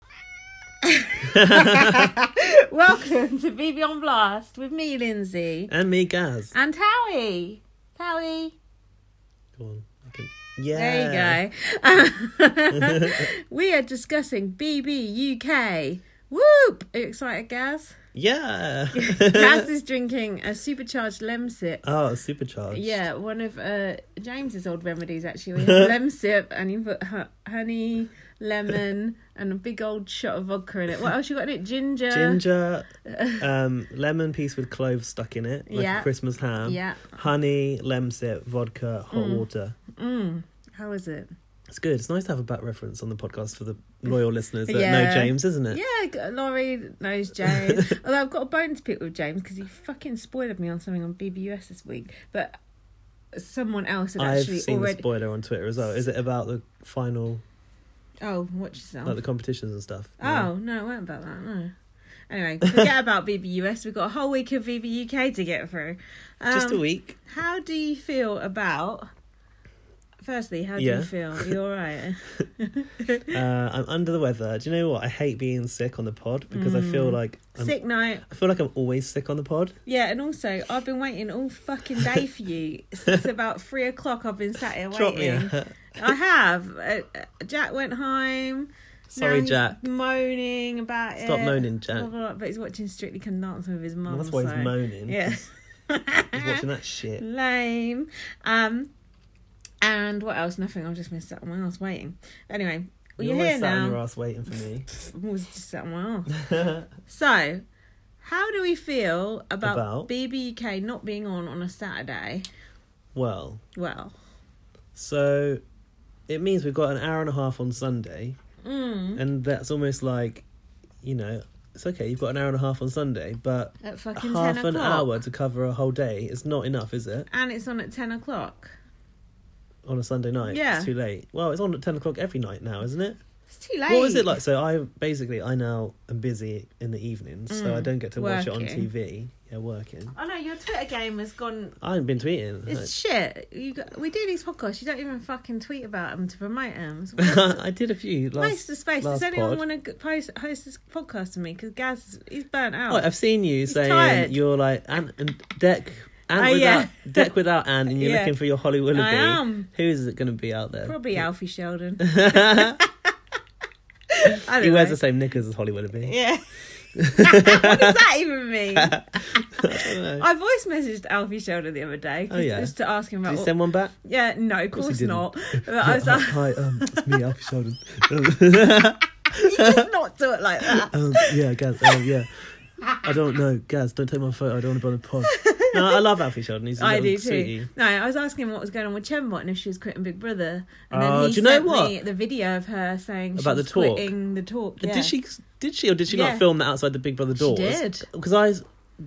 Welcome to BB on Blast with me, Lindsay, and me, Gaz. and Howie. Howie. Go on. I can- Yeah. There you go. we are discussing BB UK. Whoop! Are you excited, Gaz? Yeah. Gaz is drinking a supercharged Lemsip. oh, supercharged. Yeah, one of uh, James's old remedies actually. We have lem sip and you put hu- honey, lemon, and a big old shot of vodka in it. What else you got in it? Ginger. Ginger, um, lemon piece with cloves stuck in it, like Yeah. a Christmas ham. Yeah. Honey, lem sip, vodka, hot water. Mm. How is it? It's good. It's nice to have a back reference on the podcast for the loyal listeners that Yeah. know James, isn't it? Yeah, g- Laurie knows James. Although I've got a bone to pick with James because he fucking spoiled me on something on BBUS this week. But someone else had I've actually seen the already. spoiler on Twitter as well. Is it about the final, oh, watch yourself. like the competitions and stuff? Oh no, it weren't about that. No. Anyway, forget about BBUS. We've got a whole week of BBUK to get through. Um, Just a week. How do you feel about? Firstly, how do Yeah. you feel? You're all right. Uh, I'm under the weather. Do you know what? I hate being sick on the pod because I feel like I'm, Mm. Sick night. I feel like I'm always sick on the pod. Yeah, and also I've been waiting all fucking day for you. Since about three o'clock, I've been sat here Drop me. waiting. A, I have. Uh, uh, Jack went home. Now sorry, he's Jack. Moaning about it. Stop moaning, Jack. Blah, blah, blah, But he's watching Strictly Can Dance with his mum. Well, that's why he's so- moaning. Yeah. He's watching that shit. Lame. Um, and what else? Nothing. I've just been sat on my ass waiting. Anyway, well, You're you're, always here sat on your now. ass waiting for me. I'm always just sat on my ass. So, how do we feel about, About? BBUK not being on on a Saturday? well, Well, so it means we've got an hour and a half on Sunday, mm, and that's almost like, you know, it's okay. You've got an hour and a half on Sunday, but at fucking half 10 an o'clock. hour to cover a whole day is not enough, is it? And it's on at 10 o'clock. On a Sunday night, Yeah. it's too late. Well, it's on at ten o'clock every night now, isn't it? It's too late. What was it like? So I basically I now am busy in the evenings, so I don't get to watch it on Mm. working. TV. Yeah, working. I know your Twitter game has gone. I haven't been tweeting. It's shit. You got, we do these podcasts. You don't even fucking tweet about them to promote them. I did a few last. Waste of space. last Does anyone pod. want to post host this podcast to me? Because Gaz, he's burnt out. Oh, I've seen you saying tired. you're like Ant and Deck. Ant Oh, without yeah. Deck without Ant, and you're Yeah. looking for your Holly Willoughby. I am. Who is it going to be out there? Probably Alfie Sheldon. he I don't wears know. the same knickers as Holly Willoughby. Yeah. what does that even mean? I know. voice messaged Alfie Sheldon the other day 'cause- Oh, yeah. just to ask him Did about. you send one back? yeah, no, of course course, he didn't. not. But I was like, hi, um, it's me, Alfie Sheldon. you just not do it like that. Um, yeah, Gaz. Oh, yeah. I don't know, Gaz. Don't take my photo. I don't want to be on a pod. No, I love Alfie Sheldon. He's a I little do sweetie. too. No, I was asking him what was going on with Chembot and if she was quitting Big Brother, and Oh, then he do you know sent what? me the video of her saying About she the was talk. quitting the talk. And yeah. Did she? Did she or did she Yeah. not film that outside the Big Brother She doors? did. Because I s-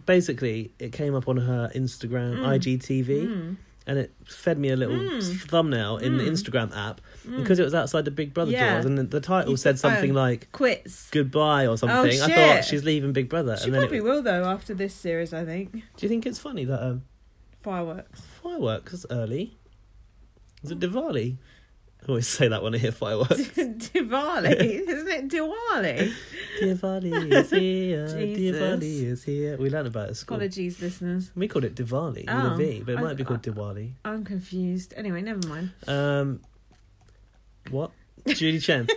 basically it came up on her Instagram Mm. IGTV, and it fed me a little s- thumbnail in the Instagram app because it was outside the Big Brother Mm. Yeah. doors, and the- the title You said thought, oh. something like quits? "Goodbye" or something. I shit. thought she's leaving Big Brother, She and then it, probably will though after this series, I think. do you think it's funny that um, Fireworks. fireworks is early? Is it Diwali? I always say that when I hear fireworks. Diwali, isn't it Diwali? Diwali is here. Jesus. Diwali is here. We learned about it at school. Apologies, listeners. We called it Diwali with Oh. a V, but it I- might be called Diwali. I'm confused. Anyway, never mind. Um, what? Judy Chen.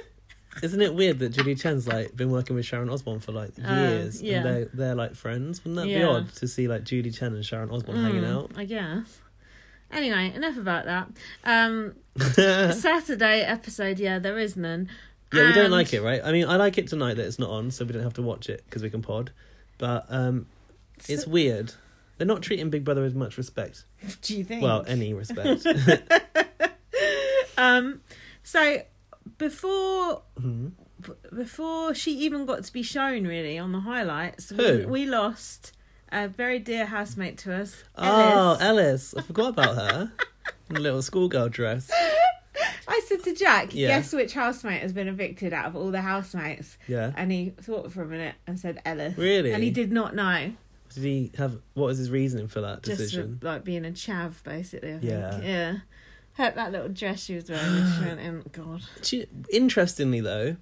Isn't it weird that Judy Chen's like been working with Sharon Osbourne for like years yeah. and they're they're like friends? Wouldn't that be Yeah. odd to see like Judy Chen and Sharon Osbourne hanging Mm, out? I guess. Anyway, enough about that. Um, Saturday episode, yeah, there is none. Um, yeah, we don't like And it, right? I mean, I like it tonight that it's not on, so we don't have to watch it because we can pod. But um, it's so- weird. They're not treating Big Brother with much respect. do you think? Well, any respect. um, so before Mhm. b- before she even got to be shown, really, on the highlights, We, Who? we lost a very dear housemate to us. Oh, Ellis. Ellis. I forgot about her. In a little schoolgirl dress. I said to Jack, Yeah. guess which housemate has been evicted out of all the housemates? Yeah. And he thought for a minute and said Ellis. Really? And he did not know. Did he have what was his reasoning for that Just decision? for, like being a chav, basically. I think. Yeah. Yeah. hurt that little dress she was wearing when she went in. God. Hmm. She, interestingly, though,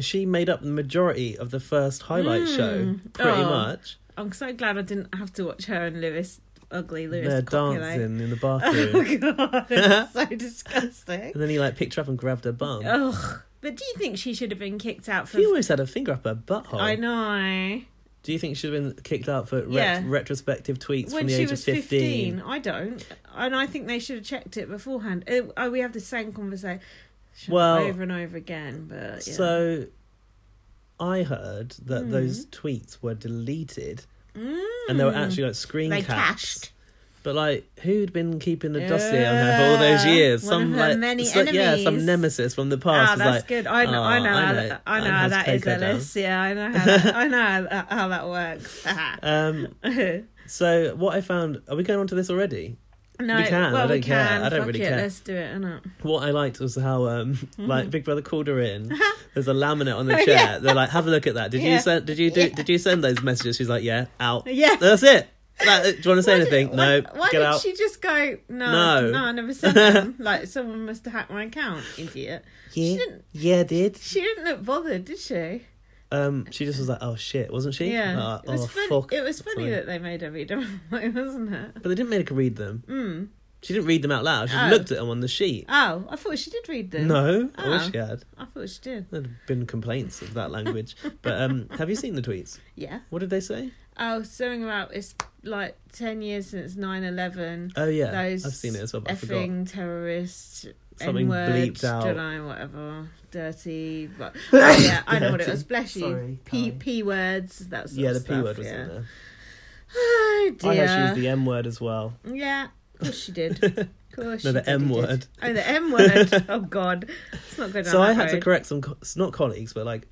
she made up the majority of the first highlight show, pretty Oh. much. I'm so glad I didn't have to watch her and Lewis, ugly Lewis. They're copulate. dancing in the Oh bathroom. god, it's so disgusting. and then he like picked her up and grabbed her bum. Ugh. But do you think she should have been kicked out for? He always had a finger up her butthole. I know. Do you think she'd have been kicked out for ret- Yeah. retrospective tweets When from the she age was of 15? fifteen, I don't, and I think they should have checked it beforehand. Uh, oh, we have the same conversation Well, over and over again, but yeah. Hmm. So I heard that those tweets were deleted and they were actually like screen they caps. Hmm. cashed. But like, who'd been keeping the dossier on her for all those years? Yeah, one of her like, many it's like- yeah, some enemies. nemesis from the Ah, past. was that's like, good. I know, "Oh, I know, how know- that- I know, know how to that take is, her down." Ellis. Yeah, I know how that, I know how that, how that works. Um, no, so what I found, are we going on to this already? We can, well, I we don't care. can. I don't Fuck really it, care. Let's do it, innit? What I liked was how um, like Big Brother called her in. There's a laminate on the Hmm. Oh, chair. yeah. They're like, have a look at that. Did Yeah. you send? Did you do? Yeah. Did you send those messages? She's like, yeah, out. Yeah. that's it. That- do you want to say anything? Why, no. why Get did out. she just go? No, no, No. I never sent them. like someone must have hacked my account, idiot. yeah, didn't- yeah, did. She didn't look bothered, did she? Um, she just was like, oh shit, wasn't she? Yeah, Uh, it was oh funny. fuck. It was funny Sorry. that they made her read them, wasn't it? But they didn't make her read them. Mm. She didn't read them out loud. She Oh. looked at them on the sheet. Oh, I thought she did read them. No, I Oh. wish she had. I thought she did. There'd been complaints of that language. but um, have you seen the tweets? Yeah. What did they say? Oh, something about it's like ten years since 9-11. Oh yeah, Those I've seen it as well. But I forgot. effing terrorists. Something N-word, bleeped out. Don't know, whatever. Dirty. But, oh, yeah, I know what it was. Bless you. Sorry, P Kai. P words. That sort Yeah, of the P stuff, word was yeah. in there. Oh I dear. heard she used the M word as well. Yeah, of course she did. Of course. No, she the bloody M did. word. Oh, the M word. Oh God, it's not good. so I had to correct some, co- not colleagues, but like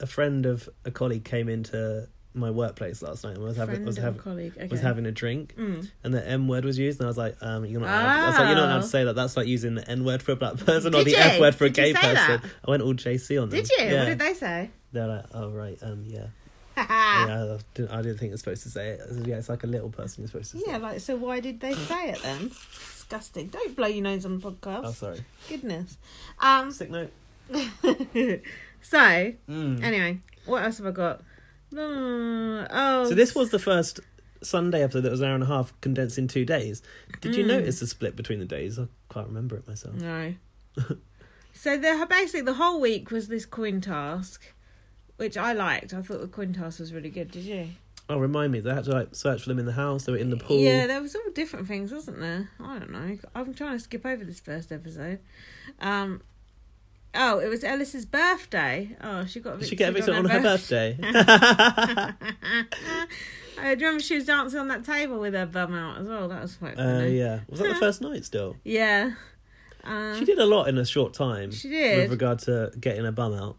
a friend of a colleague came into my workplace last night and was having was having colleague. Okay. was having a drink, Mm. and the M word was used, and I was like, um, you're not. allowed- I was like, you're not allowed Oh. to say that. That's like using the N word for a black person or Did the you? F word for a Did you gay say person. that? I went all JC on them. Did you? Yeah. What did they say? They're like, oh right, um, yeah, yeah. yeah. I didn't, I didn't think it's supposed to say it. I said, yeah, it's like a little person you're supposed to. say. like so. Why did they say it then? Disgusting. Don't blow your nose on the podcast. Oh, sorry. Goodness. Um. Sick note. so Mm. anyway, what else have I got? Mm, oh. So this was the first Sunday episode that was an hour and a half condensed in two days. Did Hmm. you notice the split between the days? I can't remember it myself. No. so the basically the whole week was this coin task, which I liked. I thought the coin task was really good. Did you? Oh, remind me, they had to like search for them in the house. They were in the pool. Yeah, there was all different things, wasn't there? I don't know. I'm trying to skip over this first episode. Um, oh, it was Ellis's birthday. Oh, she got. Did she get evicted on her birthday? I Uh, remember she was dancing on that table with her bum out as well. That was quite uh, funny. yeah. Was that the first night still? yeah. Um, She did a lot in a short time. She did. With regard to getting her bum out.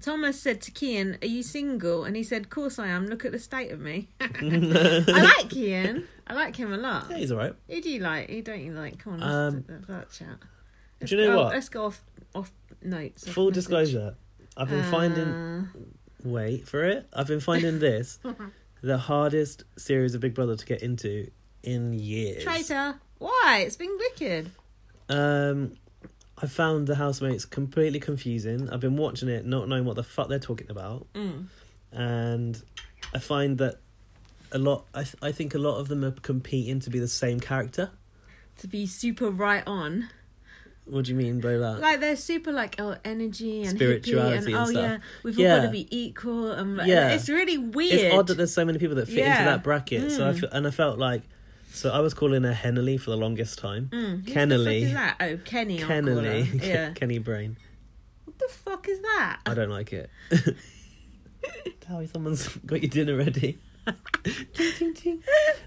Thomas said to Kian, "Are you single?" And he said, "Course I am. Look at the state of me." I like Kian. I like him a lot. Yeah, he's alright. Who do you like? Who don't you like? Come on, let's Um, have that chat. Do you know go, what? Let's go off off notes. off Full message. disclosure, I've been finding. Uh, Wait for it. I've been finding this the hardest series of Big Brother to get into in years. traitor. Why? It's been wicked. Um, I found the housemates completely confusing. I've been watching it, not knowing what the fuck they're talking about, Mm. and I find that a lot. I th- I think a lot of them are competing to be the same character. To be super right on, What do you mean by that? like they're super like oh energy and Spirituality hippie and, and oh stuff. yeah, we've all got to Yeah. be equal and Yeah. it's really weird. it's odd that there's so many people that fit Yeah. Mm. into that bracket. So I feel, and I felt like so I was calling her Henley for the longest time. Mm, who The Kennelly. fuck is that? Oh, Kenny. I'll call her. Kennelly, Yeah. Kenny Brain. What the fuck is that? I don't like it. Howie, someone's got your dinner ready. Ting, ting, ting.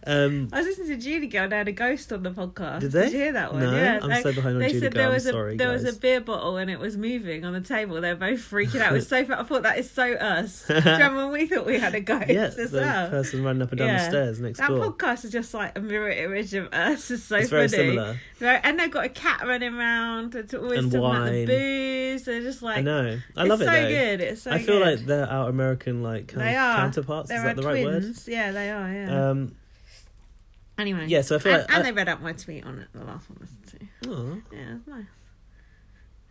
um, I was listening to Julie Girl. They had a ghost on the podcast. Did they? you hear that one? No, yeah, I'm they, so behind on they Julie said Girl, There I'm was a sorry, there was guys. a beer bottle and it was moving on the table. They're both freaking out. It was so. Fun. I thought that is so us. Do you remember when we thought we had a ghost yeah, the as well? person running up and down Yeah. the stairs next that door. podcast is just like a mirror image of us. It's so It's funny. very similar. Very- and they've got a cat running around. It's always And talking about the wine. booze. They're just like I know. I it's love it so though. good. It's so I feel good. like they're our American like kind they of are counterparts. There Is are that the right twins. Yeah, they are. Yeah. word? Um, Anyway. Uh, Yeah, so I feel and, like and I- they read out my tweet on it, the last one listened to. Oh, Yeah, it's nice.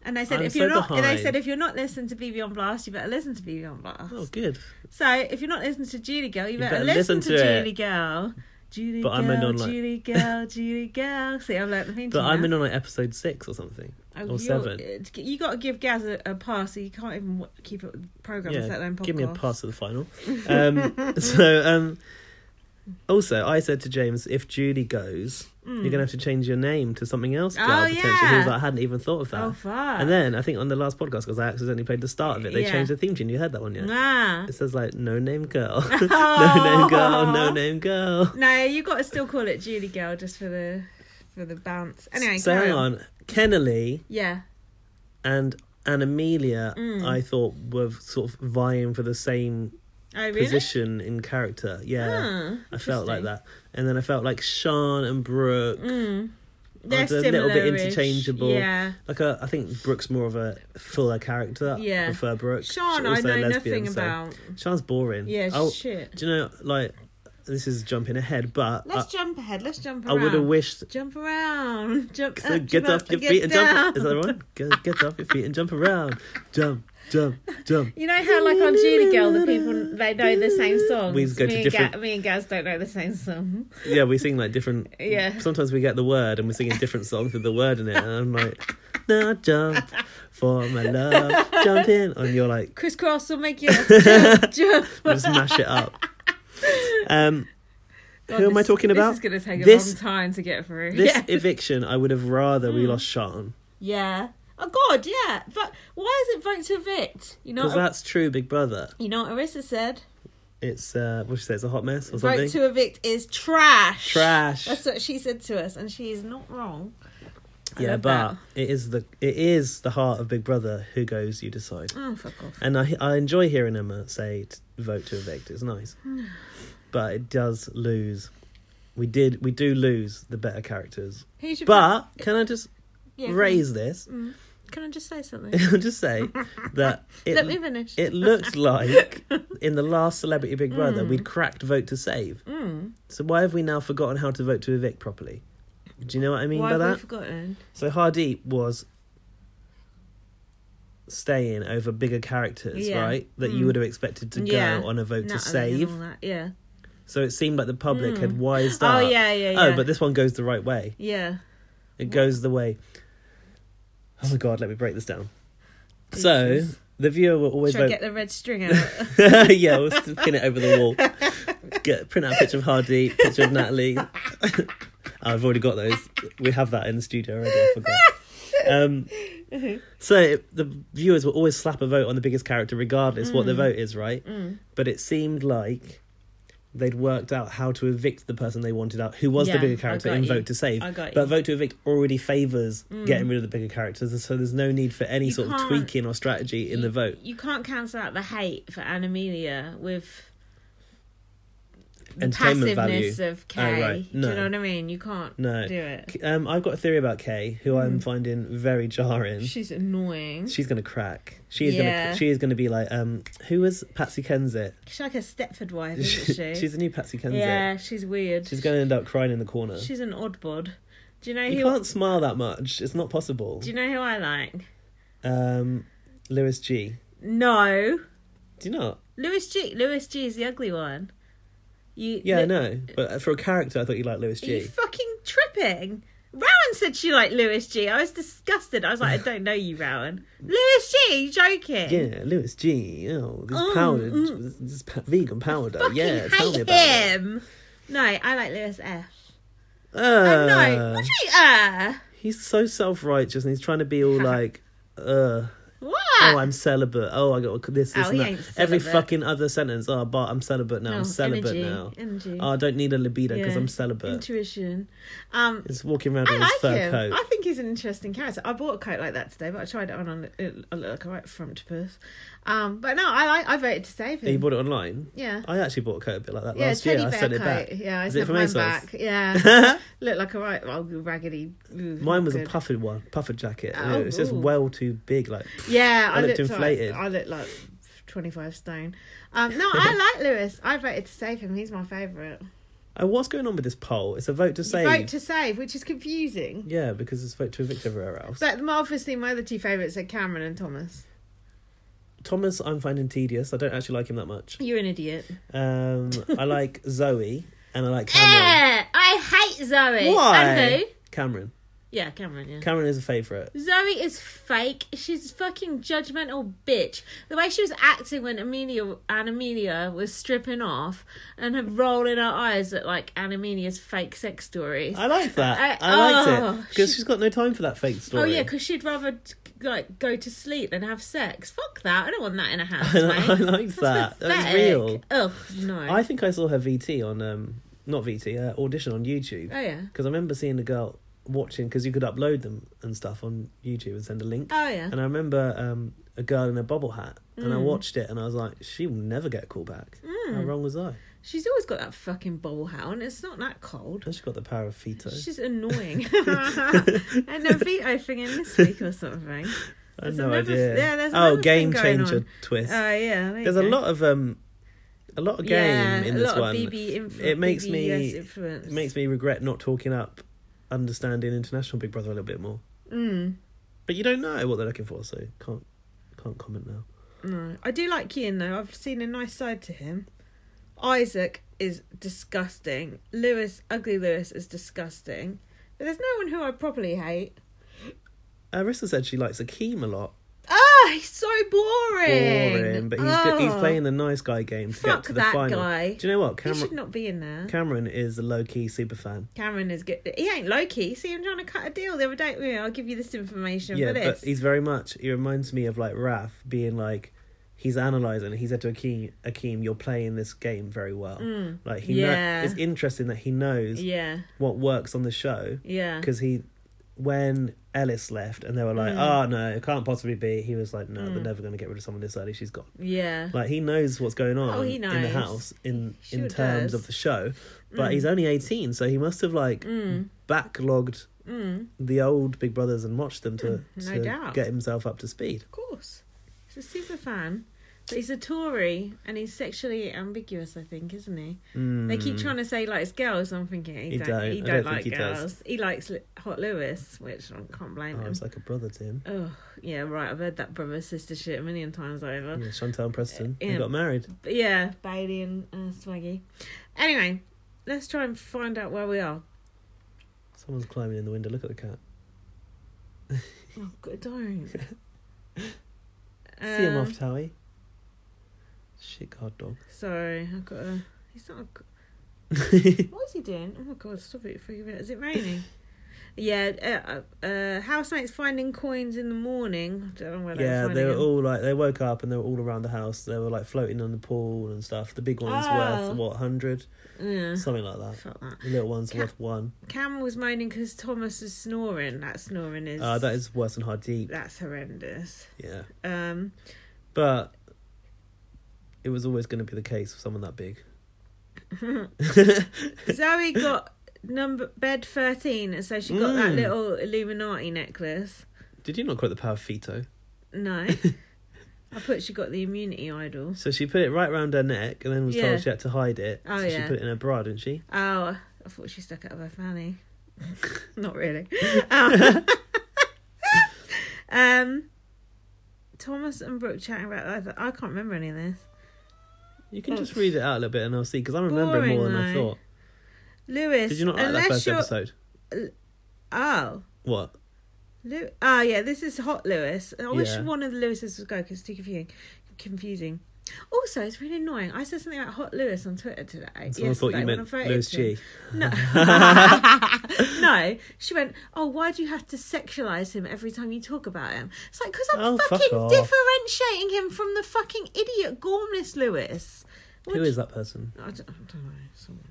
And they said I'm if you're so not they behind. said if you're not listening to BB on Blast, you better listen to BB on Blast. oh, good. So if you're not listening to Julie Girl, you, better, better listen, listen to, to it. Julie Girl. Julie But I'm Girl, in on, like- Julie Girl, Julie Girl. See, I'm like the theme But tune I'm now. in on like episode six or something. Oh, or you're- seven. uh, You got to give Gaz a, a pass, so you can't even w- keep it programmed yeah, yeah, that own podcast. give me a pass to the final. Um, so, um, also, I said to James, if Julie goes, you're going to have to change your name to something else. Girl, Hmm. Oh, potentially. He yeah. was like, I hadn't even thought of that. Oh fuck! and then I think on the last podcast, because I accidentally played the start of it, they Yeah. changed the theme tune. You heard that one yet? nah. It says like no name girl, no Oh. name girl, no name girl. No, you got to still call it Julie Girl just for the for the bounce. Anyway, so carry hang on. Kennelly Yeah. and Anna Amelia, Mm. I thought were sort of vying for the same Oh really? position in character. Yeah, Ah, I felt like interesting. that. And then I felt like Sean and Brooke, Mm. They're they're a little bit similar-ish. interchangeable. Yeah. like a, I think Brooke's more of a fuller character. Yeah. I prefer Brooke. Sean, She's I also know a nothing so- about. Sean's boring. Yeah, Oh, shit. do you know like this is jumping ahead, but I, Let's jump ahead. Let's jump Uh, I around. would have wished Jump around. Jump. So up, get jump off up, your get feet and down. jump. Is that right? Get, get off your feet and jump around. Jump, jump, jump. You know how, like on Judy Girl, the people they know the same songs. We go to me and different- Ga- me and Gaz don't know the same song. Yeah, we sing like different. Yeah. Sometimes we get the word and we're singing different songs with the word in it, and I'm like, now jump for my love, jump in, and you're like, Crisscross will make you jump. jump. we'll just mash it up. Um, God, who am I this- talking about? This is going to take a This- long time to get through. This yeah. eviction, I would have rather we lost Sean yeah. Oh God, yeah. But why is it vote to evict? You know, because what, that's true, Big Brother. you know what Arissa said. It's uh, what she say? It's a hot mess or something. Vote to evict is trash. Trash. That's what she said to us, and she is not wrong. I yeah, love but that. it is the it is the heart of Big Brother. Who goes? You decide. Oh fuck off. And I, I enjoy hearing Emma say t- vote to evict. It's nice, but it does lose. We did we do lose the better characters. Who should But can I just Yeah, Mm. can I- raise this? Can I just say something? I'll just say that it, Let me finish. it looked like in the last Celebrity Big Brother we'd cracked vote to save. Mm. So why have we now forgotten how to vote to evict properly? Do you know what I mean Why by have we that? forgotten? So Hardeep was staying over bigger characters, Yeah. Hmm. right? That you would have expected to go on a vote Natalie to and save. all that, Yeah. So it seemed like the public had wised Oh up. yeah, yeah, yeah. Oh, but this one goes the right way. yeah. It goes the way. Oh my god, let me break this down. So Jesus. the viewer will always Should I vote. get the red string out? yeah, we'll just pin it over the wall. Get print out a picture of Hardy, picture of Natalie. I've already got those. We have that in the studio already. I forgot. Um, so it, the viewers will always slap a vote on the biggest character, regardless Mm. what the vote is, right? But it seemed like they'd worked out how to evict the person they wanted out, who was Yeah, the bigger I character got in you. vote to save. I got you. Mm. But vote to evict already favours getting rid of the bigger characters, so there's no need for any You sort of can't- tweaking or strategy in the vote. you can't cancel out the hate for Animelia with the Entertainment value. Oh, passiveness of Kay. right. Do No. you know what I mean? You can't No. do it. Um, I've got a theory about Kay, who I'm Mm. finding very jarring. She's annoying. She's gonna crack. She is Yeah. gonna. She is gonna be like, um, who was Patsy Kensit? She's like a Stepford wife, isn't she? she's the new Patsy Kensit. yeah, she's weird. She's gonna end up crying in the corner. She's an oddbod. Do you know you who? can't smile that much. It's not possible. Do you know who I like? Um, Lewis G. No, Do you not? Lewis G. Lewis G. is the ugly one. You Yeah, I Lu- know. But uh, for a character, I thought you liked Lewis Are you G. fucking tripping? Rowan said she liked Lewis G. I was disgusted. I was like, I don't know you, Rowan. Lewis G. you joking? Yeah, Lewis G. Oh, this Mm, powder, this, this pa- vegan powder. Fucking yeah, tell hate me about it. him. No, I like Lewis F. Uh, oh no, what do you? Uh, Ah, he's so self righteous, and he's trying to be all like, uh. what? Oh, I'm celibate. Oh, I got this, this, Oh, and he that. ain't Every celibate. fucking other sentence. Oh, but I'm celibate now. No, I'm celibate energy, now. Energy. Oh, I don't need a libido because Yeah. I'm celibate. Intuition. Um, it's walking around I in his like fur him. coat. I think he's an interesting character. I bought a coat like that today, but I tried it on and it it looked like a right front purse. Um, but no, I like. I voted to save You him. bought it online. yeah. I actually bought a coat a bit like that Yeah, last teddy year. I bear sent coat. it back. Yeah, I Is it sent from mine ASOS? back. Yeah, looked like a right old raggedy. ooh, Mine was a good. puffer one, puffer jacket. Oh, it was just ooh. well too big. Like, Yeah, I looked inflated. Like, I looked like twenty five stone. Um, no, I like Lewis. I voted to save him. He's my favourite. Oh, what's going on with this poll? It's a vote to save. Vote to save, which is confusing. yeah, because it's vote to evict everywhere else. But obviously, my other two favourites are Cameron and Thomas. Thomas, I'm finding tedious. I don't actually like him that much. You're an idiot. Um, I like Zoe and I like Cameron. Eh, I hate Zoe. Why? And who? Cameron. Yeah, Cameron. Yeah. Cameron is a favourite. Zoe is fake. She's a fucking judgmental bitch. The way she was acting when Amelia and Amelia was stripping off and her rolling her eyes at like Anna Amelia's fake sex stories. I like that. I- I, liked oh, it because she- she's got no time for that fake story. oh yeah, because she'd rather like go to sleep than have sex. Fuck that. I don't want that in a house, I, mate. I liked that. That was real. Oh no. I think I saw her VT on um not VT uh, audition on YouTube Oh yeah. because I remember seeing a girl watching because you could upload them and stuff on YouTube and send a link. Oh yeah. And I remember um a girl in a bubble hat and I Mm. watched it and I was like, she will never get a call back. How wrong was I? She's always got that fucking bobble hat on. It's not that cold. And she got the power of Fito. She's annoying. and a veto thing in this week or something. I have there's no another- idea. yeah, there's oh, another thing game going changer on. Oh twist. yeah. there you There's a go. lot of um, a lot of game yeah, in a this lot one. Of BB influ- It makes me- BBS influence. It makes me regret not talking up understanding international Big Brother a little bit more. Mm, But you don't know what they're looking for, so can't can't comment now. no. I do like Ian though. I've seen a nice side to him. Isaac is disgusting. Lewis, ugly Lewis, is disgusting. But there's no one who I properly hate. Arissa said she likes Akeem a lot. Ah, he's so boring. Boring, but he's oh, he's playing the nice guy game to Fuck get to the that final. guy. Do you know what? He should Cameron not be in there. Cameron is a low key super fan. Cameron is good. He ain't low key. See, I'm trying to cut a deal the other day. Yeah, I'll give you this information Yeah, for but this. he's very much. He reminds me of like Raf being like, he's analysing. He said to Akeem, "Akeem, you're playing this game very well. Like he, Mm. Yeah. know, it's interesting that he knows Hmm, yeah, what works on the show yeah. Mm. because he, when Ellis left and they were like, oh no, it can't possibly be. He was like, no, they're never going to get rid of someone this early. She's gone. Yeah. Like he knows what's going on Oh, he in the knows. house in He sure in does. terms Mm. of the show, but he's only eighteen, so he must have like Hmm. backlogged Mm, the old Big Brothers and watched them to, Mm, no to doubt. get himself up to speed. of course. He's a super fan. But he's a Tory and he's sexually ambiguous, I think, isn't he? They keep trying to say he likes girls. I'm thinking he, Mm. He don't, don't. He I don't, don't think like he does. girls. He likes li- Hot Lewis, which I can't blame Oh, I him. was like a brother to him. Oh yeah, right. I've heard that brother sister shit a million times over. Yeah, Chantal and Preston. They Uh, Yeah. got married. But yeah, Bailey and uh, Swaggy. Anyway, let's try and find out where we are. Someone's climbing in the window. Look at the cat. Oh, God, don't. See him Um, off, Towie. Shit, hard dog. Sorry, I've got a. He's not. A, What is he doing? Oh my god, stop it. Freaking out. Is it raining? yeah, uh, uh, housemates finding coins in the morning. I don't know where they yeah, were they were finding them. all like they woke up and they were all around the house. They were like floating on the pool and stuff. The big one's Oh. worth what hundred, Yeah. something like that. Fuck that. The little one's Cat- worth one. Cam was moaning because Thomas is snoring. That snoring is. Uh, that is worse than hard deep. That's horrendous. Yeah, Um, but it was always going to be the case for someone that big. Zoe got number bed 13, and so she got that Mm. little Illuminati necklace. Did you not quote the power of Fito? No. I put she got the immunity idol. So she put it right round her neck and then was Yeah. told she had to hide it. Oh, so yeah. she put it in her bra, didn't she? Oh, I thought she stuck it up her fanny. Not really. Um, um, Thomas and Brooke chatting about that. I can't remember any of this. You can Oh. just read it out a little bit and I'll see because I remember it Boring, more than I though. thought. Lewis, Did you not like that unless 1st you're episode? oh, What? Lew- oh yeah, this is hot Lewis. I wish Yeah. one of the Lewises would go because it's too confusing. Confusing. Also, it's really annoying. I said something about hot Lewis on Twitter today. Someone thought yesterday you when I meant voted Lewis for him. G. No. no. She went, Oh, why do you have to sexualise him every time you talk about him? It's like, because I'm Oh, fuck fucking off. differentiating him from the fucking idiot Gormless Lewis. What Who do- is that person? I don't, I don't know, someone.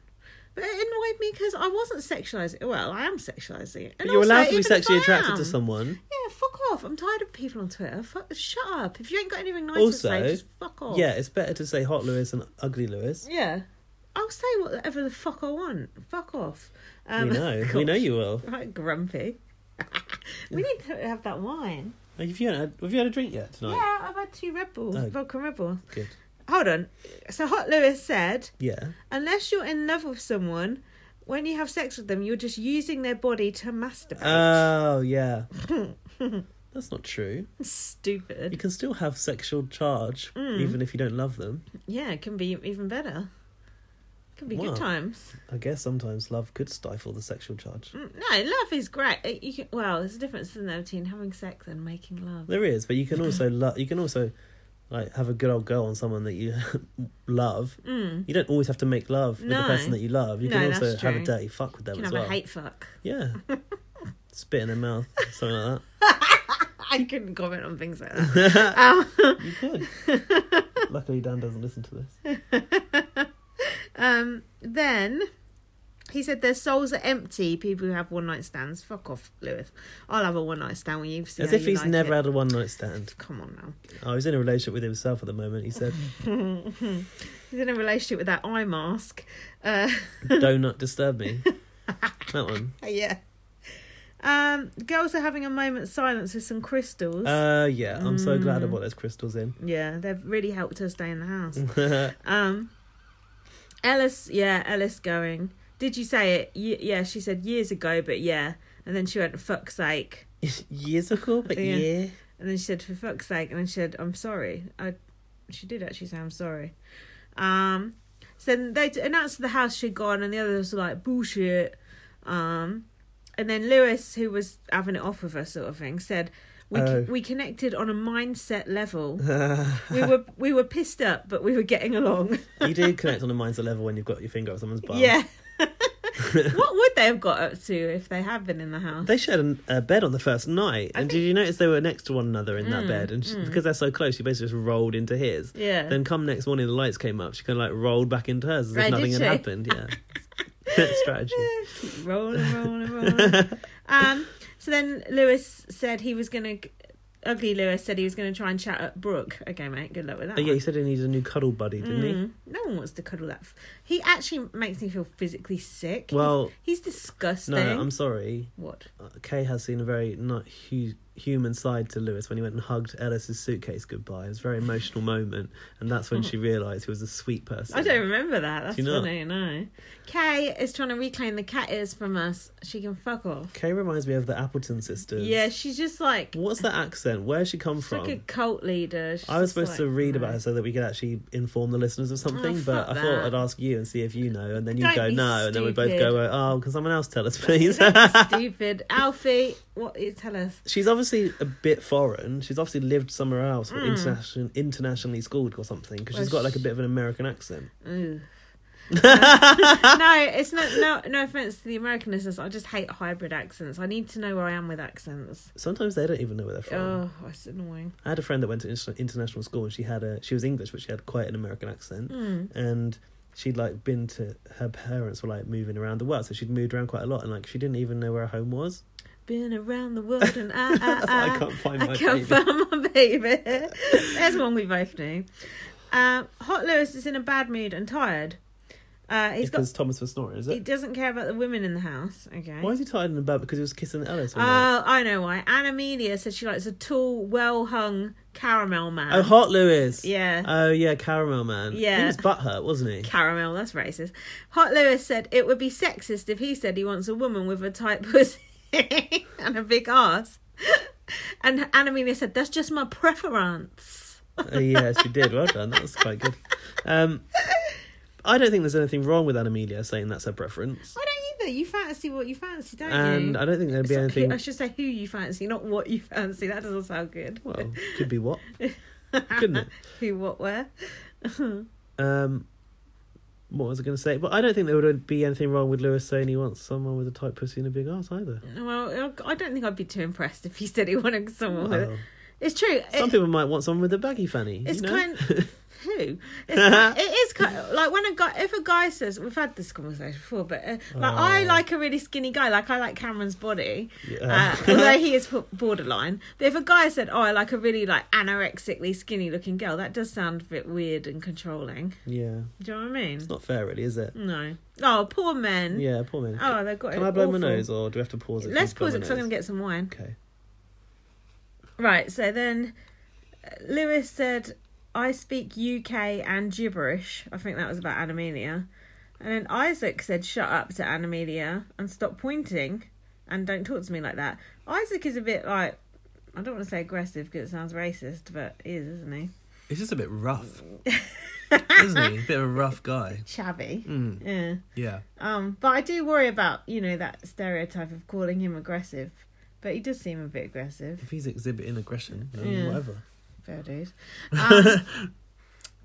But it annoyed me because I wasn't sexualising. Well, I am sexualising it. But And you're also, allowed to even be if sexually I attracted am- to someone. Yeah, fuck off. I'm tired of people on Twitter. Fuck, shut up. If you ain't got anything nice Also, to say, just fuck off. Yeah, it's better to say hot Lewis and ugly Lewis. Yeah. I'll say whatever the fuck I want. Fuck off. Um, we know. We know gosh. you will. Right, grumpy. we need to have that wine. Have you, had, have you had a drink yet tonight? Yeah, I've had two Red Bulls, Oh. vodka Red Bulls. Good. Hold on. So Hot Lewis said, Yeah. unless you're in love with someone, when you have sex with them, you're just using their body to masturbate. Oh, yeah. That's not true. You Stupid. can still have sexual charge Mm. even if you don't love them. Yeah, it can be even better. Can be Wow. good times. I guess sometimes love could stifle the sexual charge. Mm, No, love is great. Uh, You can, well, there's a difference in there between having sex and making love. There is, but you can also lo- you can also like have a good old go on someone that you love. Mm. You don't always have to make love with No. the person that you love. You No, can that's also have true. a dirty fuck with them You can as have well. a hate fuck. Yeah. Spit in their mouth, something like I couldn't comment on things like that. that. Um, you could. Luckily, Dan doesn't listen to this. um, then he said their souls are empty. People who have one night stands. Fuck off, Lewis. I'll have a one night stand when you see As how if you he's like never it. had a one night stand. Come on now. Oh, he's in a relationship with himself at the moment. He said, He's in a relationship with that eye mask. Uh, "Do not disturb me." That one. yeah. Um, girls are having a moment's silence with some crystals. Uh, yeah. I'm so glad I bought those crystals in. yeah, they've really helped her stay in the house. yeah, Um, Ellis, yeah, Ellis going. Did you say it? Ye- yeah, she said years ago, but yeah. And then she went, fuck's sake. years ago, but Yeah. yeah. And then she said, for fuck's sake. And then she said, I'm sorry. I, she did actually say, I'm sorry. Um, so then they t- announced to the house she'd gone, and the others were like, bullshit. Um, and then Lewis, who was having it off with her, sort of thing, said, we, Oh. we connected on a mindset level. we were we were pissed up, but we were getting along. you do connect on a mindset level when you've got your finger on someone's bum. Yeah. what would they have got up to if they had been in the house? They shared an- a bed on the first night, I and think- did you notice they were next to one another in Mm, that bed? And she, because they're so close, she basically just rolled into his. Yeah. Then come next morning, the lights came up. She kind of like rolled back into hers as Right, if nothing did had she? happened. Yeah, strategy. Keep rolling, rolling, rolling. um, so then Lewis said he was gonna. Ugly Lewis said he was gonna try and chat up Brooke. Okay, mate. Good luck with that. Oh, yeah, he one. said he needed a new cuddle buddy, didn't Mm, No one wants to cuddle that. F- he actually makes me feel physically sick. he? Well, he's, he's no, disgusting. I'm sorry. What? Uh, Kay has seen a very not hu- human side to Lewis when he went and hugged Ellis's suitcase goodbye. It was a very emotional moment, and that's when she realised he was a sweet person. I don't remember that. That's Do you not? funny. No. Kay is trying to reclaim the cat ears from us. She can fuck off. Kay reminds me of the Appleton sisters. Yeah, she's just like What's that accent? Where has she come She's from? like a cult leader. She's I was just supposed to like, read "No." Oh, about her so that we could actually inform the listeners of something, fuck but I thought that. I'd ask you and see if you know, and then you Don't would go be no, and then we both stupid. go oh, can someone else tell us, please? Stupid Alfie, what you tell us? She's obviously a bit foreign. She's obviously lived somewhere else, or internation, internationally schooled or something, because she's Hmm. Well, got like a bit of an American accent. Ooh. no, it's not. No, no offense to the American listeners. I just hate hybrid accents. I need to know where I am with accents. Sometimes they don't even know where they're from. Oh, it's annoying. I had a friend that went to inter- international school, and she had a she was English, but she had quite an American accent, Mm. and she'd like been to her parents were like moving around the world, so she'd moved around quite a lot, and like she didn't even know where her home was. Been around the world and I, That's why I, I can't find Uh-uh. I, my I can't baby. find my baby. There's one we both knew. Um, Hot Lewis is in a bad mood and tired. Uh, he's got. because Thomas was snoring, is He it? doesn't care about the women in the house. Okay. Why is he tired in the bed? Because he was kissing Ellis. Oh, all night. I know why. Anna Media said she likes a tall, well hung caramel man. oh, hot Lewis. yeah. Oh yeah, caramel man. Yeah. He was butthurt, wasn't he? Uh, caramel, that's racist. Hot Lewis said it would be sexist if he said he wants a woman with a tight pussy and a big ass. and Anna Media said, that's just my preference. Uh, yes, you did. Well done. That was quite good. Um, I don't think there's anything wrong with Animelia saying that's her preference. I don't either. You fancy what you fancy, don't And you? I don't think there'd be So- anything. I should say who you fancy, not what you fancy. That doesn't sound good. Well, could be what? couldn't it? who, what, where? Um, what was I going to say? But I don't think there would be anything wrong with Lewis saying he wants someone with a tight pussy and a big ass either. Well, I don't think I'd be too impressed if he said he wanted someone with Well, It's true. Oh. some It- people might want someone with a baggy fanny. It's you know? kind- who? It's like, it is kind like when a guy, if a guy says, we've had this conversation before, but uh, like I Oh. like a really skinny guy, like I like Cameron's body, uh, Yeah. although he is b- borderline. But if a guy said, oh, I like a really like anorexically skinny looking girl, that does sound a bit weird and controlling. yeah, Do you know what I mean? it's not fair, really, is it? No. Oh, poor men. Mm-hmm. Yeah, poor man. Oh, they've got Can it I blow awful. my nose, or do we have to pause it? Let's for me pause to it because blow I'm going my to get some wine. nose? Okay. Right, so then uh, Lewis said I speak UK and gibberish. I think that was about Animania. And then Isaac said, shut up to Animania and stop pointing and don't talk to me like that. Isaac is a bit like, I don't want to say aggressive because it sounds racist, but he is, isn't he? He's just a bit rough, isn't he? He's a bit of a rough guy. Hmm, Shabby. Mm. Yeah. Yeah. Um, but I do worry about, you know, that stereotype of calling him aggressive. But he does seem a bit aggressive. If he's exhibiting aggression, then Yeah. whatever. Fair dude. Um,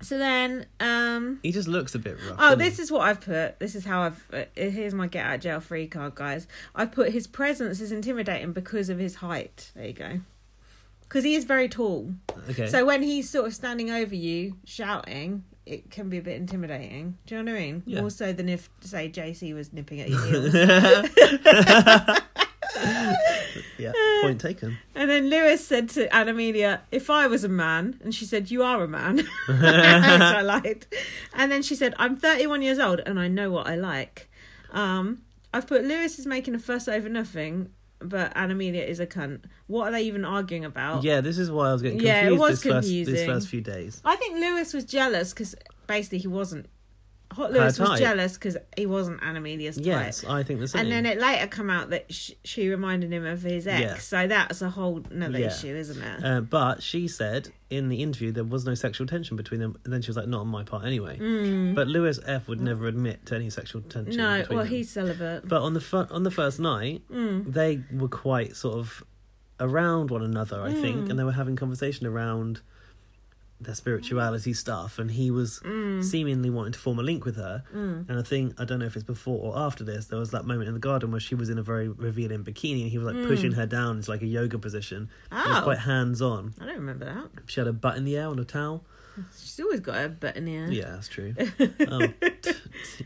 so then, um, He just looks a bit rough. oh, doesn't this is what I've put. This is how I've. Uh, here's my get out of jail free card, guys. I've put his presence is intimidating because of his height. There you go. Because he is very tall. he? Okay. So when he's sort of standing over you shouting, it can be a bit intimidating. Do you know what I mean? Yeah. More so than if, say, JC was nipping at your heels. yeah. Point taken. And then Lewis said to Anna Amelia, if I was a man, and she said, You are a man. Which I liked. And then she said, I'm 31 years old and I know what I like. Um, I've put Lewis is making a fuss over nothing, but Anna Amelia is a cunt. What are they even arguing about? Yeah, this is why I was getting confused. Oh. Yeah, it was this first, this confusing. first few days. I think Lewis was jealous because basically he wasn't. Hot Lewis was type. jealous because he wasn't Anna Amelia's type. Yes, I think the same. And then it later come out that sh- she reminded him of his ex. Yeah. So that's a whole another Yeah. issue, isn't it? Uh, but she said in the interview there was no sexual tension between them, and then she was like, "Not on my part, anyway." But Lewis F would never admit to any sexual tension. Hmm. no, between well, them. he's celibate. But on the fir- on the first night, Mm. they were quite sort of around one another, I Mm. think, and they were having conversation around their spirituality stuff, and he was Mm. seemingly wanting to form a link with her. And I think I don't know if it's before or after this, there was that moment in the garden where she was in a very revealing bikini, and he was like pushing her down into like a yoga position. It was Mm. Oh. quite hands on. I don't remember that. She had a butt in the air on a towel. She's always got her butt in here. Yeah, that's true. Oh, t-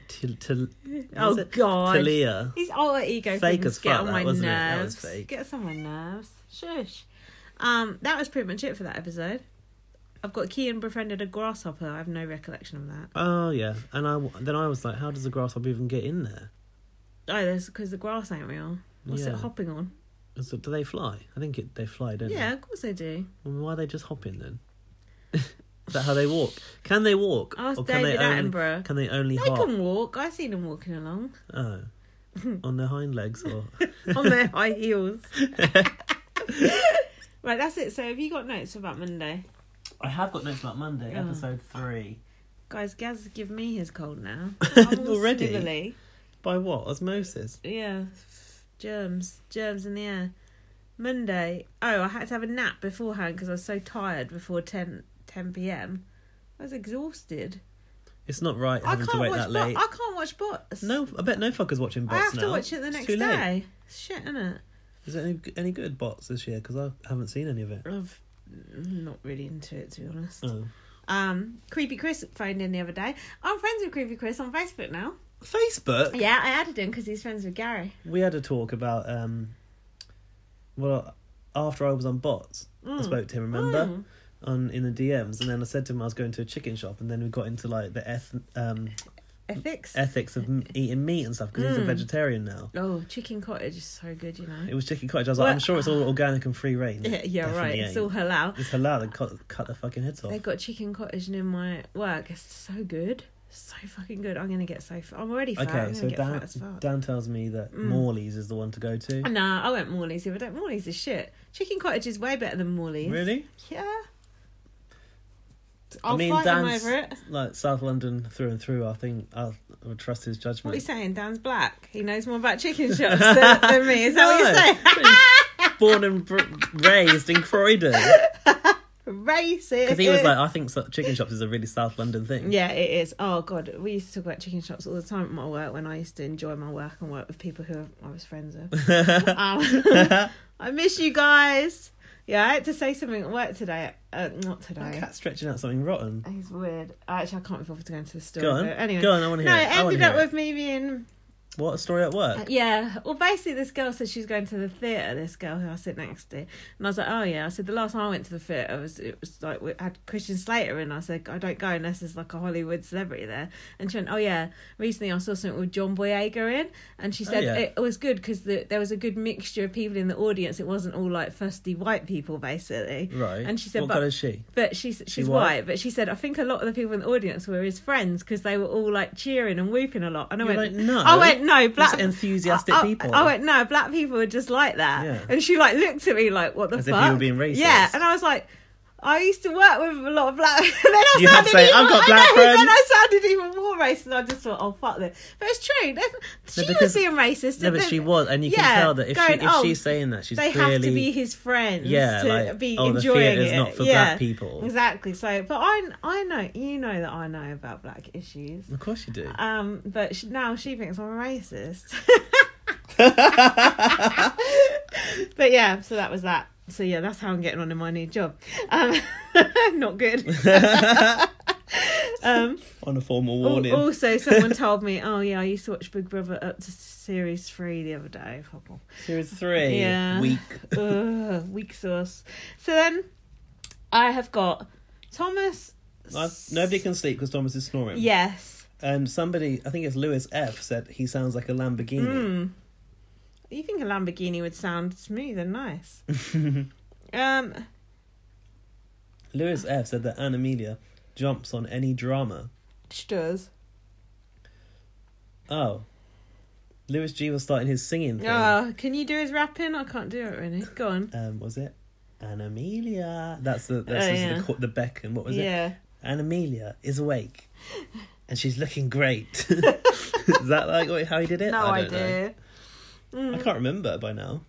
t- t- Oh t- God. Talia. These alter ego Fake things as get fuck, on that, my wasn't it? That was nerves. fake. Get on my nerves. Shush. Um, that was pretty much it for that episode. I've got Kean befriended a grasshopper. I have no recollection of that. Oh yeah, and I w- then I was like, how does the grasshopper even get in there? Oh, that's because the grass ain't real. What's Yeah. it hopping on? Is it- do they fly? I think it, they fly, don't Yeah, they? of course they do. Well, why are they just hopping then? Is that how they walk? Can they walk? Ask oh, can David they only, Attenborough. Can they only They hop? can walk. I seen them walking along Oh. on their hind legs or on their high heels. right, that's it. So, have you got notes about Monday, I have got notes about Monday, Oh. episode three. guys? Gaz, give me his cold now. I'm all Already? snivelly. By what? Osmosis. Yeah, germs, germs in the air. Monday. Oh, I had to have a nap beforehand because I was so tired before 10, 10 p.m. I was exhausted. It's not right I having can't to wait watch. that Bo- late. I can't watch bots. No, I bet no fuckers watching I bots have now. to watch it the It's next too late. day. It's Shit, isn't it? Is there any, any good bots this year? Because I haven't seen any of it. I've I'm not really into it to be honest. Oh. Um, Creepy Chris phoned in the other day. I'm friends with Creepy Chris on Facebook now. Facebook. Yeah, I added him because he's friends with Gary. we had a talk about um well after I was on bots Hmm. I spoke to him remember Mm. on in the DMs and then I said to him I was going to a chicken shop and then we got into like the eth- um Ethics. ethics of m- eating meat and stuff because Hmm. he's a vegetarian now oh, chicken cottage is so good, you know. it was chicken cottage I was like Well- I'm sure it's all organic and free range Yeah, yeah right. Definitely It's ain't. all halal. it's halal they cut, cut their fucking heads off They've got chicken cottage near my work. It's so good. So fucking good. I'm gonna get so. F- I'm already fat. I'm okay gonna so get fat Dan, as fuck. Hmm. Dan tells me that Morley's is the one to go to Nah, I went Morley's the other day. Morley's is shit. Chicken cottage is way better than Morley's. really Yeah. I'll I mean fight Dan's him over it. like South London through and through I think I'll, I would trust his What are you judgement saying? Dan's black. He knows more about chicken shops than, than me. Is that born and br- raised in Croydon. what you're saying? Racist. Because he was like, I think so- chicken shops is a really South London thing. Yeah, it is. Oh god, we used to talk about chicken shops all the time at my work when I used to enjoy my work and work with people who I was friends with. um, I miss you guys. Yeah, I had to say something at work today. Uh, not today. Cat stretching out something rotten. He's weird. Actually, I can't be bothered to go into the story. Go on. but Anyway, Go on, I want to hear no, it. it I want ended to up hear it. with me being What a story at work. Uh, Yeah. Well, basically, this girl said she's going to the theatre. This girl who I sit next to, and I was like, "Oh yeah." I said the last time I went to the theatre was it was like we had Christian Slater, and I said I don't go unless there's like a Hollywood celebrity there. And she went, "Oh yeah." Recently, I saw something with John Boyega in, and she said Oh, yeah. it was good because the, there was a good mixture of people in the audience. It wasn't all like fusty white people, basically. Right. And she said, what "But colour is she? but she's she's white? white. but she said I think a lot of the people in the audience were his friends because they were all like cheering and whooping a lot. And I You're went like, "No, I went no, black enthusiastic I- I- people." I went no, black people are just like that. Yeah. And she like looked at me like, what the As if fuck? you were being racist. Yeah, and I was like. I used to work with a lot of black. and then I You had to sounded say, even, "I've got I black know, Then friends." I sounded even more racist, and I just thought, "Oh fuck this!" But it's true. that- She because- was being racist. No, and but then- she was, and you can yeah, tell that if, she, going, if "Oh, she's saying that, she's they clearly have to be his friends Yeah, to like, be oh, the enjoying theatre's it. not for yeah, black people. Exactly. So, but I, I know you know that I know about black issues. Of course you do. Um, but sh now she thinks I'm a racist. but yeah, so that was that. So yeah, that's how I'm getting on in my new job. Um, not good. um, On a formal Al- warning. Also, someone told me, "Oh yeah, I used to watch Big Brother up to series three the other day." Hubble. Series three. Yeah. Weak. Ugh, weak sauce. So then, I have got Thomas. I- Nobody can sleep because Thomas is snoring. Yes. And somebody, I think it's Lewis F, said he sounds like a Lamborghini. Mm. You think a Lamborghini would sound smooth and nice? um. Lewis F said that Anna Amelia jumps on any drama. She does. Oh. Lewis G was starting his singing thing. Oh, can you do his rapping? I can't do it really. Go on. Um, was it? Anna Amelia. That's the that's Oh, just yeah. the, co- the Beckham. What was it? yeah. and Amelia is awake, and she's looking great. is that like what- how he did it? No don't know. idea. I can't remember by now.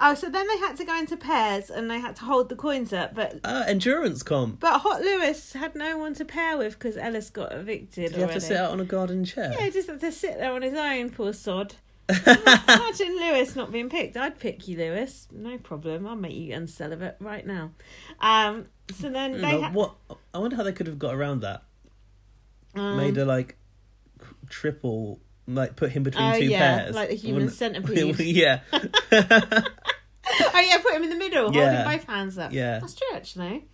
Oh, so then they had to go into pairs and they had to hold the coins up, but Uh, endurance comp. But Hot Lewis had no one to pair with because Ellis got evicted. Did he have to already. sit out on a garden chair? Yeah, he just had to sit there on his own, poor sod. Imagine Lewis not being picked. I'd pick you, Lewis. No problem. I'll make you uncelibate right now. Um, so then they No, ha- Mm, what? I wonder how they could have got around that. um, Made a like triple, like put him between Oh, two yeah, pairs. like the human centipede. yeah, oh yeah, put him in the middle, Yeah. holding both hands up. Yeah. that's true actually.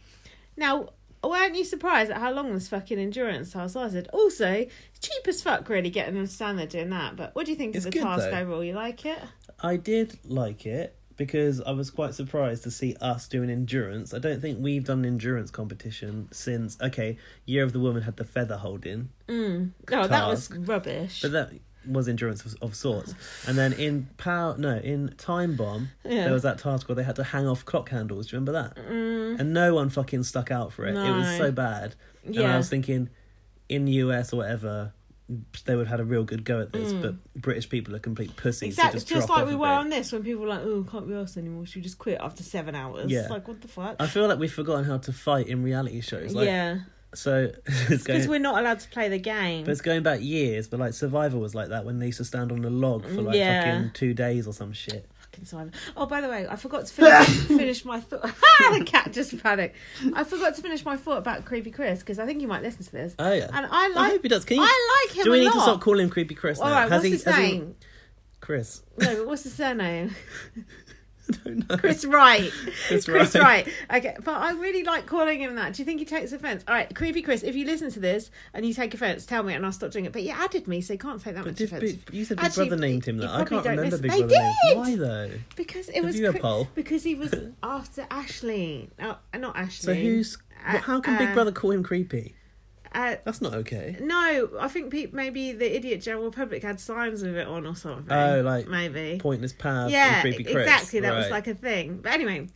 Now, weren't you surprised at how long this fucking endurance task lasted? Also, it's cheap as fuck, really, getting them to stand there doing that. But what do you think It's of the good, task though. overall? You like it? I did like it because I was quite surprised to see us doing endurance. I don't think we've done an endurance competition since okay, Year of the Woman had the feather holding. Mm. Oh, that was Task. rubbish. But that was endurance of, of sorts. And then in power, no, in time bomb, Yeah. there was that task where they had to hang off clock handles. Do you remember that? Mm. And no one fucking stuck out for it. It was No. so bad. And I Yeah. was thinking, in US or whatever, they would have had a real good go at this. But British people are complete pussies. so Mm. Exactly, just, just, drop like off we a were bit. on this when people were like, "Oh, can't be asked anymore." Should we just quit after seven hours? Yeah. It's like what the fuck? I feel like we've forgotten how to fight in reality shows. Like, yeah, So it's because going. we're not allowed to play the game. But it's going back years, but like Survivor was like that when they used to stand on a log for like Yeah. fucking two days or some shit. Fucking Simon. Oh, by the way, I forgot to finish, finish my thought. the cat just panicked. I forgot to finish my thought about Creepy Chris because I think you might listen to this. Oh yeah. And I I like, hope he does. Can you, I like him. do we a need lot. to stop calling him creepy Chris? All now? right, Has what's he- his has he- name? Chris. No, but what's his surname? I don't know. Chris Wright. Chris Chris, Wright. Wright. Okay, but I really like calling him that. Do you think he takes offence? All right, creepy Chris. If you listen to this and you take offence, tell me and I'll stop doing it. But you added me, so you can't take that much Did offence Big- you said Big Actually, Brother named him you that. I probably can't don't remember listen- Big They Brother names. did! Why though? because it Have was you a cri- poll? because he was after Ashley. No, not Ashley. So who's? Uh, how can Big uh, Brother call him creepy? Uh, That's not okay. no, I think pe- maybe the idiot General Republic had signs with it on or something. Oh, like maybe. Pointless path. yeah, and creepy Chris. exactly. That was Right. like a thing. But anyway,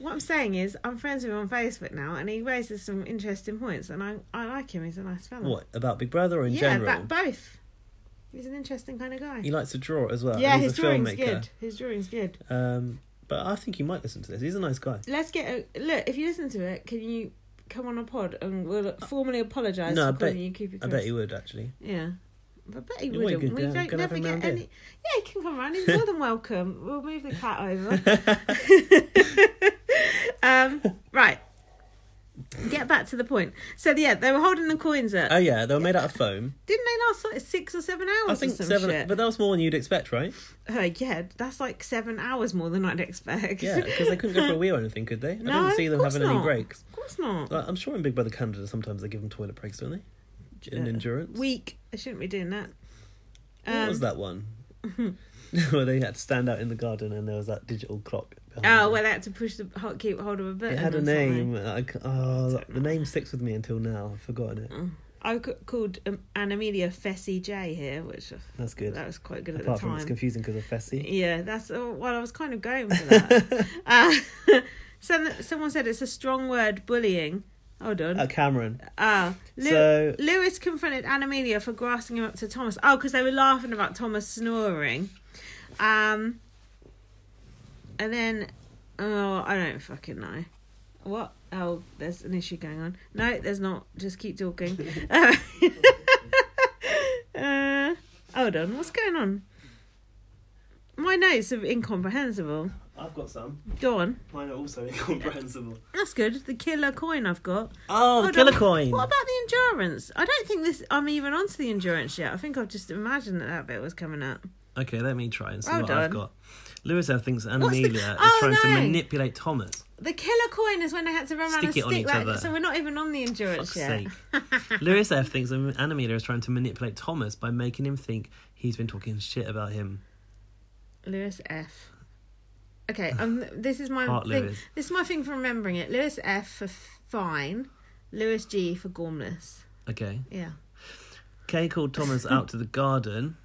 what I'm saying is, I'm friends with him on Facebook now, and he raises some interesting points, and I I like him. He's a nice fella. what about Big Brother or in yeah, general? but both. He's an interesting kind of guy. He likes to draw as well. yeah, and his he's a drawing's filmmaker. good. His drawing's good. Um, but I think he might listen to this. He's a nice guy. Let's get a look. If you listen to it, can you come on a pod and we'll formally apologise No, I for calling bet- you Creepy I Chris? bet he would actually. Yeah. I bet he Yeah, well, you wouldn't. could We go- don't could have never him get round here. any. Yeah, he can come round. He's more than welcome. We'll move the cat over. um, right. Get back to the point. So yeah, they were holding the coins up. Oh yeah, they were made out of foam. Didn't they last like six or seven hours? I think or some seven, Shit? but that was more than you'd expect, right? Oh yeah, that's like seven hours more than I'd expect. Yeah, because they couldn't go for a wee or anything, could they? I no, didn't see them of course having not. any breaks. Of course not. Like, I'm sure in Big Brother Canada sometimes they give them toilet breaks, don't they? In Yeah. endurance. Weak. I shouldn't be doing that. Um, what was that one? Where they had to stand out in the garden and there was that digital clock. behind Oh, them. well, they had to push the hot keep hold of a button. It had or a something. name. I c oh, the name sticks with me until now. I've forgotten it. I c- called um, Anna Amelia Fessy J here, which uh, That's good. that was quite good at Apart the from it's time. confusing because of Fessy. Yeah, that's uh, well, I was kind of going for that. uh, some, someone said it's a strong word, bullying. Hold on. Uh, Cameron. Ah, Lew- So- Lewis confronted Animelia for grassing him up to Thomas. Oh, because they were laughing about Thomas snoring. Um, and then, oh, I don't fucking know. What? Oh, there's an issue going on. No, there's not. Just keep talking. Uh, uh, hold on. What's going on? My notes are incomprehensible. I've got some. Go on. Mine are also incomprehensible. That's good. The killer coin I've got. Oh, the Hold killer on. coin. What about the endurance? I don't think this. I'm even onto the endurance yet. I think I've just imagined that that bit was coming up. Okay, let me try and see Well what done. I've got. Lewis F thinks Anna What's the- Amelia is Oh, trying to no. manipulate Thomas. The killer coin is when they had to run around and Stick stick it on each that. other. So we're not even on the endurance Fuck's yet. sake. Lewis F thinks Anna Amelia is trying to manipulate Thomas by making him think he's been talking shit about him. Lewis F. Okay, um, this is my Heart thing. Lewis. This is my thing for remembering it. Lewis F for fine. Lewis G for gormless. Okay. Yeah. Kay called Thomas out to the garden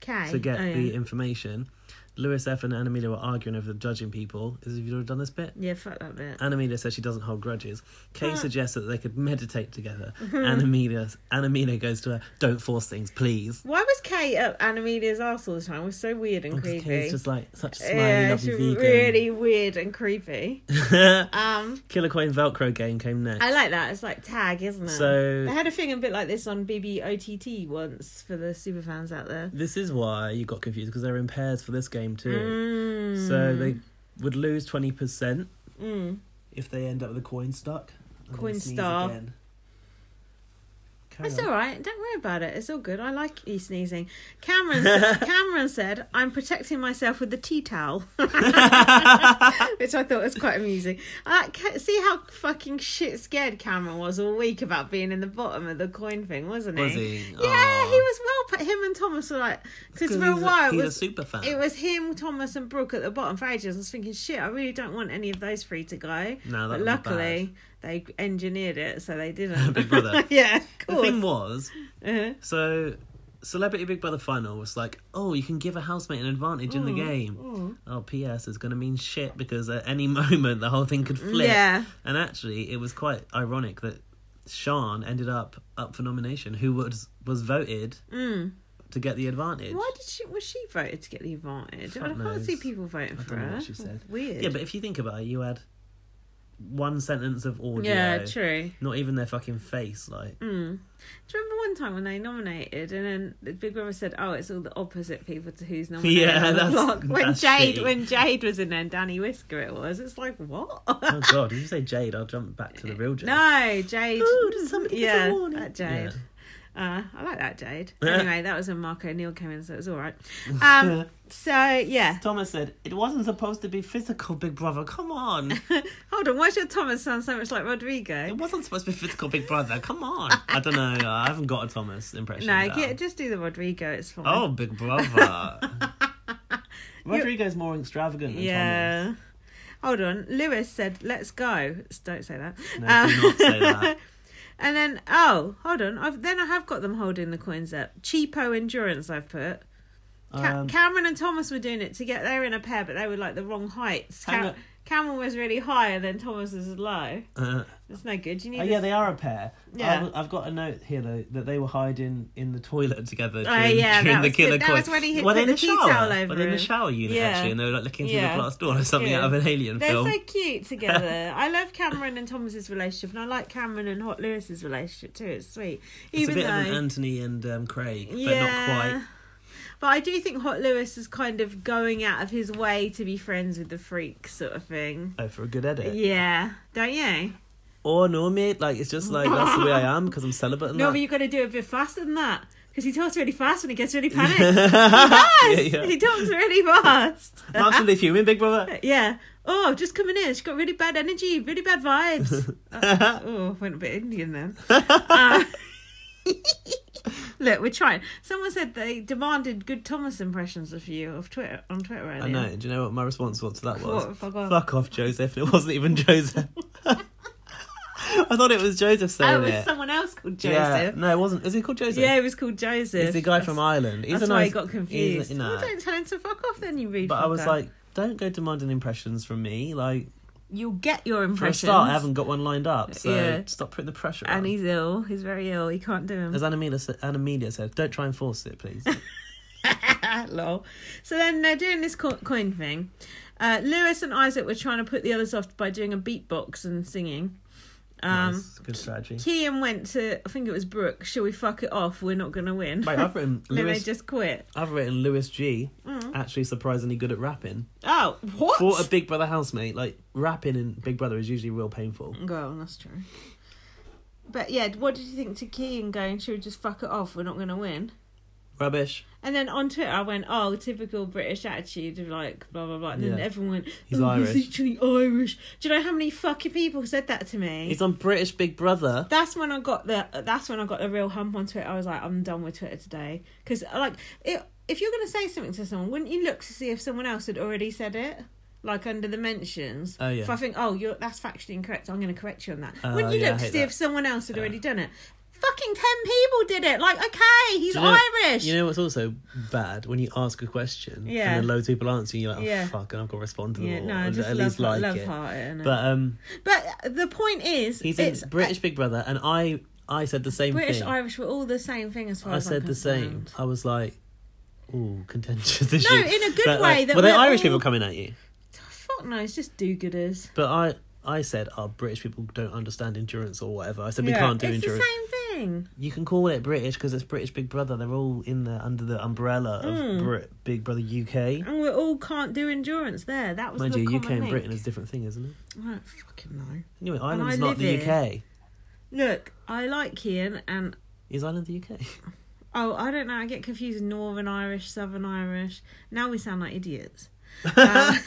K. to get Oh, yeah. the information. Lewis F and Anna Amelia were arguing over judging people. Is if you've already done this bit? Yeah, fuck that bit. Anna Amelia says she doesn't hold grudges. Ah. Kay suggests that they could meditate together. Anna Amelia, Anna Amelia goes to her, don't force things, please. Why was K up Animedia's arse all the time? It was so weird and Because creepy. Kay's just like such a smiley, yeah, lovely she was vegan. really weird and creepy. Um. Killer Coin Velcro game came next. I like that. It's like tag, isn't it? So- they had a thing a bit like this on BBOTT once for the super fans out there. This is why you got confused because they were in pairs for this game too. So they would lose twenty percent Mm. if they end up with a coin stuck. I'm gonna Coin sneeze star. again. Carry That's on. all right. Don't worry about it. It's all good. I like you sneezing. Cameron said, Cameron said, "I'm protecting myself with the tea towel," which I thought was quite amusing. Uh, ca- see how fucking shit scared Cameron was all week about being in the bottom of the coin thing, wasn't he? Was he? Yeah, he was well. put- Him and Thomas were like, because for a Ah. he's while it he's was a super fan. It was him, Thomas, and Brooke at the bottom for ages. I was thinking, shit, I really don't want any of those three to go. but No, that would be luckily they engineered it, so they didn't. Big Brother. yeah, of the thing course. was, Uh-huh. so Celebrity Big Brother final was like, oh, you can give a housemate an advantage in the game. Uh-huh. Oh, P.S. is going to mean shit because at any moment the whole thing could flip. Yeah. And actually, it was quite ironic that Sean ended up up for nomination, who was was voted to get the advantage. mm. Why did she? Was she voted to get the advantage? I Fuck can't knows. see people voting I for don't know her. what she said. Weird. Yeah, but if you think about it, you had one sentence of audio. yeah, true. Mm. Not even their fucking face, like. Do you remember one time when they nominated and then the Big Brother said, "Oh, it's all the opposite people to who's nominated." Yeah, on the that's- block. when that's Jade shitty. when Jade was in there, and Danny Whisker it was. It's like what? Oh god, if you say Jade, I'll jump back to the real Jade. No, Jade. Oh, does somebody give us a yeah, warning? that Jade. Uh, I like that Jade. Anyway, that was when Marco Neil came in, so it was all right. Um, so yeah, Thomas said, It wasn't supposed to be physical, Big Brother. Come on. hold on. Why's your Thomas sound so much like It Rodrigo? wasn't supposed to be physical, Big Brother. Come on. I don't know. I haven't got a Thomas impression. No, down. get, just do the Rodrigo. It's fine. Oh, Big Brother. Rodrigo's more extravagant than yeah. Hold on. Lewis said, "Let's go." S- Don't say that. Thomas. No, do Um, not say that. and then oh, hold on. I've then I have got them holding the coins up. Cheapo endurance. I've put. Ca- Um, Cameron and Thomas were doing it to get they were in a pair, but they were like the wrong heights. Hang Cam- on. Cameron was really high, and then Thomas was low. uh, That's no good. You need. oh, yeah, to- they are a pair. Yeah. I've, I've got a note here, though, that they were hiding in the toilet together during, Oh, yeah, during that the was killer good. That coin. was when he hit- were put they in the the tea shower? towel over were they in the him. shower unit, Yeah. actually? And they were like looking through Yeah. the glass door or something Yeah. out of an alien They're film. so cute together. I love Cameron and Thomas's relationship, and I like Cameron and Hot Lewis's relationship too. It's sweet, It's a even bit though. of an Anthony and um, Craig, but not quite. But I do think Hot Lewis is kind of going out of his way to be friends with the freak sort of thing. Oh, for a good edit. Yeah, don't you? oh no, mate, like it's just like that's the way I am because I'm celibate and No, that. but you've got to do it a bit faster than that because he talks really fast when he gets really panicked. he Yeah, does. yeah. He talks really fast. I'm absolutely human, Big Brother. yeah. Oh, just coming in. She's got really bad energy, really bad vibes. oh, went a bit Indian then. Uh, look, we're trying. Someone said they demanded good Thomas impressions of you of Twitter on Twitter. I know. Do you know what my response was to that was? What? Fuck off. Fuck off, Joseph. And it wasn't even Joseph. I thought it was Joseph saying Oh, it was it. someone else called Yeah. Joseph. Yeah, No, it wasn't. Is he called Joseph? it was called Joseph. He's the guy from Ireland. He's That's a nice, why he got confused. He's, nah. Well, don't tell him to fuck off then, you read. but I was like, don't go demanding impressions from me. Like you'll get your for a impressions. start, I haven't got one lined up. So Yeah. stop putting the pressure on. And he's ill. He's very ill. He can't do him. As Anna said, Anna Media said, don't try and force it, please. Lol. So then they're doing this co- coin thing. Uh, Lewis and Isaac were trying to put the others off by doing a beatbox and singing. Um, Nice. Good strategy. Kean went to, I think it was Brooke, shall we fuck it off? We're not going to win. Wait, I've written then Lewis. they just Mm. quit. I've written Lewis G. Actually, surprisingly good at rapping Oh, what? for a Big Brother housemate. Like rapping in Big Brother is usually real painful. Well, that's true. But yeah, what did you think to Kean going, shall we just fuck it off? We're not going to win. Rubbish. And then on Twitter, I went, "Oh, typical British attitude of like blah blah blah." And then Yeah. everyone went, He's oh, Irish." He's literally Irish. Do you know how many fucking people said that to me? He's on British Big Brother. that's when I got the. That's when I got the real hump on Twitter. I was like, "I'm done with Twitter today." Because like, it, if you're gonna say something to someone, wouldn't you look to see if someone else had already said it? Like under the mentions, Oh, yeah. if I think, oh, you're that's factually incorrect, I'm going to correct you on that. Oh, Wouldn't you yeah, I look to hate see that. if someone else had already done it? Fucking ten people did it. Like, okay, he's Do you know- Irish. You know what's also bad when you ask a question Yeah. and then loads of people answer and you're like, oh, Yeah. fuck, and I've got to respond to them yeah, all, no, or I just at love, least like love it. heart it. innit? But um, But the point is, he's it's uh, in British Big Brother, and I I said the same British, thing. Irish were all the same thing as far I as I'm said the same. concerned. I was like, ooh, contentious issue. in a good But, way that were there we're Irish all- people coming at you? Fuck no, it's just do-gooders. But I I said, oh, British people don't understand endurance or whatever. I said we Yeah. can't do it's endurance. the same thing. You can call it British because it's British Big Brother. They're all in there under the umbrella of Hmm. Brit Big Brother UK. And we all can't do endurance there. That was Mind the you, common UK and link. Britain is a different thing, isn't it? I don't fucking know. Anyway, Ireland's I not live the here. UK. Look, I like Kian and... Is Ireland the UK? Oh, I don't know. I get confused with Northern Irish, Southern Irish. Now we sound like idiots. Um,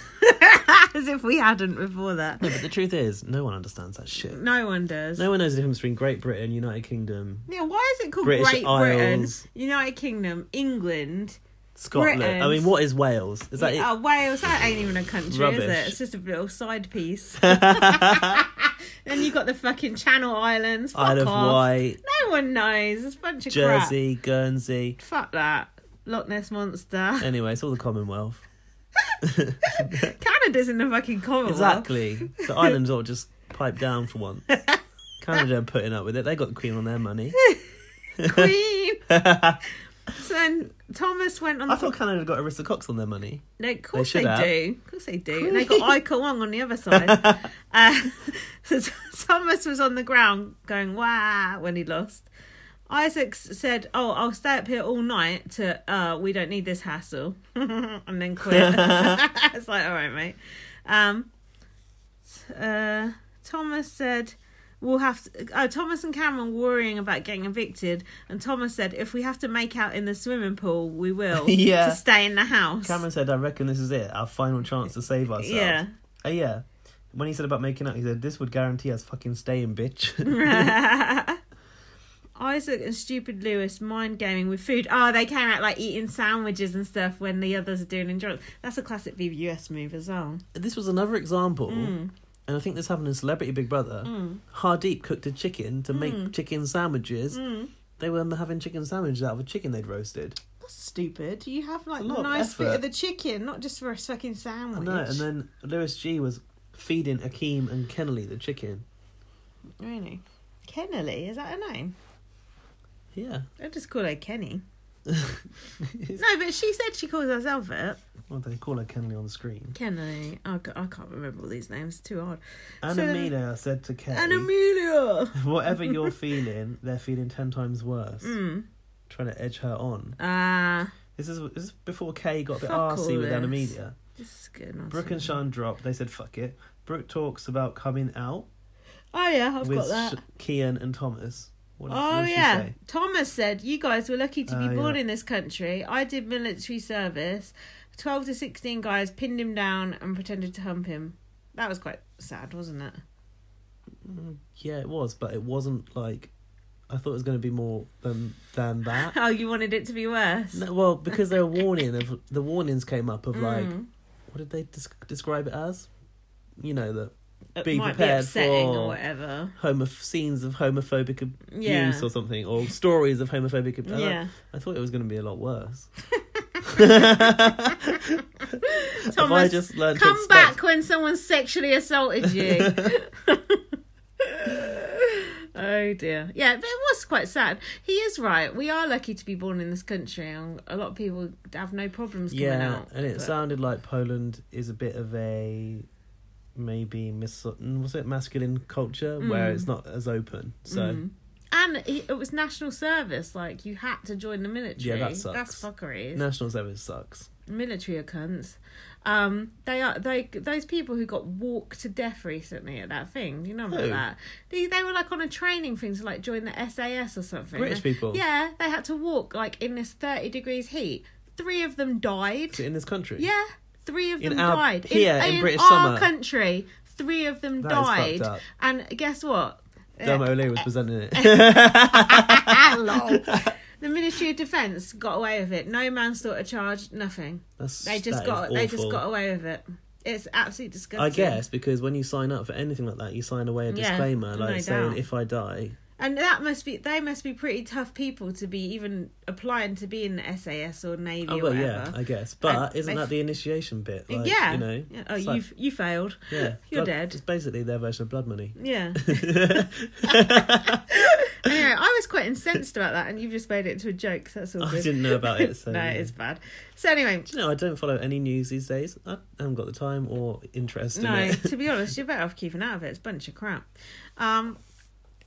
as if we hadn't before that. no, but the truth is, no one understands that shit. No one does. No one knows the difference between Great Britain, United Kingdom, Yeah, why is it called British Great Isles. Britain, United Kingdom, England, Scotland. I Britain. mean, what is Wales? Is that Yeah, oh, Wales, that ain't even a country, is Rubbish. it? It's just a little side piece. it? then you got the fucking Channel Islands. Oh. Fuck Isle of off. Wight, No one knows. It's a bunch of Jersey, Guernsey. crap. Fuck that. Loch Ness Monster. Anyway, it's all the Commonwealth. Canada's in the fucking Commonwealth. Exactly. So Ireland's all just pipe down for once. Canada are putting up with it. They got the Queen on their money. Queen. I so then Thomas went on the. thought Canada got Arista Cox on their money. No, of course should they, have. do. Of course they do. And they got Iko Wong on the other side. uh, so Th- Thomas was on the ground going wow when he lost. Isaac s- said, "Oh, I'll stay up here all night to uh, we don't need this hassle," and then quit. it's like, all right, mate. Um, t- uh, Thomas said, "We'll have to." Oh, Thomas and Cameron worrying about getting evicted, and Thomas said, "If we have to make out in the swimming pool, we will." Yeah. To stay in the house. Cameron said, I reckon this is it, our final chance to save ourselves. Yeah. Oh, yeah. When he said about making out, he said, This would guarantee us fucking staying, bitch. Isaac and stupid Lewis mind gaming with food. Oh, they came out like eating sandwiches and stuff when the others are doing endurance. That's a classic BBUS move as well. this was another example, and I think this happened in Celebrity Big Brother. Hardeep cooked a chicken to make chicken sandwiches. They were having chicken sandwiches out of a chicken they'd roasted. That's stupid. You have like It's a the lot of nice bit effort. of the chicken, not just for a fucking sandwich. No, and then Lewis G was feeding Akeem and Kennelly the chicken. really, Kennelly is that her name? Yeah. I just call her Kenny. It's- No, but she said she calls herself it. what they call her Kennelly on the screen. Kennelly. Oh, God, I can't remember all these names. It's too hard. Anna So- Mina said to Kay, And Amelia. whatever you're feeling, they're feeling ten times worse. Mm. Trying to edge her on. Ah, uh, This is this is before Kay got a bit Fuck all arsy with this. Anna Media. this is good. Brooke and Sean dropped. They said, fuck it. Brooke talks about coming out. Oh yeah, I've with got that. Sh- Kian and Thomas. What, did- what Oh did she yeah, say? Thomas said you guys were lucky to be Oh, born yeah. in this country. I did military service. Twelve to sixteen guys pinned him down and pretended to hump him. That was quite sad, wasn't it? Yeah, it was, but it wasn't like I thought it was going to be more than than that. Oh, you wanted it to be worse. No, well, because there were warning of the warnings came up of like Mm. what did they desc- describe it as? You know the It be might be prepared upsetting for- or whatever. homo- scenes of homophobic abuse Yeah. or something, or stories of homophobic abuse. Yeah, I thought it was going to be a lot worse. Have I Thomas, just learned to come expect- back when someone sexually assaulted you. oh dear, yeah, but it was quite sad. He is right. We are lucky to be born in this country, and a lot of people have no problems coming Yeah, out. and it but- sounded like Poland is a bit of a maybe mis was it masculine culture where Mm. it's not as open. So And it it was national service, like you had to join the military. Yeah, that sucks. That's fuckery. national service sucks. Military are cunts. Um, they are they those people who got walked to death recently at that thing. Do you know about Who? that? They they were like on a training thing to like join the SAS or something. British people? Yeah, they had to walk like in this thirty degrees heat. Three of them died. In this country, Yeah, three of In them our- died here, in, in British our summer. country. Three of them That is died. fucked up. And guess what? Dermot Uh, O'Leary was presenting it. Hello. the Ministry of Defence got away with it. No manslaughter charge. Nothing. That's, They just that is got. They just awful. got away with it. It's absolutely disgusting. I guess because when you sign up for anything like that, you sign away a Yeah, disclaimer, like no saying doubt. if I die, And that must be. They must be pretty tough people to be even applying to be in the SAS or Navy oh or well, whatever. yeah, I guess. But And isn't they- that the initiation bit? Like, yeah. you know, Yeah. Oh, it's like- you've you failed. yeah, You're blood- dead. It's basically their version of blood money. Yeah. anyway, I was quite incensed about that, and you've just made it into a joke. So that's all I good. didn't know about it, so no, yeah. it's bad. So anyway, No, I don't follow any news these days. I haven't got the time or interest in No, it. to be honest, you're better off keeping out of it. It's a bunch of crap. Um,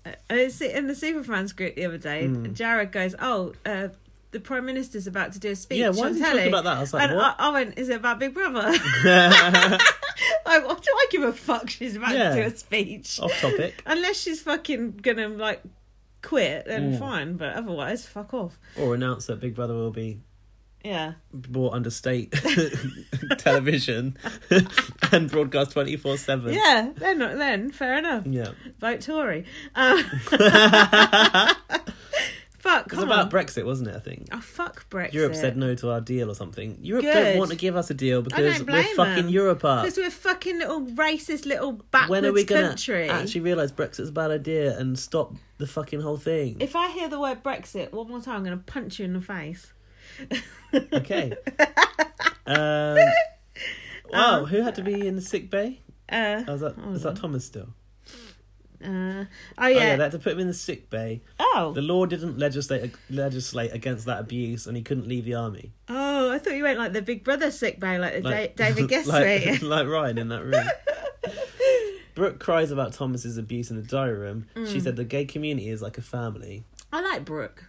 uh, it's in the Superfans group the other day. Hmm. Jared goes, "Oh, uh, the Prime Minister's about to do a speech." Yeah, why on did you talk telly." about that? I was like, and what? I, I went, "Is it about Big Brother?" I, what do I give a fuck? She's about Yeah. Oh, to do a speech. Off topic. Unless she's fucking gonna like quit, then Hmm. fine. But otherwise, fuck off. or announce that Big Brother will be Yeah. brought under state television and broadcast 24 7. Yeah, then then fair enough. Yeah. Vote Tory. Uh, fuck. It was Come on. about Brexit, wasn't it? I think. Oh, fuck Brexit. Europe said no to our deal or something. Europe Good. don't want to give us a deal because don't we're blame fucking them. Europe up. Because we're a fucking little racist little backwards Uh, When are we going country. to actually realise Brexit's a bad idea and stop the fucking whole thing? If I hear the word Brexit one more time, I'm going to punch you in the face. Okay. um, wow, who had to be in sick bay? Uh, Oh, is that, hold is that Thomas still? uh, oh, Oh, yeah, yeah. they had to put him in the sick bay. Oh, The law didn't legislate legislate against that abuse, and he couldn't leave the army. oh, I thought you went like the Big Brother sick bay, like, the Like- da- David Guest like, suite. like Ryan in that room. Brooke cries about Thomas's abuse in the diary room. Mm. She said the gay community is like a family. I like Brooke.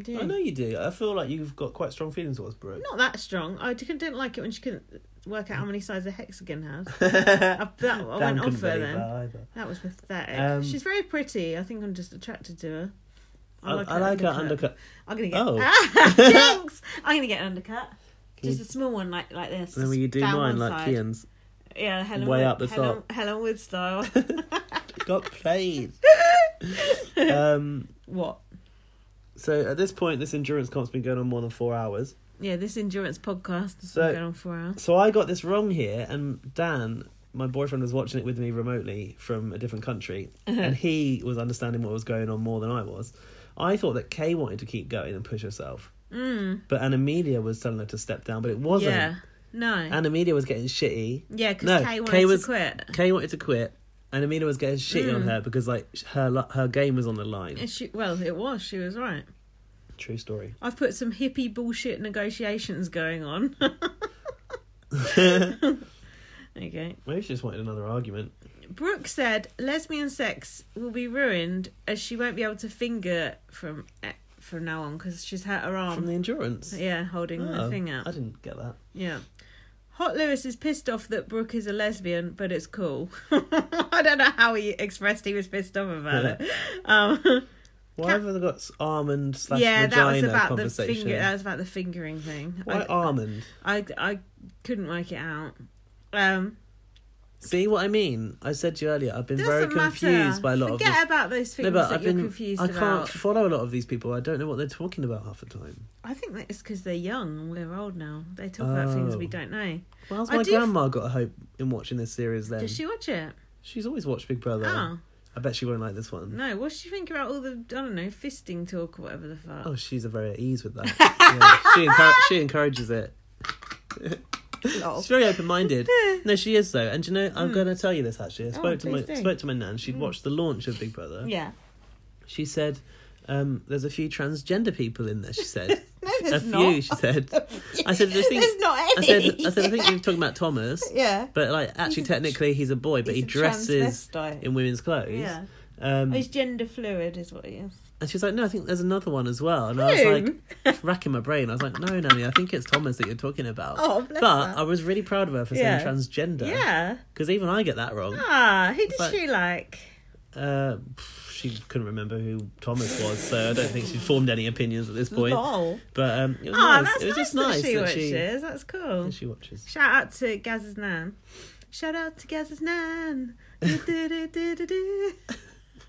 Do you? I know you do. I feel like you've got quite strong feelings towards Brooke. Not that strong. I didn't didn't like it when she couldn't work out how many sides a hexagon has. I, that, I Dan went couldn't off her believe then. that either. That was pathetic. Um, She's very pretty. I think I'm just attracted to her. I, I like her undercut. I'm gonna get. Oh. Thanks. I'm gonna get an undercut. Can Just a small one, like like this. Then will you do down mine one like side. Kian's? Yeah, Helen Way Wood, up the Helen, top. Helen Wood style. Got played. um, what? so at this point, this endurance comp's been going on more than four hours. Yeah, this endurance podcast has So- been going on for hours. So I got this wrong here, and Dan, my boyfriend, was watching it with me remotely from a different country, Uh-huh. and he was understanding what was going on more than I was. I thought that Kay wanted to keep going and push herself, mm. but Anna Media was telling her to step down, but it wasn't. Yeah. No. Anna Media was getting shitty. yeah, because no, Kay wanted Kay was- to quit. Kay wanted to quit, and Amina was getting shitty Hmm. on her because like sh- her li- her game was on the line. And she, well, it was. She was right. True story. I've put some hippie bullshit negotiations going on. okay. Maybe she just wanted another argument. Brooke said lesbian sex will be ruined as she won't be able to finger from eh, from now on because she's hurt her From arm. the endurance. Yeah, holding Oh, her thing I out. didn't get that. Yeah. Hot Lewis is pissed off that Brooke is a lesbian, but it's cool. I don't know how he expressed he was pissed off about it. Um, Why have they got s- almond slash yeah, that was vagina about the conversation? finger. That was about the fingering thing. Why I, almond? I I couldn't work it out. Um, See what I mean? I said to you earlier. I've been very doesn't matter. confused by a lot Forget of this. about those things No, but that I've you're been. confused I can't about. follow a lot of these people. I don't know what they're talking about half the time. I think that it's because they're young and we're old now. They talk about things we Oh. don't know. Well, how's I my do f- grandma got a hope in watching this series? Then Does she watch it? she's always watched Big Brother. Oh I bet she won't like this one. no! What does she think about all the I don't know fisting talk or whatever the fuck? Oh, she's a very at ease with that. yeah, she, encour- she encourages it. Lol. She's very open minded. No, she is though. And do you know, I'm going to tell you this actually. I spoke to my Hmm. Oh, please do. Hmm. spoke to my nan. She'd watched the launch of Big Brother. Yeah. She said, um, "There's a few transgender people in there." She said, No, "A there's few," not. she said. I said, "I think." There's not I any. said, "I said I think you were talking about Thomas." yeah. But like, actually, a tr- technically, he's a boy, but he's he a dresses transvestite. in women's clothes. Yeah. Oh, Um, He's gender fluid, is what he is. and she's like, "No, I think there's another one as well." And I was like, racking my brain. I was like, no, Nanny, I think it's Thomas that you're talking about. Oh, bless but her. I was really proud of her for saying Yeah. transgender. yeah. Because even I get that wrong. Ah, who did like- she like? Ah. Uh, pff, she couldn't remember who Thomas was, so I don't think she'd formed any opinions at this point. Lol. But um, it was Ah, nice. that's It was nice just nice that she that she, watches. That's cool. that she watches. Shout out to Gaz's nan. Shout out to Gaz's nan. Do-do-do-do-do-do.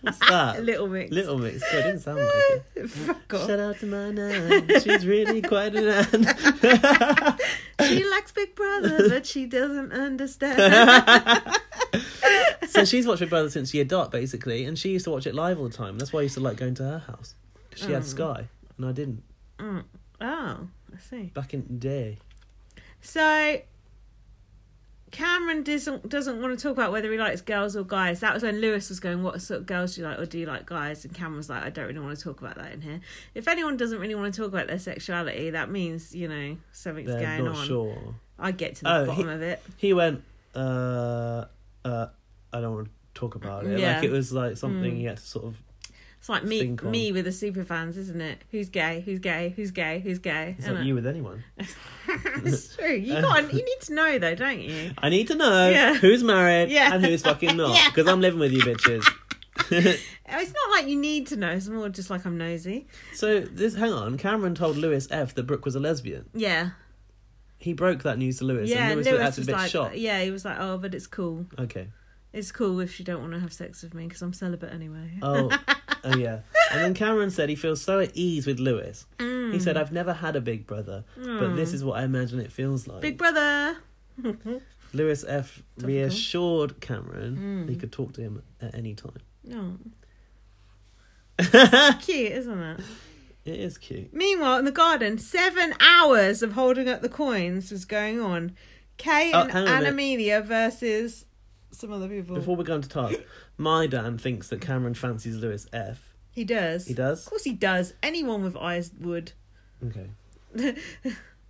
What's that? Ah, Little mix. Little Mix. God, it didn't sound like it. Fuck Shout off. out to my nan. She's really quite a nan. She likes Big Brother, but she doesn't understand. so she's watched Big Brother since year dot, basically, and she used to watch it live all the time. That's why I used to like going to her house. 'Cause She had Sky, and I didn't. Mm. Oh, I see. back in the day. So Cameron doesn't doesn't want to talk about whether he likes girls or guys. That was when Lewis was going, "What sort of girls do you like, or do you like guys?" And Cameron was like, "I don't really want to talk about that in here." If anyone doesn't really want to talk about their sexuality, that means you know something's They're going not on. sure. I get to the Oh, bottom he- of it. He went, uh, uh, I don't want to talk about it. Yeah. Mm. Like it was like something he had to sort of. It's like me think on. me with the super fans, isn't it? Who's gay? Who's gay? Who's gay? Who's gay? It's Isn't like it? you Uh, with anyone. it's true. You got. You need to know though, don't you? I need to know Yeah. who's married Yeah. and who's fucking not Yeah. because I'm living with you bitches. It's not like you need to know. It's more just like I'm nosy. so this, hang on. Cameron told Lewis F that Brooke was a lesbian. Yeah. He broke that news to Lewis, Yeah, and Lewis, was Lewis actually a was bit like, shocked. yeah, he was like, oh, but it's cool. Okay. It's cool if she don't want to have sex with me because I'm celibate anyway. Oh, oh yeah. And then Cameron said he feels so at ease with Lewis. He Hmm. said, "I've never had a big brother, but this is what I imagine it feels like." Mm. Big Brother. Lewis F reassured Cameron Hmm. he could talk to him at any time. No, it Oh. cute, isn't it? is cute. Meanwhile, in the garden, seven hours of holding up the coins was going on. Kay Oh, and hang on a Anna minute. Amelia versus some other people. Before we go on to task, my Dan thinks that Cameron fancies Lewis F. he does. He Of does. course, he does. Anyone with eyes would. Okay.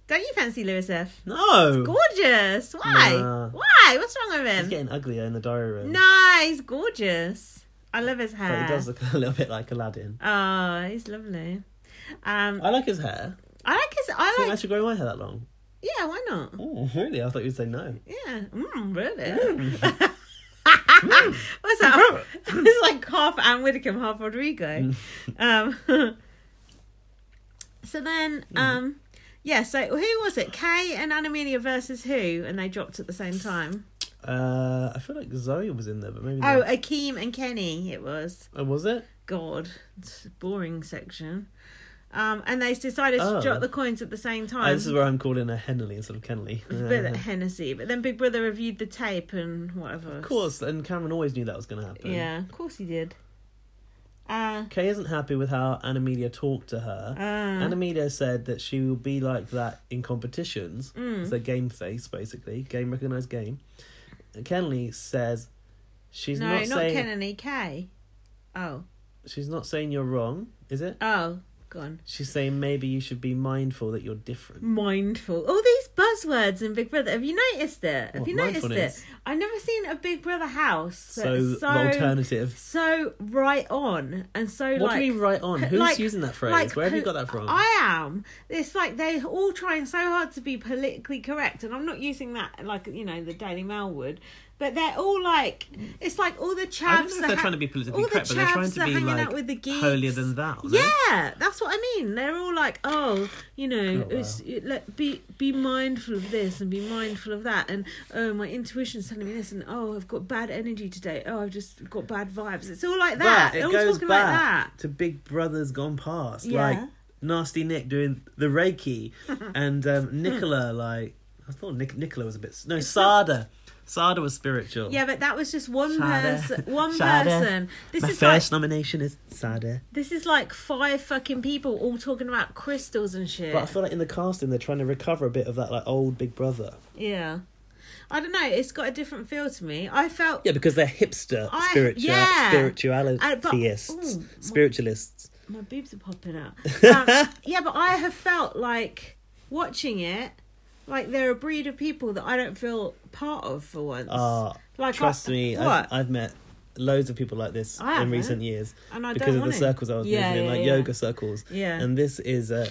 Don't you fancy Lewis F? No. Gorgeous. Why? Nah. Why? What's wrong with He's him? getting uglier in the diary room. No, he's gorgeous. I love his hair. But he does look a little bit like Aladdin. Oh, he's lovely. Um, I like his hair. I like his. I I think I like. should grow my hair that long. Yeah, why not? Oh, really? I thought you'd say no. Yeah, mm, really. Mm. What's that? it's like half Anne Widdecombe, half Rodrigo. Mm. um, so then, um, yeah. So who was it? Kay and Anna Amelia versus who? And they dropped at the same time. Uh, I feel like Zoe was in there, but maybe. Oh, not. Akeem and Kenny. It was. Oh, was it? God, it's a boring section. Um, and they decided to Oh. drop the coins at the same Oh, time. this is where I'm calling her Henley instead of Kenley. um, bit of Hennessy, but then Big Brother reviewed the tape and whatever. of course, and Cameron always knew that was going to happen. Yeah, of course he did. Uh, Kay isn't happy with how Animedia talked to her. uh, Animedia said that she will be like that in competitions. Mm. It's a game face, basically. Game recognized game. And Kenley says she's no, not, not, saying Kennedy K. Oh, she's not saying you're wrong, is it? oh, Gone. She's saying maybe you should be mindful that you're Mm. different. Mindful. All these buzzwords in Big Brother. Have you noticed it? Have What, you noticed mindfulness? it? I've never seen a Big Brother house So, that's so alternative. so right on and so What like do you mean right on? Who's like- using that phrase? like, Where have you pol- got that from? I am. It's like they're all trying so hard to be politically correct, and I'm not using that like you know the Daily Mail would, but they're all like it's like all the chavs. I don't know if that they're ha- trying to be politically all the correct, but they're chavs trying to that be, hanging like, out with the geeks. holier than thou, eh? no? Yeah, that's what I mean. They're all like, oh, you know, Oh, it's, it, like, be be mindful of this and be mindful of that, and oh, my intuition's telling me this, and oh, I've got bad energy today. Oh, I've just got bad vibes. It's all like that. But They're it all goes talking like back that. to Big Brother's Gone Past. Yeah. Like Nasty Nick doing the Reiki and um, Nicola, like, I thought Nic- Nicola was a bit. No, Sada. Sada was spiritual. Yeah, but that was just one Sada. person. One Sada. person. This My is first like nomination is Sada. this is like five fucking people all talking about crystals and shit. But I feel like in the casting, they're trying to recover a bit of that, like, old Big Brother. yeah, I don't know. It's got a different feel to me. I felt Yeah, because they're hipster I- spiritual, yeah. spirituali- Uh, but- theists, ooh, my- spiritualists. my boobs are popping out. Um, yeah, but I have felt like watching it. Like they're a breed of people that I don't feel part of for once. Ah, like trust I, me, what? I've, I've met loads of people like this I in haven't. recent years And I because don't of the wanna. circles I was Yeah, moving in, yeah, like yeah. yoga circles. Yeah. and this is uh,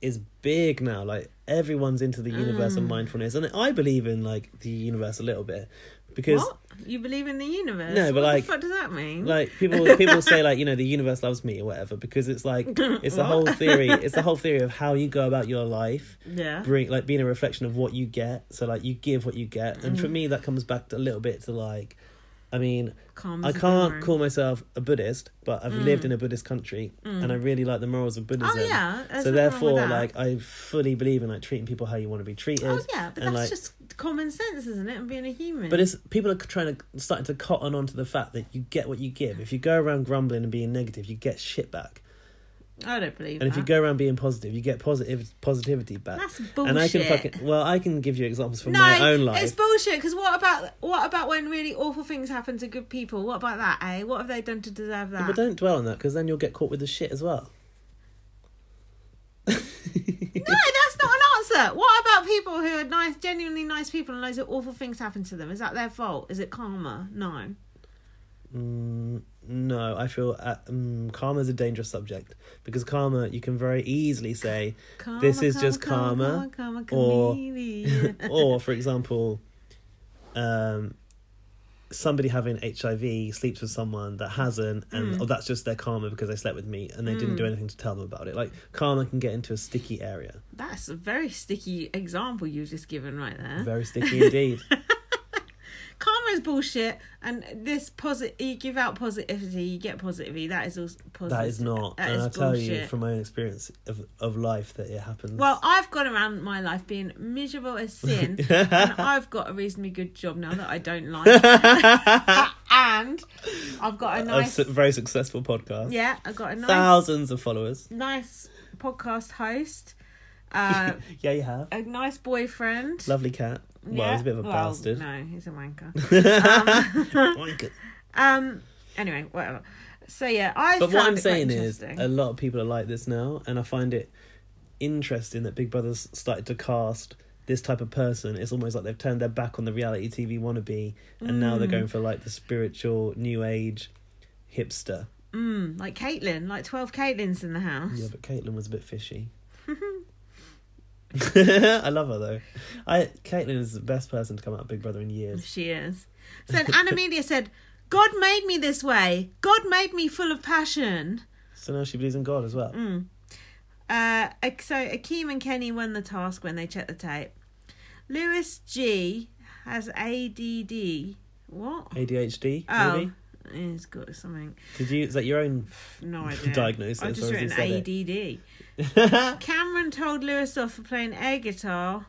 is big now. Like everyone's into the universe Mm. and mindfulness, and I believe in like the universe a little bit because what you believe in the universe? No, but what like- the fuck does that mean? like people people say like you know the universe loves me or whatever because it's like it's the whole theory it's the whole theory of how you go about your life yeah, bring like being a reflection of what you get so like you give what you get and Mm. for me that comes back to a little bit to like i mean Calm i as a can't boomerang. call myself a buddhist but i've Mm. lived in a buddhist country and i really like the morals of buddhism Oh, yeah, there's so nothing wrong with therefore that. like i fully believe in like treating people how you want to be treated Oh yeah, but and, that's like, just common sense, isn't it? And being a human. but it's people are trying to starting to cotton onto the fact that you get what you give. If you go around grumbling and being negative, you get shit back. I don't believe. And if that. you go around being positive, you get positive positivity back. Ah. That's And I can bullshit. fucking well, I can give you examples from no, my own life. it's bullshit. Because what about what about when really awful things happen to good people? What about that? Eh? What have they done to deserve that? But don't dwell on that because then you'll get caught with the shit as well. No, that's not an answer. What about people who are nice, genuinely nice people, and loads of awful things happen to them? Is that their fault? Is it karma? No. Mm, no, I feel uh, mm, karma is a dangerous subject because karma, you can very easily say, Karma, This is just karma, karma, or- chameleon. or for example, um, somebody having HIV sleeps with someone that hasn't, Hmm. and oh, that's just their karma because they slept with me and they didn't do anything to tell them about it. Like karma can get into a sticky area, that's a very sticky example you've just given right there. very sticky indeed. karma is bullshit, and this positive you give out positivity, you get positivity. That is all positive. that is not, That and is I tell bullshit. you from my own experience of of life that it happens. Well, I've gone around my life being miserable as sin, and I've got a reasonably good job now that I don't like, and I've got a a nice, su- very successful podcast, yeah, I've got a nice, thousands of followers. nice podcast host, uh, yeah, you have a nice boyfriend. lovely cat. Well, Yeah, he's a bit of a well, bastard. No, he's a wanker. Wanker. Um, anyway, whatever. So yeah, I. But found what I'm it quite saying is, interesting. a lot of people are like this now, and I find it interesting that Big Brother's started to cast this type of person. It's almost like they've turned their back on the reality TV wannabe, and now Mm. they're going for like the spiritual, new age, hipster. Mm, like Caitlin, like twelve Caitlins in the house. Yeah, but Caitlyn was a bit fishy. I love her though. I Caitlyn is the best person to come out of Big Brother in years. She is. So Anna Media said, God made me this way. God made me full of passion. So now she believes in God as well. Mm. Uh, so Akeem and Kenny won the task when they checked the tape. Lewis G has ADD. What? ADHD. Oh, Maybe he's got something. did you? Is that your own? No idea. Diagnosis, I've just or has written he ADD. Cameron told Lewis off for playing air guitar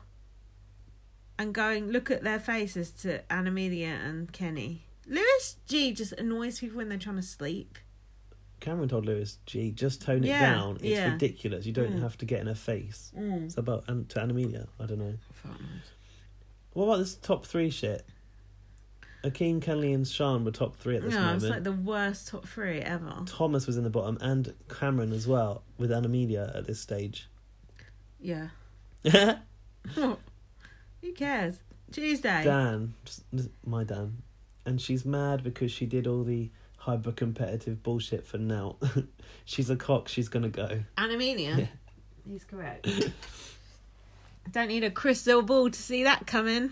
and going, look at their faces to Animedia and Kenny. Lewis G just annoys people when they're trying to sleep. Cameron told Lewis, "Gee, just tone it Yeah, down. It's yeah. Hmm. ridiculous. You don't have to get in her face." Mm. It's about um, an to Animania. I don't know. What about this top three shit? Akeem, Kenley, and Sean were top three at this No, moment. it's like the worst top three ever. Thomas was in the bottom, and Cameron as well, with Animedia at this stage. Yeah. Dan, Who cares? Tuesday. just- just- my Dan, and she's mad because she did all the hyper competitive bullshit for now. she's a cock. She's gonna go. Animania. Yeah. He's correct. Don't need a crystal ball to see that coming.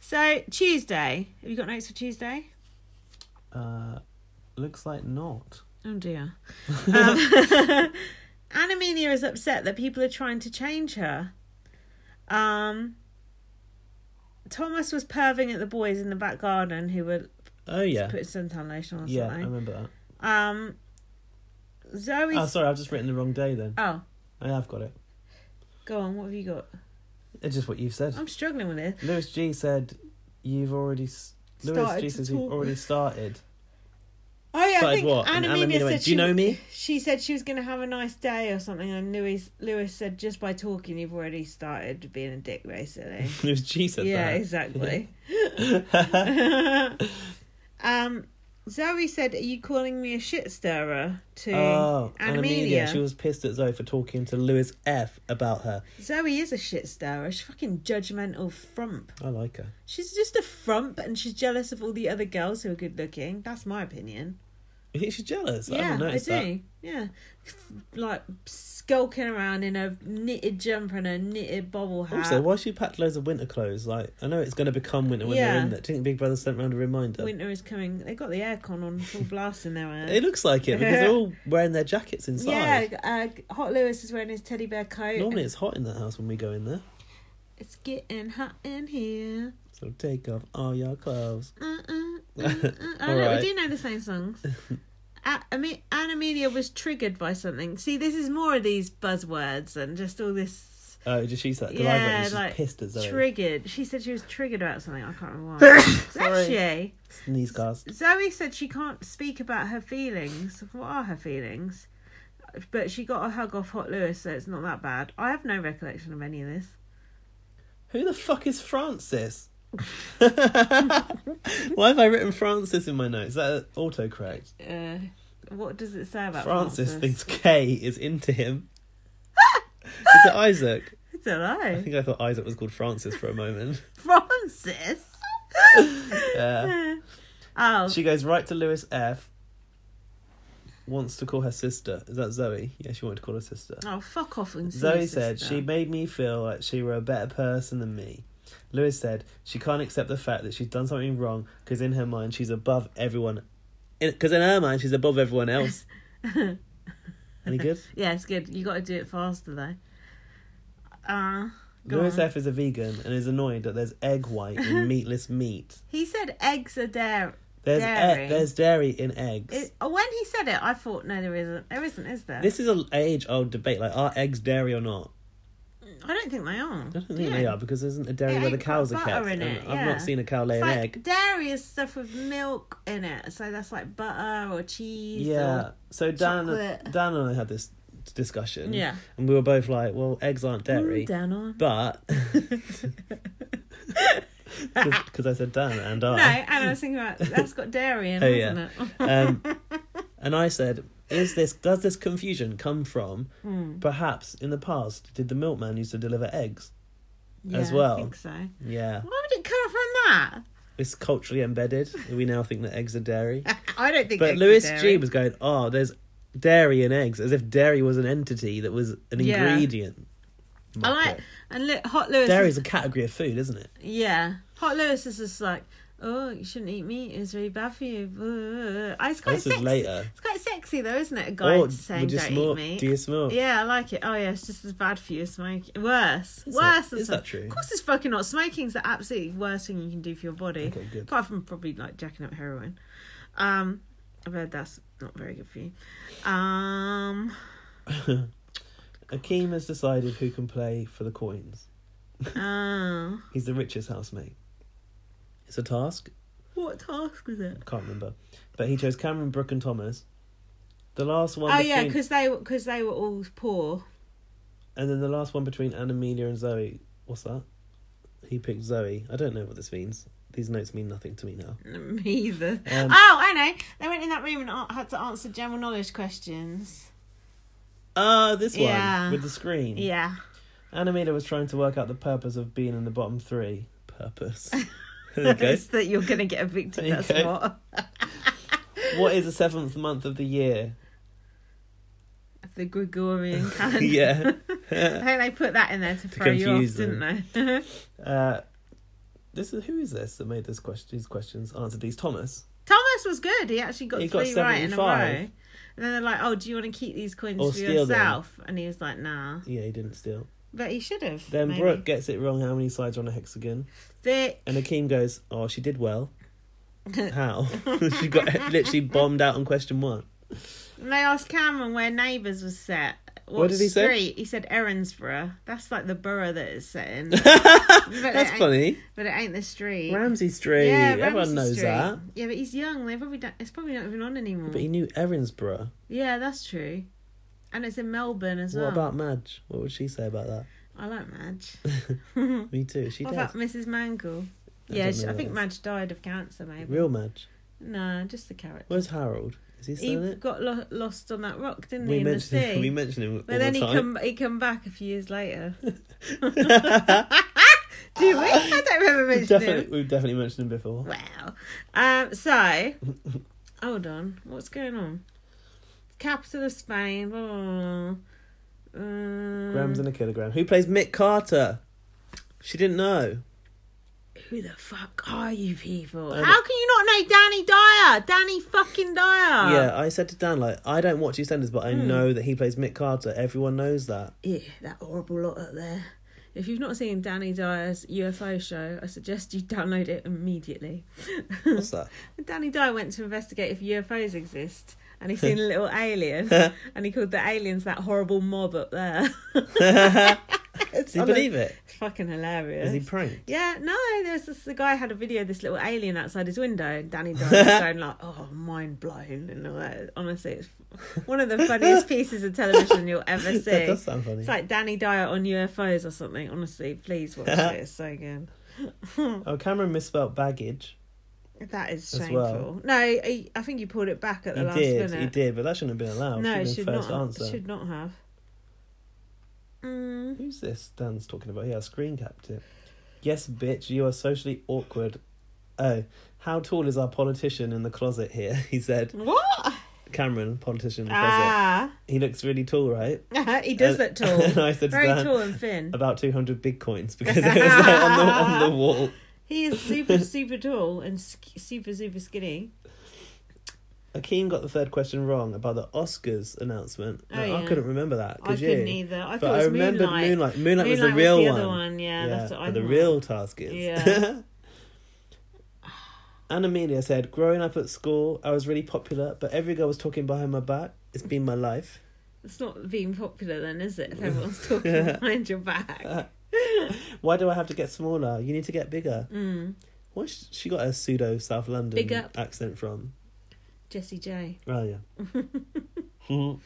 So Tuesday. Have you got notes for Tuesday? Uh, looks like not. Oh dear. Um, Animania is upset that people are trying to change her. Um, Thomas was perving at the boys in the back garden who were Oh yeah, putting suntan lotion on or yeah. I something. remember that. Um, Zoe's. Oh, sorry, I've just written the wrong day. Then oh, I have got it. go on. What have you got? It's just what you've said. I'm struggling with this. Lewis G said, "You've already." s Lewis Started G to says you've talk. already started. Oh yeah, I Started think what? And Anna Anna Mina Mina went, said "Do you she- know me?" She said she was going to have a nice day or something, and Lewis Lewis said just by talking you've already started being a dick, basically. Lewis G said yeah, that. exactly. Exactly. um, Zoe said, "Are you calling me a shit stirrer?" To oh, Anna Animedia. Mina. She was pissed at Zoe for talking to Lewis F about her. Zoe is a shit stirrer. She's fucking judgmental frump. I like her. She's just a frump, and she's jealous of all the other girls who are good looking. That's my opinion. You think she's jealous? I yeah, haven't I noticed do. Yeah, like skulking around in a knitted jumper and a knitted bobble that. hat. Also, why she packed loads of winter clothes? Like, I know it's going to become winter when they're Yeah. in there. Do you think Big Brother sent round a reminder? Winter is coming. They got the aircon on full blast in their It air. looks like it because they're all wearing their jackets inside. Yeah, uh, Hot Lewis is wearing his teddy bear coat. Normally, it's hot in that house when we go in there. it's getting hot in here. So take off all your clothes. Uh, uh, uh, uh. I All know, right. We do know the same songs. A- I mean, Anna Media was triggered by something. See, this is more of these buzzwords and just all this Oh, just she said. Yeah, I Yeah, read she's like, pissed at Zoe. triggered. She said she was triggered about something. I can't remember. Why. Sorry. Bless you. Sneeze cast. Zoe said she can't speak about her feelings. What are her feelings? But she got a hug off Hot Lewis, so it's not that bad. I have no recollection of any of this. Who the fuck is Francis? Why have I written Francis in my notes? Is that autocorrect? Uh, what does it say about Francis, Francis? thinks Kay is into him. is it Isaac? It's a lie. I think I thought Isaac was called Francis for a moment. Francis. Oh, Yeah. Eh. Oh, She goes right to Lewis F. Wants to call her sister. Is that Zoe? Yeah, she wanted to call her sister. oh, fuck off and see Zoe your said sister. she made me feel like she were a better person than me. Lewis said she can't accept the fact that she's done something wrong because in her mind she's above everyone. Because in, her mind she's above everyone else. Any good? Yeah, it's good. You got to do it faster though. Uh, go Lewis on. F is a vegan and is annoyed that there's egg white in meatless meat. he said eggs are dairy. There's Dairy. e- there's dairy in eggs. It, oh, when he said it, I thought no, there isn't. There isn't, is there? this is an age old debate. Like, are eggs dairy or not? I don't think they are. I don't think they are because there isn't a dairy Yeah, where the egg got cows are butter kept. in and it, I've yeah. not seen a cow lay It's an like egg. dairy is stuff with milk in it, so that's like butter or cheese. Yeah. or- So Dan, chocolate. Dan and I had this discussion. Yeah. And we were both like, "Well, eggs aren't dairy," Mm, down on. but because I said Dan and no, I, and I was thinking about that's got dairy in, Oh, it, yeah. hasn't it? um, and I said, "Is this does this confusion come from Hmm. perhaps in the past did the milkman used to deliver eggs? yeah, as well. I think so. Why Yeah, would it come from that? it's culturally embedded. We now think that eggs are dairy." I don't think. But eggs are Lewis dairy. G was going, oh, there's dairy in eggs, as if dairy was an entity that was an Yeah. ingredient. I like and look, hot Lewis. Dairy Is, is a category of food, isn't it? yeah, hot Lewis is just like, oh, you shouldn't eat meat. It's really bad for you. Ugh. Oh, It's quite this sexy. is later. It's quite sexy though, isn't it? A guy oh, saying would you don't smoke? eat meat. Do you smoke? Yeah, I like it. Oh yeah, it's just as bad for you as smoking. Worse, Is that- worse. than is smoking. that true? Of course, it's fucking not. Smoking's the absolutely worst thing you can do for your body. Okay, good. Apart from probably like jacking up heroin. Um, I've heard that's not very good for you. Um, Akeem has decided who can play for the coins. oh. He's the richest housemate. It's a task. what task was it? I can't remember. But he chose Cameron, Brooke, and Thomas. The last one. Oh yeah, between- because they because they were all poor. and then the last one between Anna, Amelia, and Zoe. What's that? He picked Zoe. I don't know what this means. These notes mean nothing to me now. Me either. Um, oh, I know. They went in that room and a- had to answer general knowledge questions. Ah, this one Yeah. with the screen. Yeah. Animita was trying to work out the purpose of being in the bottom three. Purpose. there you go. It's that you're going to get evicted. There you That's go. what. What is the seventh month of the year? The Gregorian calendar. Yeah. I think they put that in there to, throw you off, confuse didn't they? Uh, this is who is this that made this question? These questions answered these. Thomas. Thomas was good. He actually got He got three right in a row. 75. And then they're like, "Oh, do you want to keep these coins Or for steal them. yourself?" And he was like, "Nah." Yeah, he didn't steal. But he should have. Then maybe. Brooke gets it wrong. How many sides are on a hexagon? Thick. And Akeem goes, "Oh, she did well. How? she got literally bombed out on question one. And they asked Cameron where Neighbours was set. What, did he say? street? He said Erinsborough. That's like the borough that it's set in. but That's funny. But it ain't the street. Ramsey Street. Everyone Ramsey knows Street. that. Yeah, but he's young. They probably don't, it's probably not even on anymore. But he knew Erinsborough. Yeah, that's true. And it's in Melbourne as well. What about Madge? What would she say about that? I like Madge. Me too. Is She What dead. about Mrs. Mangle? I yeah, don't she, know I who think that Madge died of cancer, maybe. Real Madge. No, just the carrot. Where's Harold? Is he He still in it? got lo- lost on that rock, didn't he, We in the mention sea? him. We mention him all but then the he time. come he come back a few years later. Do we? I don't remember mentioning him. Definitely, we've definitely mentioned him before. Wow. Um, so, hold on. What's going on? Capital of Spain. Blah, blah, blah. Um, Grams in a kilogram. Who plays Mick Carter? She didn't know. Who the fuck are you people? I How can you not know Danny Dyer? Danny fucking Dyer. yeah, I said to Dan, like, I don't watch EastEnders, but I Hmm. know that he plays Mick Carter. Everyone knows that. Yeah, that horrible lot up there. If you've not seen Danny Dyer's UFO show, I suggest you download it immediately. What's that? Danny Dyer went to investigate if UFOs exist, and he seen a little alien, and he called the aliens that horrible mob up there. Does he believe it? It's fucking hilarious. Is he pranked? Yeah, no, there was this, the guy had a video of this little alien outside his window, and Danny Dyer was going like, "Oh, mind blown," and all that. Honestly, it's one of the funniest pieces of television you'll ever see. That does sound funny. It's like Danny Dyer on UFOs or something. Honestly, please watch it. It's so good. Oh, Cameron misspelled baggage. That is As shameful. well. No, I, I think you pulled it back at the He last did, minute. he did, but that shouldn't have been allowed. No, it should should first not. answer. it Should not have. Mm. Who's this Dan's talking about? Yeah, screen capped it. Yes, bitch, you are socially awkward. Oh, how tall is our politician in the closet here? He said, What? Cameron, politician in the closet. Ah, He looks really tall, right? he does look tall. And Uh, I said to Very Dan, tall and thin. About 200 big coins because it was like on, the, on the wall. He is super, super tall and sk- super, super skinny. Akeem got the third question wrong about the Oscars announcement. Oh, Now, I yeah. couldn't remember that. I Could you? couldn't either. I But thought I it was remembered Moonlight. Moonlight. Moonlight was the Moonlight real was the one. other one, yeah, that's what I but the thought. real task is. Yeah. Anna Amelia said, "Growing up at school, I was really popular, but every girl was talking behind my back. It's been my life." It's not being popular then, is it? If everyone's talking behind your back. Why do I have to get smaller? You need to get bigger. Mm. Where's she got a pseudo South London Big up. accent from? Jesse J. Oh yeah. Mhm.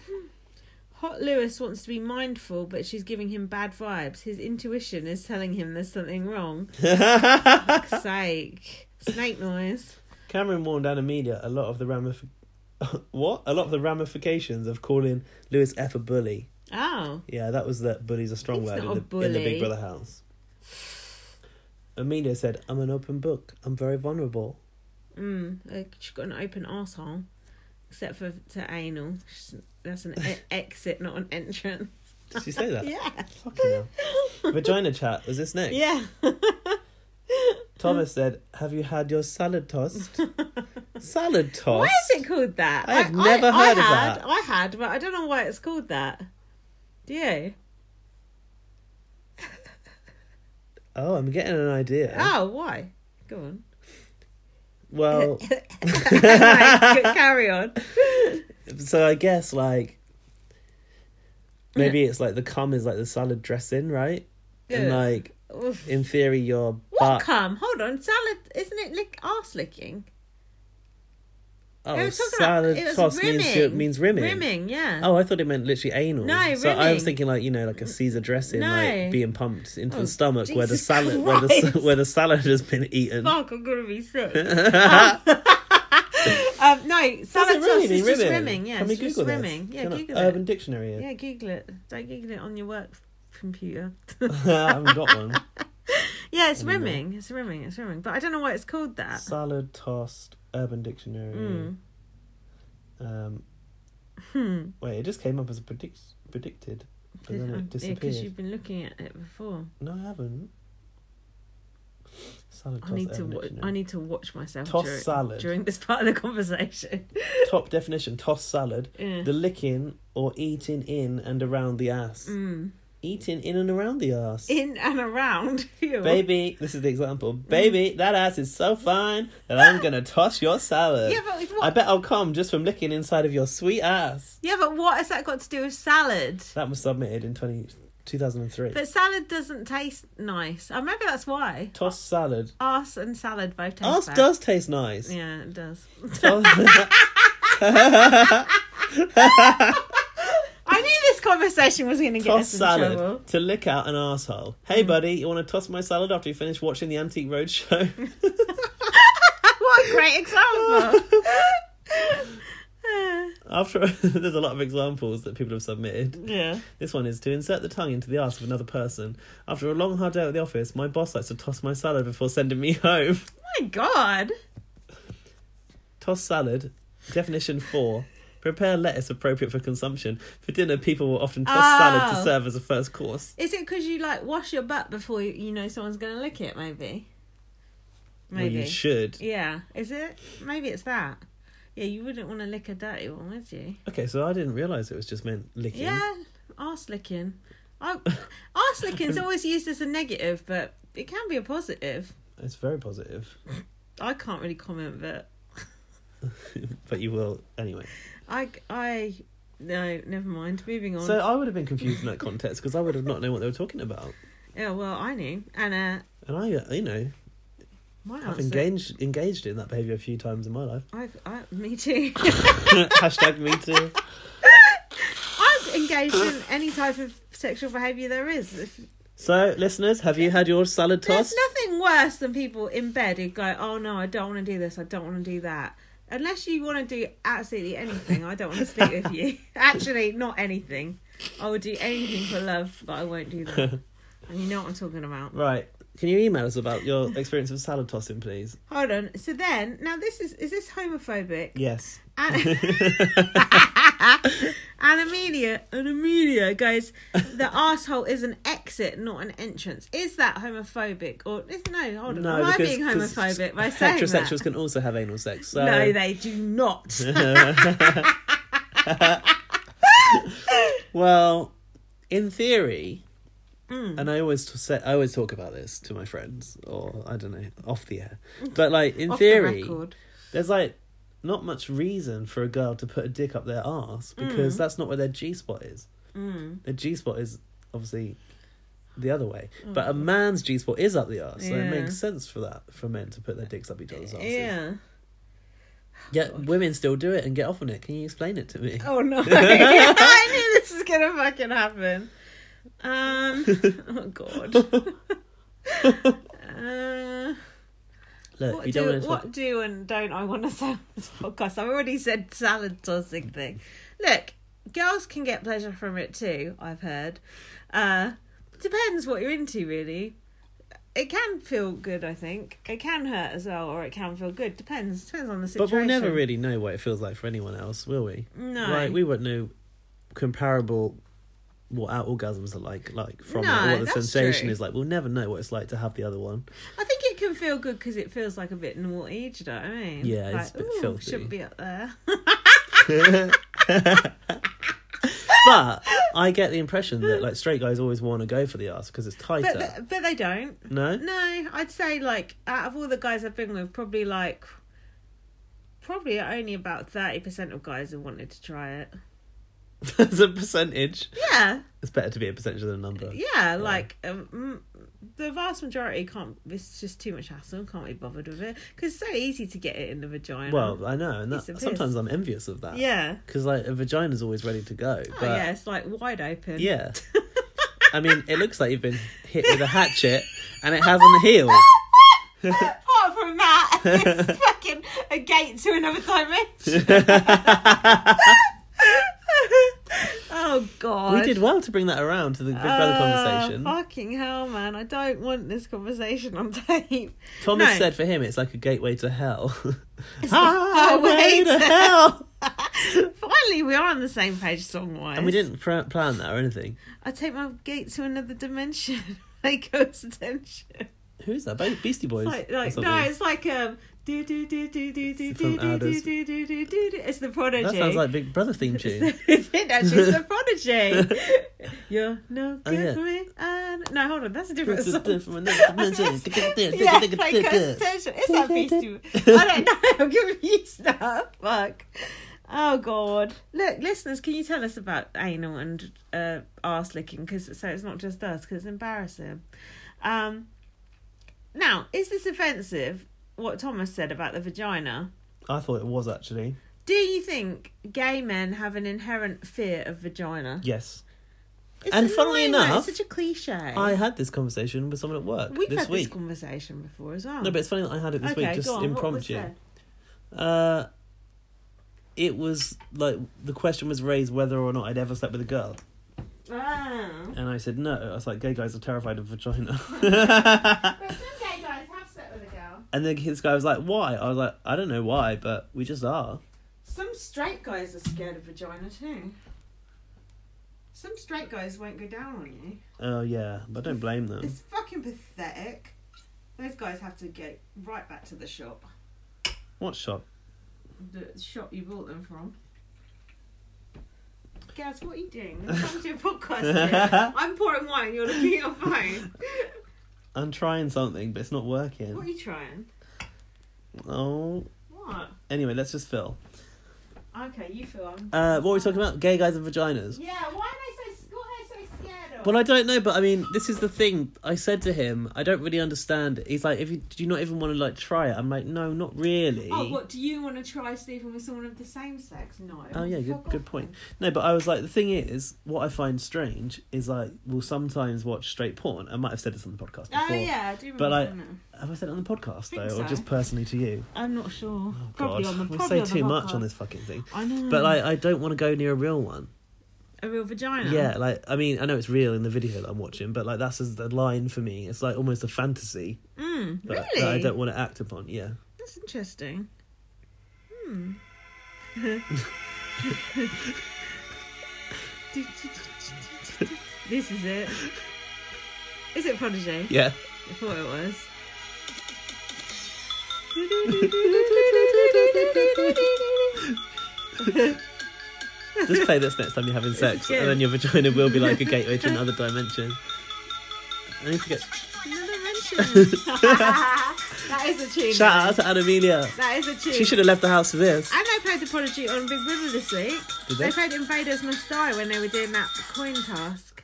Hot Lewis wants to be mindful, but she's giving him bad vibes. His intuition is telling him there's something wrong. Fuck's sake. Snake noise. Cameron warned Anna Amelia a lot of the ramif- what a lot of the ramifications of calling Lewis F a bully. Oh. Yeah, that was that bully's a strong He's word in not a the, in the Big bully. Brother house. Amelia said, I'm an open book. I'm very vulnerable. Mm. Like she's got an open arsehole. Except for to anal. She's, that's an e- exit, not an entrance. Did she say that? Yeah. Fucking hell. Vagina chat. Was this next? Yeah. Thomas said, Have you had your salad tossed? salad tossed? Why is it called that? I have never heard of had, that. I had, but I don't know why it's called that. Do you? Oh, I'm getting an idea. Oh, why? Go on. Well, Right, c- carry on. so I guess like maybe it's like the cum is like the salad dressing, right? And Yeah. like Oof. in theory, your What butt. cum? Hold on, salad isn't it lick ass licking? Oh, They were talking about- salad it was toss means rimming. means rimming. Rimming, yeah. Oh, I thought it meant literally anal. No, so I was rimming. thinking like you know like a Caesar dressing, No. Oh, like being pumped into the stomach where the Jesus salad where the Christ. where the salad has been eaten. Fuck, I'm gonna be sick. Does um, no, salad it really toss is mean just rimming? rimming. Yeah, Can we it's just Google this? rimming. Yeah, Can I- Google Urban it. Dictionary. Yeah, Google it. Don't Google it on your work computer. I haven't got one. yeah, it's rimming. It's rimming. It's rimming. But I don't know why it's called that. Salad tossed Urban Dictionary. Mm. Um, Hmm. wait, it just came up as a predict predicted, but then it disappeared. because um, you've been looking at it before. No, I haven't. Salad tossed I need to. Urban Wa- Dictionary. I need to watch myself Toss during, salad. during this part of the conversation. Top definition: tossed salad, Yeah. the licking or eating in and around the ass. Mm. Eating in and around the ass. In and around you. Baby, this is the example. Mm. Baby, that ass is so fine that I'm gonna toss your salad. Yeah, but I what? bet I'll come just from licking inside of your sweet ass. Yeah, but what has that got to do with salad? That was submitted in 20, 2003. But salad doesn't taste nice. Oh, maybe that's why. Toss salad. Arse and salad both taste Ass bad. does taste nice. Yeah, it does. Toss- I knew this conversation was going to get toss us in salad trouble. Mm. to lick out an asshole. Hey, buddy, you want to toss my salad after you finish watching the Antique Roadshow? what a great example. after there's a lot of examples that people have submitted. yeah. This one is to insert the tongue into the ass of another person. After a long, hard day at the office, my boss likes to toss my salad before sending me home. My God. Toss salad, definition four. Prepare lettuce appropriate for consumption. For dinner, people will often toss salad to Oh. serve as a first course. Is it because you like wash your butt before you, you know someone's going to lick it? Maybe. Maybe. Well, you should. yeah. Is it? Maybe it's that. Yeah, you wouldn't want to lick a dirty one, would you? Okay, so I didn't realise it was just meant licking. Yeah, arse licking. I, arse licking's always used as a negative, but it can be a positive. It's very positive. I can't really comment, but but you will anyway. I, I, no, never mind. Moving on. So I would have been confused in that context because I would have not known what they were talking about. yeah, well, I knew, and uh, And I, uh, you know, my I've answer. engaged engaged in that behaviour a few times in my life. I've, I, me too. Hashtag me too. I've engaged in any type of sexual behaviour there is. If- So, listeners, have you had your salad There's tossed? nothing worse than people in bed who go, "Oh no, I don't want to do this. I don't want to do that." Unless you want to do absolutely anything, I don't want to sleep with you. Actually, not anything. I would do anything for love, but I won't do that. And you know what I'm talking about. Right. Can you email us about your experience of salad tossing, please? Hold on. So then, now this is is this homophobic? Yes. And, and Amelia, and Amelia goes, the asshole is an exit, not an entrance. Is that homophobic or is- no? Hold on, am I being 'cause homophobic by saying heterosexuals uh, that? can also have anal sex. So. No, they do not. well, in theory, Hmm. and I always t- say I always talk about this to my friends, or I don't know, off the air. But like in Off the theory, record. there's like not much reason for a girl to put a dick up their ass Mm. because that's not where their G spot is. Mm. Their G spot is obviously the other way, but a man's G spot is up the arse, so Mm. Yeah. it makes sense for that for men to put their dicks up each other's asses. Yeah. Yet women still do it and get off on it. Can you explain it to me? Oh no! I knew this was gonna fucking happen. Um. Oh god. uh, Look, what you do don't want to what talk. do and don't I want to say on this podcast? I've already said salad tossing thing. Look, girls can get pleasure from it too. I've heard. Uh, depends what you're into, really. It can feel good, I think. It can hurt as well, or it can feel good. Depends. Depends on the But situation. we'll never really know what it feels like for anyone else, will we? No. Like we won't know comparable what our orgasms are like, like from No, it, or what the that's sensation true. is like. We'll never know what it's like to have the other one. I think it can feel good because it feels like a bit naughty. Do you know what I mean? Yeah, like, it's a bit "Ooh, filthy." Shouldn't be up there. But I get the impression that like straight guys always want to go for the ass because it's tighter. but th- but they don't. no, No, I'd say like out of all the guys I've been with, probably like probably only about thirty percent of guys have wanted to try it. as a percentage, Yeah, it's better to be a percentage than a number. yeah, like um, mm, the vast majority can't. It's just too much hassle. Can't be bothered with it because it's so easy to get it in the vagina. Well, I know, and Piece of that, piss. sometimes I'm envious of that. yeah. Because like a vagina's always ready to go. But oh yeah, it's like wide open. yeah. I mean, it looks like you've been hit with a hatchet, and it hasn't healed. Apart from that, it's fucking a gate to another dimension. oh god. We did well to bring that around to the Big Brother conversation. Oh, fucking hell, man! I don't want this conversation on tape. Thomas No. said for him, it's like a gateway to hell. highway Highway to to- "Oh, hell. Finally, we are on the same page song-wise. And we didn't pr- plan that or anything. I take my gate to another dimension. like ghost attention. Who is that? Be- Beastie Boys. Like, or like something. no, it's like um. Do do do do do do from do do do Aldous. do do do do. It's the prodigy. that sounds like Big Brother theme tune. it did actually. It's the prodigy. You're no good Oh, yeah. for me. And... No, hold on, that's a different From song. another dimension. yeah, like concentration. It's that beastie. I don't know. I'm confused now. Fuck. Oh god. Look, listeners, can you tell us about anal and uh, arse licking? Because so it's not just us. Because it's embarrassing. Um. Now, is this offensive? What Thomas said about the vagina. I thought it was actually. Do you think gay men have an inherent fear of vagina? Yes. It's And funnily annoying that enough, it's such a cliche. I had this conversation with someone at work We've this had week. this conversation before as well. No, but it's funny that I had it this okay, week, just go on. What was impromptu. said? Uh, it was like the question was raised whether or not I'd ever slept with a girl, Ah. and I said no. I was like, gay guys are terrified of vagina. But some gay guys have slept with a girl. and then this guy was like, why? I was like, I don't know why, but we just are. Some straight guys are scared of vagina too. Some straight guys won't go down on you. Oh yeah, but don't blame them. It's fucking pathetic. Those guys have to get right back to the shop. What shop? The shop you bought them from. Gaz, what are you doing? Come to your podcast. here. I'm pouring wine. You're looking at your phone. I'm trying something, but it's not What are working. you trying? Oh. What? Anyway, let's just fill. Okay, you feel. I'm- Uh, what were we talking about? Gay guys and vaginas. Yeah, why are they so? What are they so scared of? Well, I don't know, but I mean, this is the thing. I said to him, I don't really understand. it." He's like, if you do you not even want to like try it, I'm like, no, not really. Oh, what do you want to try sleeping with someone of the same sex? No. Oh, yeah, good Fuck good off point. No, but I was like, the thing is, what I find strange is like, we'll sometimes watch straight porn. I might have said this on the podcast then. before. Oh yeah, I do remember. But I- that. Have I said it on the podcast Think though, so. or just personally to you? I'm not sure. Oh, probably God, on the we probably say on the Hmm. too much podcast. on this fucking thing. I know. But like, I don't want to go near a real one. a real vagina. Yeah, like I mean, I know it's real in the video that I'm watching, but like that's just the line for me. It's like almost a fantasy Mm, that, really? that I don't want to act upon. Yeah. That's interesting. Hmm. this is it. Is it Prodigy? Yeah. I thought it was. Just play this next time you're having sex, good. and then your vagina will be like a gateway to another dimension. I need to get Another mention. that is a tune. shout out to Anna Amelia. That is a tune. She should have left the house for this. And they played the Prodigy on Big Brother this week. Did They they? played Invaders Must Die when they were doing that coin task.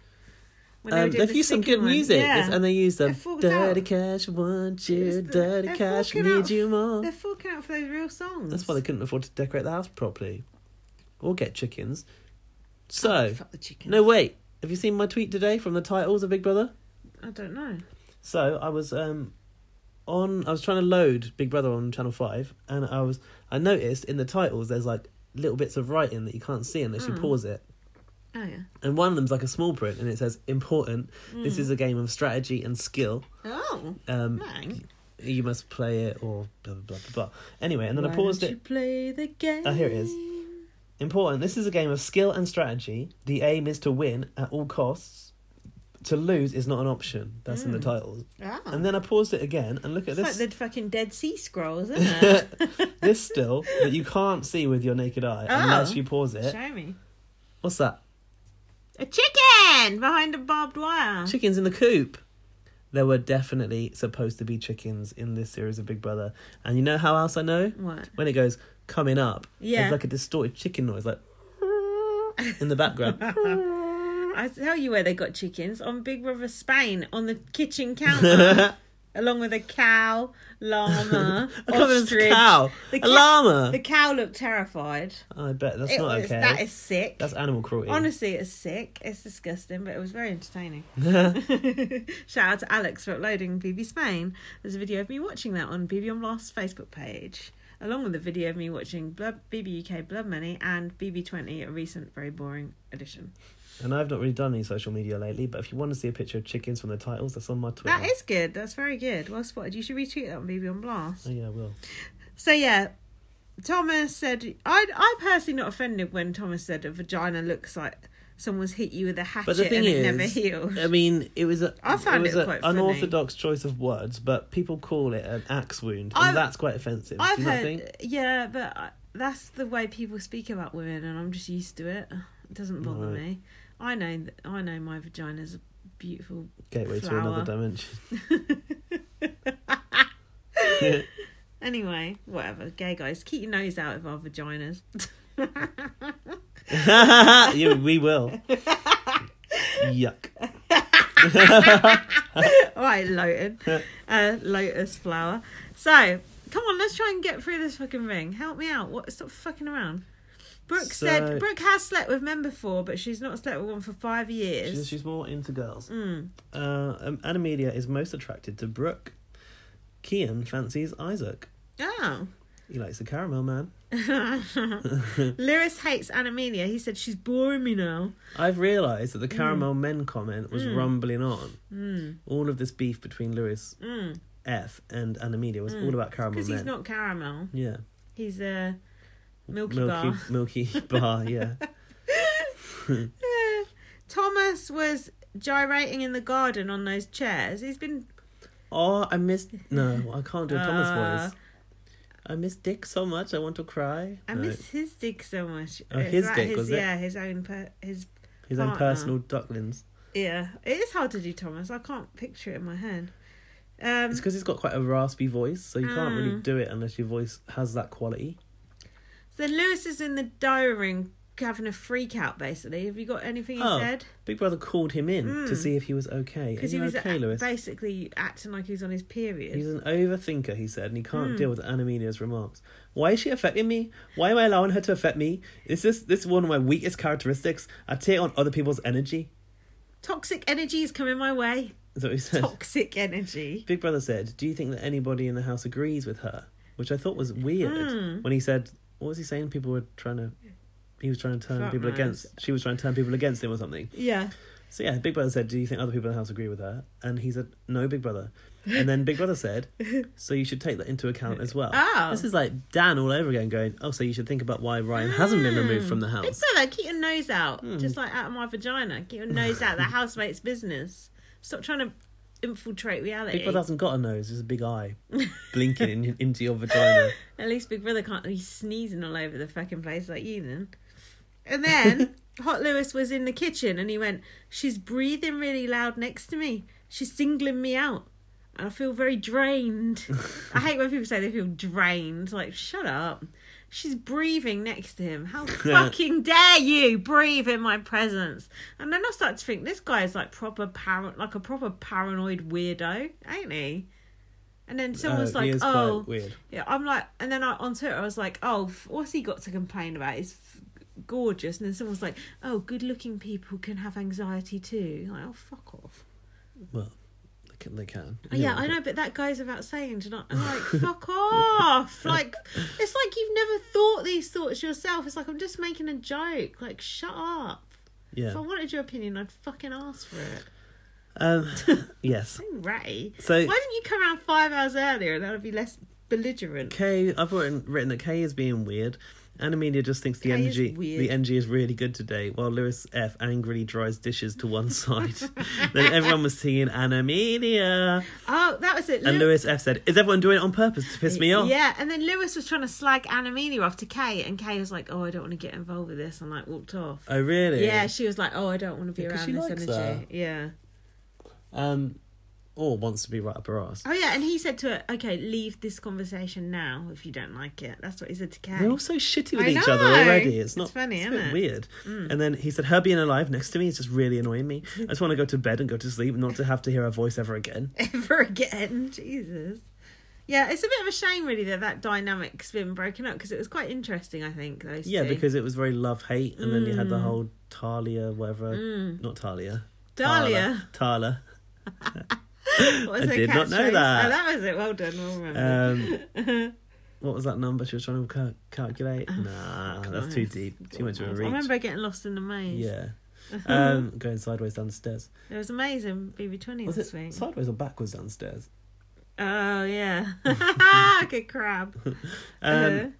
When Um, doing they've the used some sticky good one. music, Yeah. It's- and they used They're them. fucked Dirty up. cash, want you. It's the- Dirty they're cash, fucking need up. you more. They're forking out for those real songs. That's why they couldn't afford to decorate the house properly, or get chickens. So, Oh, Fuck the chicken. no wait. Have you seen my tweet today from the titles of Big Brother? I don't know. So I was um on I was trying to load Big Brother on Channel Five, and I was I noticed in the titles there's like little bits of writing that you can't see unless Hmm. you pause it. Oh yeah. And one of them's like a small print, and it says important. Hmm. This is a game of strategy and skill. Oh, Um, man. you must play it or blah blah blah blah. blah. Anyway, and then Why I paused don't it. You play the game. Oh, here it is. Important. This is a game of skill and strategy. The aim is to win at all costs. To lose is not an option. That's in the titles. Ah. And then I paused it again and look at it's this. like the fucking Dead Sea Scrolls, isn't it? this still that you can't see with your naked eye Oh. unless you pause it. Show me. What's that? A chicken behind a barbed wire. Chickens in the coop. There were definitely supposed to be chickens in this series of Big Brother. And you know how else I know? What? When it goes coming up, Yeah. there's like a distorted chicken noise, like in the background. I tell you where they got chickens on Big Brother Spain on the kitchen counter, along with a cow, llama, I can't believe it's a ostrich. cow. The a ca- llama. Oh, The cow looked terrified. I bet that's It not was- okay. That is sick. That's animal cruelty. Honestly, it's sick. It's disgusting, but it was very entertaining. Shout out to Alex for uploading BB Spain. There's a video of me watching that on BB on Blast's Facebook page, along with a video of me watching Blood, BB UK Blood Money and BB20, a recent very boring edition. and I've not really done any social media lately, but if you want to see a picture of chickens from the titles, that's on my Twitter. That is good. That's very good. Well spotted. You should retweet that on BB on Blast. Oh, yeah, I will. So yeah, Thomas said I I personally not offended when Thomas said a vagina looks like someone's hit you with a hatchet But the thing and it is, um, never healed. I mean, it was a I found it was it a quite funny. unorthodox choice of words, but people call it an axe wound, and I've- that's quite offensive. I've do you not heard, think? yeah, but I, that's the way people speak about women, and I'm just used to it. It doesn't bother Right. me. I know, th- I know, my vagina's a beautiful. Gateway to flower. another dimension. Anyway, whatever, gay guys, keep your nose out of our vaginas. yeah, we will. Yuck. All right, Loton, uh, lotus flower. So, come on, let's try and get through this fucking ring. Help me out. What? Stop fucking around. Brooke So- said Brooke has slept with men before, but she's not slept with one for five She's, years. she's more into girls. Mm. Uh, um, Animedia is most attracted to Brooke. Kian fancies Isaac. Oh. He likes the caramel man. Lyris hates Animania. He said she's boring me now. I've realised that the caramel Mm. men comment was rumbling on. Hmm. All of this beef between Lewis Mm. F and Animedia was all about caramel Because men. Mm. he's not caramel. yeah, He's a milky, milky, bar. milky bar. Yeah, Eh. Thomas was gyrating in the garden on those chairs. He's been. Oh, I miss. No, I can't do a Thomas Uh, voice. I miss Dick so much. I want to cry. I No, miss his dick so much. Oh, It's his like dick, was it? Yeah, his own. Per- his his own partner. personal ducklings. yeah. It is hard to do, Thomas. I can't picture it in my head. Um, It's because he's got quite a raspy voice, so you can't really Mm. do it unless your voice has that quality. so Lewis is in the diary room having a freak out. Basically, have you got anything he Oh. said? Big Brother called him in to Mm. see if he was okay. Are Because he you was okay, a- Lewis? basically acting like he's on his period. He's an overthinker, he said, and he can't Mm. deal with Anamelia's remarks. Why is she affecting me? Why am I allowing her to affect me? Is this this one of my weakest characteristics? I take on other people's energy. Toxic energy is coming my way. Is that what he said? Toxic energy. Big Brother said, "Do you think that anybody in the house agrees with her?" Which I thought was weird when he said, "What was he saying? People were trying to." He was trying to turn Fuck people knows. against. She was trying to turn people against him or something. Yeah. So yeah, Big Brother said, "Do you think other people in the house agree with her?" And he said, "No, Big Brother." And then Big Brother said, "So you should take that into account as well." Oh. This is like Dan all over again, going, "Oh, so you should think about why Ryan hasn't been removed from the Big house." Hmm. brother, keep your nose out. Just like out of my vagina. Keep your nose out of the housemate's business. Stop trying to infiltrate reality. Big Brother hasn't got a nose; it's a big eye blinking in, into your vagina. At least Big Brother can't be sneezing all over the fucking place like you then. And then Hot Lewis was in the kitchen and he went, She's breathing really loud next to me. She's singling me out. And I feel very drained. I hate when people say they feel drained. Like, shut up. She's breathing next to him. How fucking dare you breathe in my presence? And then I start to think this guy is like proper par- like a proper paranoid weirdo, ain't he? And then someone's Uh, he like, is quite "Oh, weird." yeah, I'm like, and then I, on Twitter I was like, oh, f- what's he got to complain about? It's f- gorgeous. And then someone's like, oh, good-looking people can have anxiety too. Like, oh, fuck off. Well, they can. They can. Oh, yeah, I know, but that goes without saying. And I'm like, fuck off. Like, it's like you've never thought these thoughts yourself. It's like I'm just making a joke. Like, shut up. Yeah. If I wanted your opinion, I'd fucking ask for it. Um, yes. Hey, Ratty. So- why didn't you come around five hours earlier? And that would be less belligerent. Kay, I've written, written that Kay is being weird. Animania just thinks the Kay is energy weird. the energy is really good today, while Lewis F angrily dries dishes to one side. then everyone was singing Animania, Oh, that was it. and Lou- Lewis F said, "Is everyone doing it on purpose to piss me off?" Yeah, and then Lewis was trying to slag Anamina off to Kay, and Kay was like, "Oh, I don't want to get involved with this," and like walked off. Oh really? Yeah, she was like, "Oh, I don't want to be Yeah, 'cause around she this likes energy." her. Yeah, Um, or wants to be right up her ass. Oh yeah, and he said to her, "Okay, leave this conversation now if you don't like it." That's what he said to Kay. They're all so shitty with I each other know. already. It's It's not funny, it's a isn't bit it? Mm. weird. And then he said, "Her being alive next to me is just really annoying me. I just want to go to bed and go to sleep, and not to have to hear her voice ever again." ever again. Jesus. Yeah, it's a bit of a shame, really, that that dynamic's been broken up because it was quite interesting. I think those Yeah, two. because it was very love hate, and then you Mm. had the whole Talia, whatever, not Talia, Dahlia, Tala. what was I her did not know catchphrase? that. Oh, that was it. Well done. We'll remember. Um, what was that number she was trying to cal- calculate? nah, that's too Oh, Christ. deep, too much of I a reach. remember getting lost in the maze. Yeah, um, going sideways downstairs. There was a maze in BB20 Was this it week. sideways or backwards downstairs? Oh, yeah. Good crab. Um,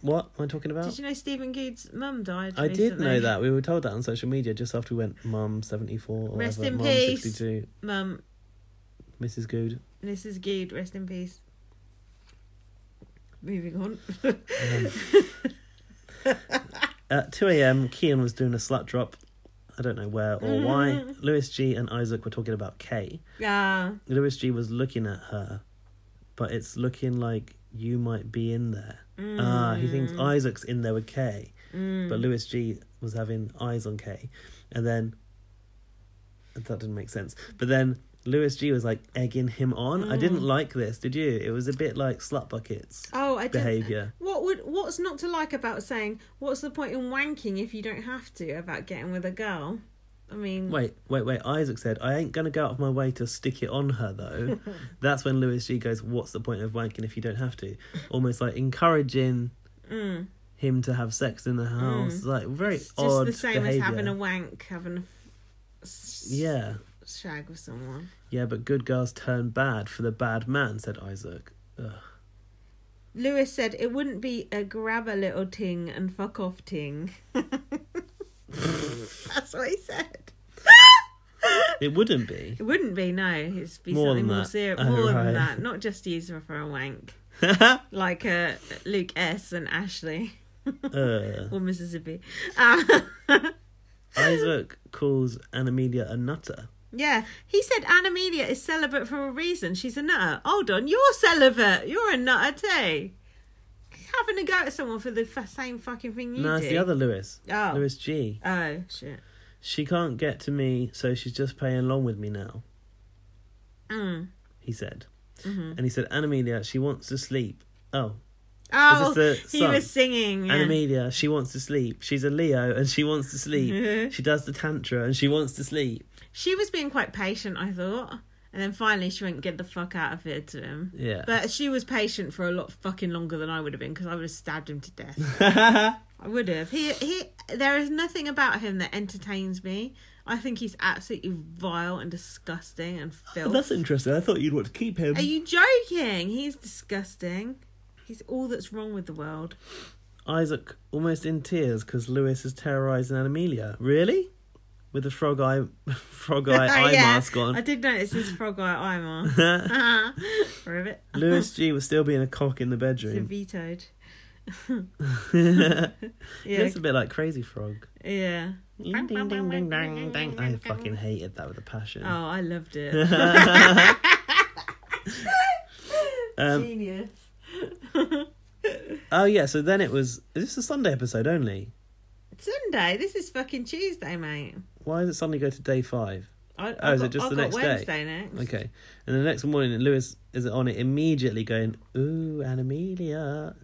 What am I talking Uh, about? Uh-huh. did you know Stephen Good's mum died? I did know recently? that. We were told that on social media just after we went mum 74 or Rest whatever, in mum peace. 62, Mum, Mrs. Good. Mrs. Good, rest in peace. Moving on. At 2 a.m., Kian was doing a slut drop. I don't know where or why. Lewis G and Isaac were talking about Kay. Ah, Lewis G was looking at her, but it's looking like you might be in there. Ah, he thinks Isaac's in there with Kay, but Lewis G was having eyes on Kay, and then that didn't make sense. But then Lewis G was like egging him on. I didn't like this. Did you? It was a bit like slut buckets oh, I did. behavior. What would what's not to like about saying what's the point in wanking if you don't have to about getting with a girl? I mean, Wait, wait, wait. Isaac said, "I ain't gonna go out of my way to stick it on her, though." That's when Lewis G goes, "What's the point of wanking if you don't have to?" Almost like encouraging him to have sex in the house. Like very mm, Hmm. it's just odd the same behavior. as having a wank, having a s- Yeah, shag with someone. yeah, but good girls turn bad for the bad man," said Isaac. Ugh. Lewis said it wouldn't be a grab a little ting and fuck off ting. That's what he said. It wouldn't be. It wouldn't be, no. It'd be More something than more that. serious. Oh, more right. than that. Not just use her for a wank. Like uh, Luke S. and Ashley. Ugh. Or Mississippi. Uh, Isaac calls Anna Media a nutter. yeah. He said Anna Media is celibate for a reason. She's a nutter. Hold on. You're celibate. You're a nutter too. Having a go at someone for the f- same fucking thing you No, do. it's the other Lewis. Oh. Lewis G. Oh, shit. She can't get to me, so she's just playing along with me now. Mm. he said. Mm-hmm. And he said, Animelia, she wants to sleep. Oh, Oh, this the he song? was singing. Yeah. Animelia, she wants to sleep. She's a Leo and she wants to sleep. she does the tantra and she wants to sleep. Mm-hmm. She was being quite patient, I thought. And then finally she went, get the fuck out of here to him. Yeah. But she was patient for a lot fucking longer than I would have been because I would have stabbed him to death. I would have. He, he, there is nothing about him that entertains me. I think he's absolutely vile and disgusting and filth. Oh, That's interesting. I thought you'd want to keep him. Are you joking? He's disgusting. He's all that's wrong with the world. Isaac almost in tears because Lewis is terrorizing Animelia. Really? With the frog eye, frog eye, eye Yeah, mask I on. did notice his frog eye eye mask. Ribbit. Lewis G was still being a cock in the It's a bedroom. vetoed. It's Yeah. a bit like Crazy Frog. Yeah. Ding, ding, ding, ding, ding, ding. I fucking hated that with a passion. Oh, I loved it. Um, Genius. oh yeah, so then it was. Is this a Sunday episode only? Sunday. This is fucking Tuesday, mate. Why does it suddenly go to day five? I, Oh, I is got, it just I the got next day? Wednesday next. Okay, and the next morning, Lewis is on it immediately, going, "Ooh, Animelia."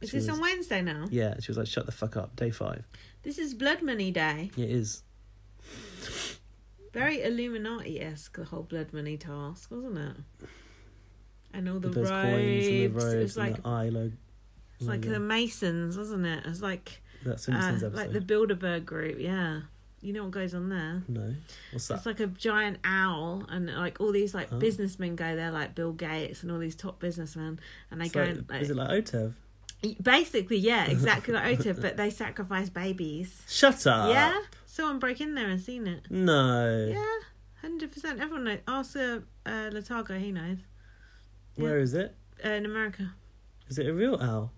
Is She this was- on Wednesday now? Yeah, she was like, "Shut the fuck up." Day five. This is Blood Money Day. It is. Very Illuminati esque, the whole Blood Money task, wasn't it? And all the With those robes. coins and the robes It was and like, the eye logo. it's like logo. the Masons, wasn't it? It was like, that uh, Simpsons episode. like the Bilderberg group, yeah. You know what goes on there? No, what's that? It's like a giant owl, and like all these like Oh. businessmen go there, like Bill Gates and all these top businessmen, and they It's go like- and like, is it like E Otev? basically, yeah, exactly like Otis, but they sacrifice babies. Shut up. yeah, someone broke in there and seen it. No. Yeah, hundred percent. Everyone knows. Ask uh, uh, Latago, he knows. Where is it? Uh, in America, Is it a real owl?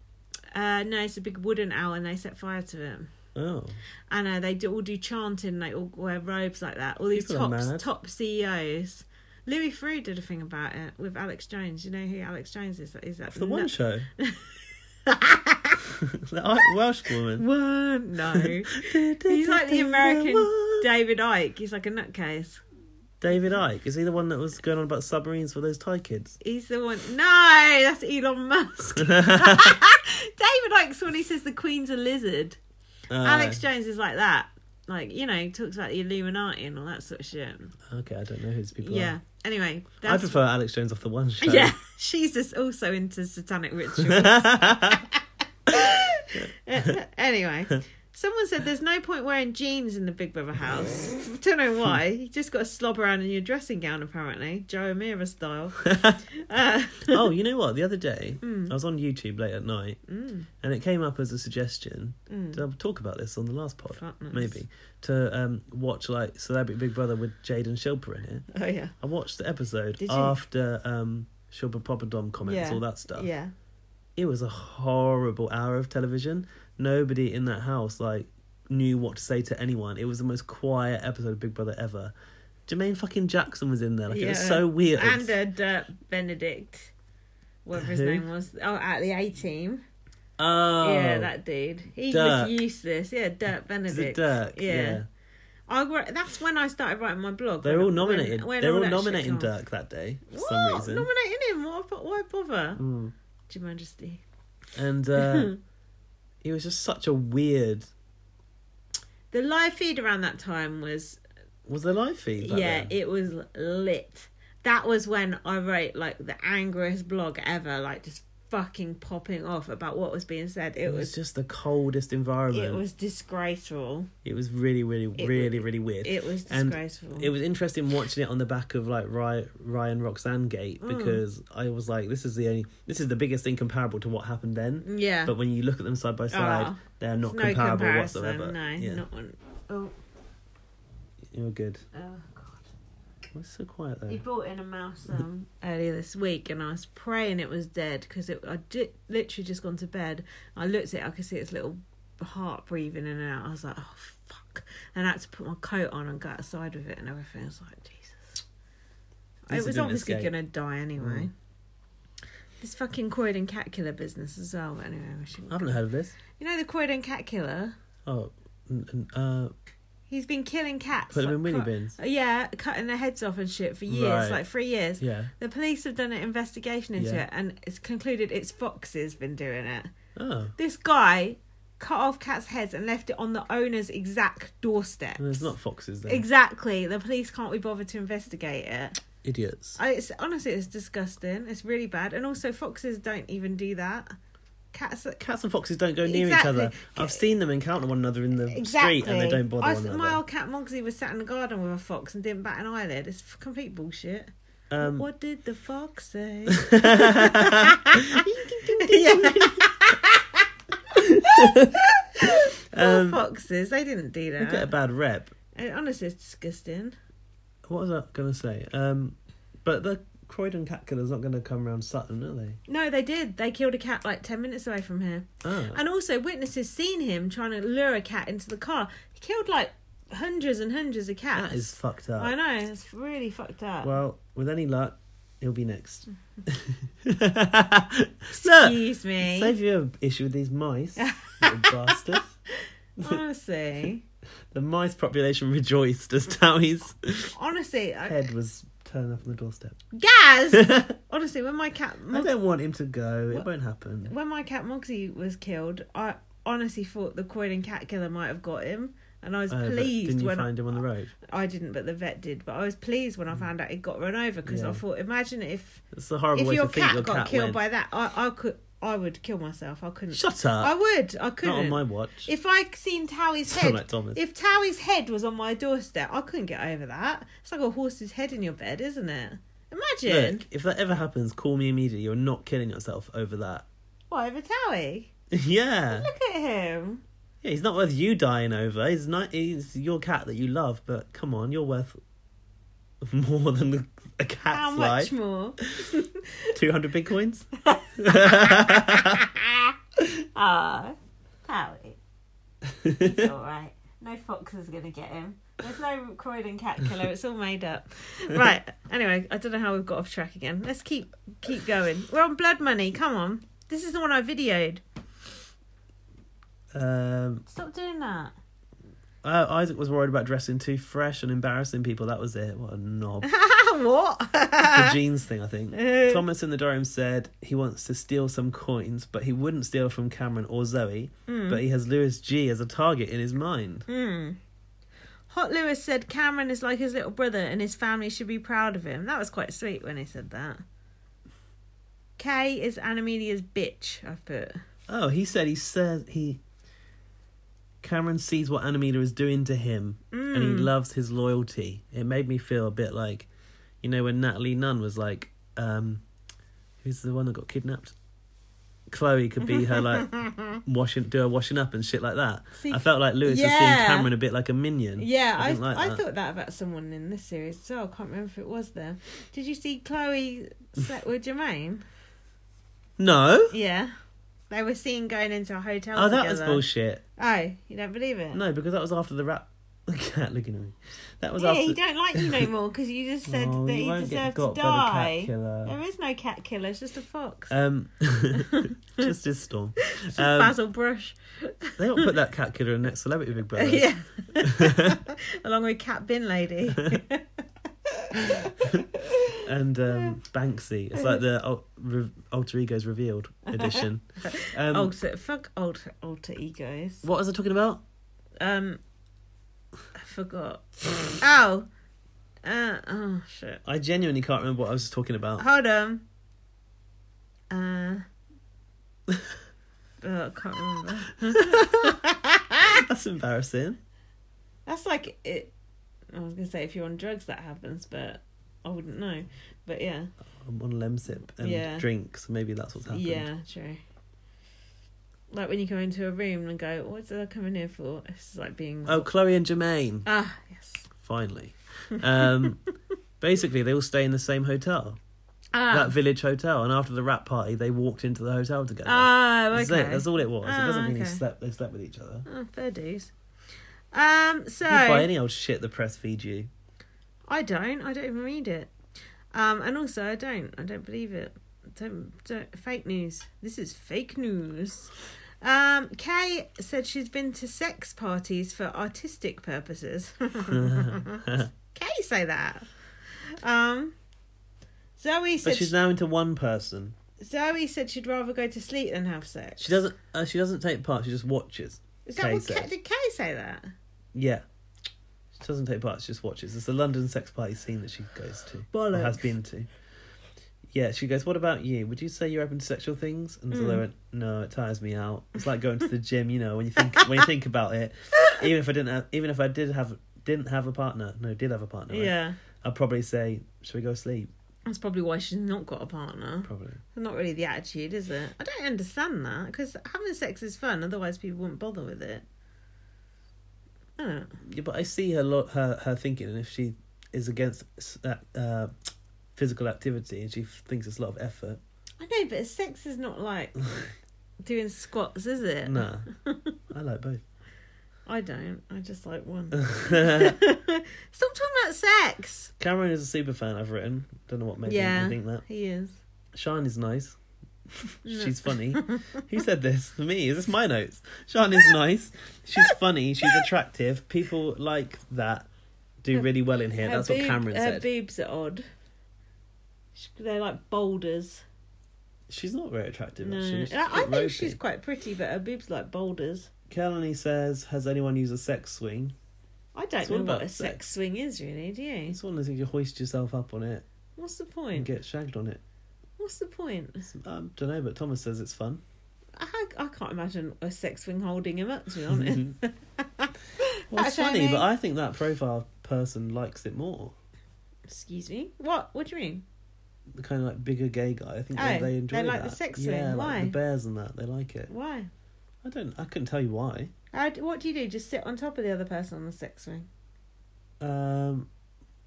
uh, no, it's a big wooden owl, and they set fire to it. Oh. And uh, they do, all do chanting, they all wear robes like that. All these People are top mad. top CEOs. Louis Frew did a thing about it with Alex Jones. You know who Alex Jones is? Is that The nut- one show. the Ike Welsh woman. One, no. He's like the American David Icke. He's like a nutcase. David Ike. Is he the one that was going on about submarines for those Thai kids? Uh, He's the one. No, that's Elon Musk. David Icke's the one who says the Queen's a lizard. Uh, Alex Jones is like that. Like, you know, he talks about the Illuminati and all that sort of shit. Okay, I don't know who these people Yeah. are. Anyway, I prefer Alex Jones off the one show. Yeah, she's just also into satanic rituals. yeah, anyway, someone said there's no point wearing jeans in the Big Brother house. Don't know why. You just got to slob around in your dressing gown, apparently, Joe O'Meara style. Uh, oh, you know what? The other day, Hmm. I was on YouTube late at night, mm, and it came up as a suggestion. Did I talk about this on the last pod? Fuck knows. Maybe to um, watch like Celebrity Big Brother with Jade and Shilpa in it. oh yeah, I watched the episode Did you? after um, Shilpa Poppadom comments, Yeah. all that stuff. yeah. It was a horrible hour of television. Nobody in that house like knew what to say to anyone. It was the most quiet episode of Big Brother ever. Jermaine fucking Jackson was in there. Like it was Yeah. so weird. And uh, Dirk Benedict, whatever his Who? name was. Oh, at the A team. oh, Yeah, that dude. He Dirk. was useless. Yeah, Dirk is it Benedict. Dirk? Yeah. I wrote, that's when I started writing my blog. They're when- all nominated. when- when They're all, that shit nominating came off. Dirk that day for What? some reason. Nominating him? Why, bo- why bother? Mm. Your Majesty. And uh, it was just such a weird. The live feed around that time was, Was there live feed? Back yeah, then? it was lit. That was when I wrote like the angriest blog ever, like just fucking popping off about what was being said. It It was was, just the coldest environment. it was disgraceful. It was really, really, It really, really weird. It was And disgraceful. It was interesting watching it on the back of like Ry- Ryan Roxanne Gate Mm. because I was like, this is the only, this is the biggest thing comparable to what happened then. yeah. But when you look at them side by side, Ah. they're not There's comparable whatsoever. No, yeah, not one. Oh, you're good. oh God. Why is it so quiet though? You brought in a mouse um, earlier this week, and I was praying it was dead because it. I di- literally just gone to bed. I looked at it, I could see its little heart breathing in and out. I was like, oh fuck! And I had to put my coat on and go outside with it and everything. I was like, Jesus. least it it was didn't obviously escape. Mm. gonna die anyway. This fucking Croydon cat killer business as well. But anyway, we I shouldn't. haven't heard of this. You know the Croydon cat killer. Oh, n- n- uh, He's been killing cats. put them in like, willy cut- bins. Yeah, cutting their heads off and shit for years, Right. like three years. Yeah. The police have done an investigation into Yeah. it and it's concluded it's foxes been doing it. Oh, This guy cut off cats' heads and left it on the owner's exact doorstep. there's not foxes there. Exactly. The police can't be bothered to investigate it. Idiots. I, it's honestly it's disgusting. It's really bad. And also foxes don't even do that. Cats Cats and foxes don't go near Exactly. each other. I've seen them encounter one another in the Exactly. street and they don't bother I, one my another. old cat Mogsy was sat in the garden with a fox and didn't bat an eyelid. It's f- complete bullshit. Um, what did the fox say? Um, Poor foxes, they didn't do they get a that. bad rep. Uh, Honestly, it's disgusting. What was I going to say? Um, but the Croydon cat killer's not going to come round Sutton, are they? No, they did. They killed a cat like 10 minutes away from here. Ah. And also, witnesses seen him trying to lure a cat into the car. He killed like hundreds and hundreds of cats. Ah, That is fucked up. I know, it's really fucked up. Well, with any luck, he'll be next. Look, Excuse me. save you an issue with these mice, little bastard. Honestly. The mice population rejoiced as Towie's Honestly. I- head was turned up on the doorstep. Gaz! Honestly, when my cat. I don't want him to go. It What? won't happen. when my cat Moxie was killed, I honestly thought the Croydon cat killer might have got him, and I was Oh, but pleased Didn't you when find him on the road? I didn't, but the vet did. But I was pleased when I found out it got run over because I Yeah. thought, imagine if It's a horrible if way your to think cat your got cat killed went. by that, I, I could I would kill myself. I couldn't. Shut up. I would. I couldn't. Not on my watch. If I seen Towie's Sound head, like Thomas. if Towie's head was on my doorstep, I couldn't get over that. It's like a horse's head in your bed, isn't it? Imagine. Look, if that ever happens, call me immediately. You're not killing yourself over that. What over Towie? yeah. Look at him. Yeah, he's not worth you dying over. He's not. He's your cat that you love, but come on, you're worth more than a cat's How life. much more? Two hundred bitcoins. Ah, Howie. It's all right. No fox is gonna get him. There's no Croydon cat killer. It's all made up. Right. Anyway, I don't know how we've got off track again. Let's keep keep going. We're on Blood Money. Come on. This is the one I videoed. Um, Stop doing that. oh, Isaac was worried about dressing too fresh and embarrassing people. That was it. What a knob. the what? jeans thing, I think. Uh. Thomas in the Durham said he wants to steal some coins, but he wouldn't steal from Cameron or Zoe. But he has Lewis G as a target in his mind. Hmm. Hot Lewis said Cameron is like his little brother and his family should be proud of him. That was quite sweet when he said that. Kay is Animedia's bitch, I've put. Oh, he said he says he. Cameron sees what Animita is doing to him, and Hmm. he loves his loyalty. It made me feel a bit like, you know, when Natalie Nunn was like, um, who's the one that got kidnapped? Chloe could be her like washing, do her washing up and shit like that. See- I felt like Lewis was Yeah. seeing Cameron a bit like a minion. Yeah, I I, didn't like that. thought that about someone in this series as well. I can't remember if it was there. Did you see Chloe slept with Jermaine? No. Yeah. They were seen going into a hotel. Oh, that was together. bullshit. Oh, you don't believe it? No, because that was after the rap. Look at looking at me. That was yeah, after. he don't like you no more because you just said Oh, that you he won't get deserved to got by the cat die. killer. There is no cat killer, it's just a fox. Um, just his storm. It's just Um, Basil Brush. they don't put that cat killer in next celebrity Big Brother. yeah. Along with Cat Bin Lady. And um, Banksy. It's like the al- re- alter egos revealed edition. Um, alter, Oh, fuck alter, alter egos. What was I talking about? Um, I forgot. oh. Uh, oh, shit. I genuinely can't remember what I was talking about. Hold on. Uh. oh, I can't remember. That's embarrassing. That's like it. I was gonna say if you're on drugs that happens, but I wouldn't know. But yeah, I'm on Lemsip and Yeah. drinks. Maybe that's what's happened. yeah, true. Like when you go into a room and go, "What did I come in here for?" It's just like being Oh, Chloe and Jermaine. ah yes Finally. Um, basically, they all stay in the same hotel. ah that village hotel. And after the rap party, they walked into the hotel together. oh okay That's it. That's all it was. it Oh, doesn't mean okay. they slept. They slept with each other. oh, fair dues. Um, so You can buy any old shit the press feeds you. I don't. I don't even read it. Um, and also I don't. I don't believe it. Don't don't fake news. This is fake news. Um, Kay said she's been to sex parties for artistic purposes. Kay say that. Um, Zoe But said she's now into one person. Zoe said she'd rather go to sleep than have sex. She doesn't. Uh, she doesn't take part. She just watches. Is that what Kay Kay, said. did Kay say that? Yeah. She doesn't take part. She just watches. It's the London sex party scene that she goes to. Or Bollocks. has been to. Yeah, she goes, What about you? Would you say you're open to sexual things? And Mm. so they went, No, it tires me out. It's like going to the gym, you know, when you think when you think about it. Even if I didn't have even if I did have didn't have a partner, no, did have a partner. right? Yeah, I'd probably say, Should we go sleep? that's probably why she's not got a partner. Probably. Not really the attitude, is it? I don't understand that because having sex is fun. Otherwise, people wouldn't bother with it. I don't know. Yeah, but I see her lo- her her thinking, and if she is against s- that uh, physical activity and she f- thinks it's a lot of effort, I know, but sex is not like doing squats, is it? nah, I like both. I don't. I just like one. Stop talking about sex. Cameron is a super fan. I've written. Don't know what made Yeah. me think that. He is. Sean is nice. She's funny. Who said this? Me? Is this my notes? Sean is nice. She's funny. She's attractive. People like that. Do really well in here. Her That's what boob- Cameron her said. boobs are odd. Sh- They're like boulders. She's not very attractive. No, actually. She's a I, I bit think ropey. she's quite pretty, but her boobs are like boulders. Kelly says, "Has anyone used a sex swing?" I don't It's all know what about a sex sex. swing is, really. Do you? It's one of those things you hoist yourself up on it What's the and point? get shagged on it. What's the point? I don't know, but Thomas says it's fun. I, I can't imagine a sex swing holding him up, to be honest. Well, it's That's what I funny, mean. but I think that profile person likes it more. Excuse me? What? What do you mean? The kind of like bigger gay guy. I think Oh, they, they they enjoy like the that. sex yeah, swing. like Why? the bears and that. They like it. Why? I don't. I couldn't tell you why. How, d- what do you do? Just sit on top of the other person on the sex swing? Um,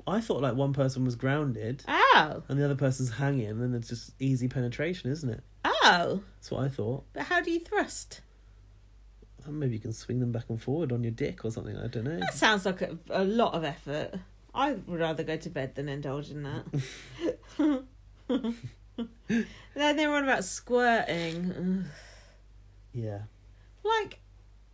I thought like one person was grounded Oh! and the other person's hanging, and then it's just easy penetration, isn't it? Oh! That's what I thought. But how do you thrust? I Maybe you can swing them back and forward on your dick or something. I don't know. That sounds like a, a lot of effort. I would rather go to bed than indulge in that. then they were on about squirting. Ugh. Yeah. Like,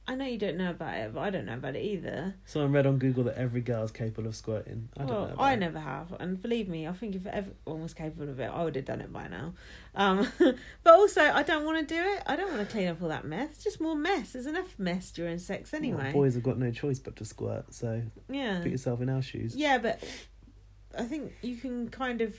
I know you don't know about it, but I don't know about it either. Someone read on Google that every girl's capable of squirting. I don't well, know. about I it. never have, and believe me, I think if everyone was capable of it, I would have done it by now. Um, but also, I don't want to do it. I don't want to clean up all that mess. It's just more mess. There's enough mess during sex Well, anyway. Uh, boys have got no choice but to squirt, so yeah, put yourself in our shoes. yeah, but I think you can kind of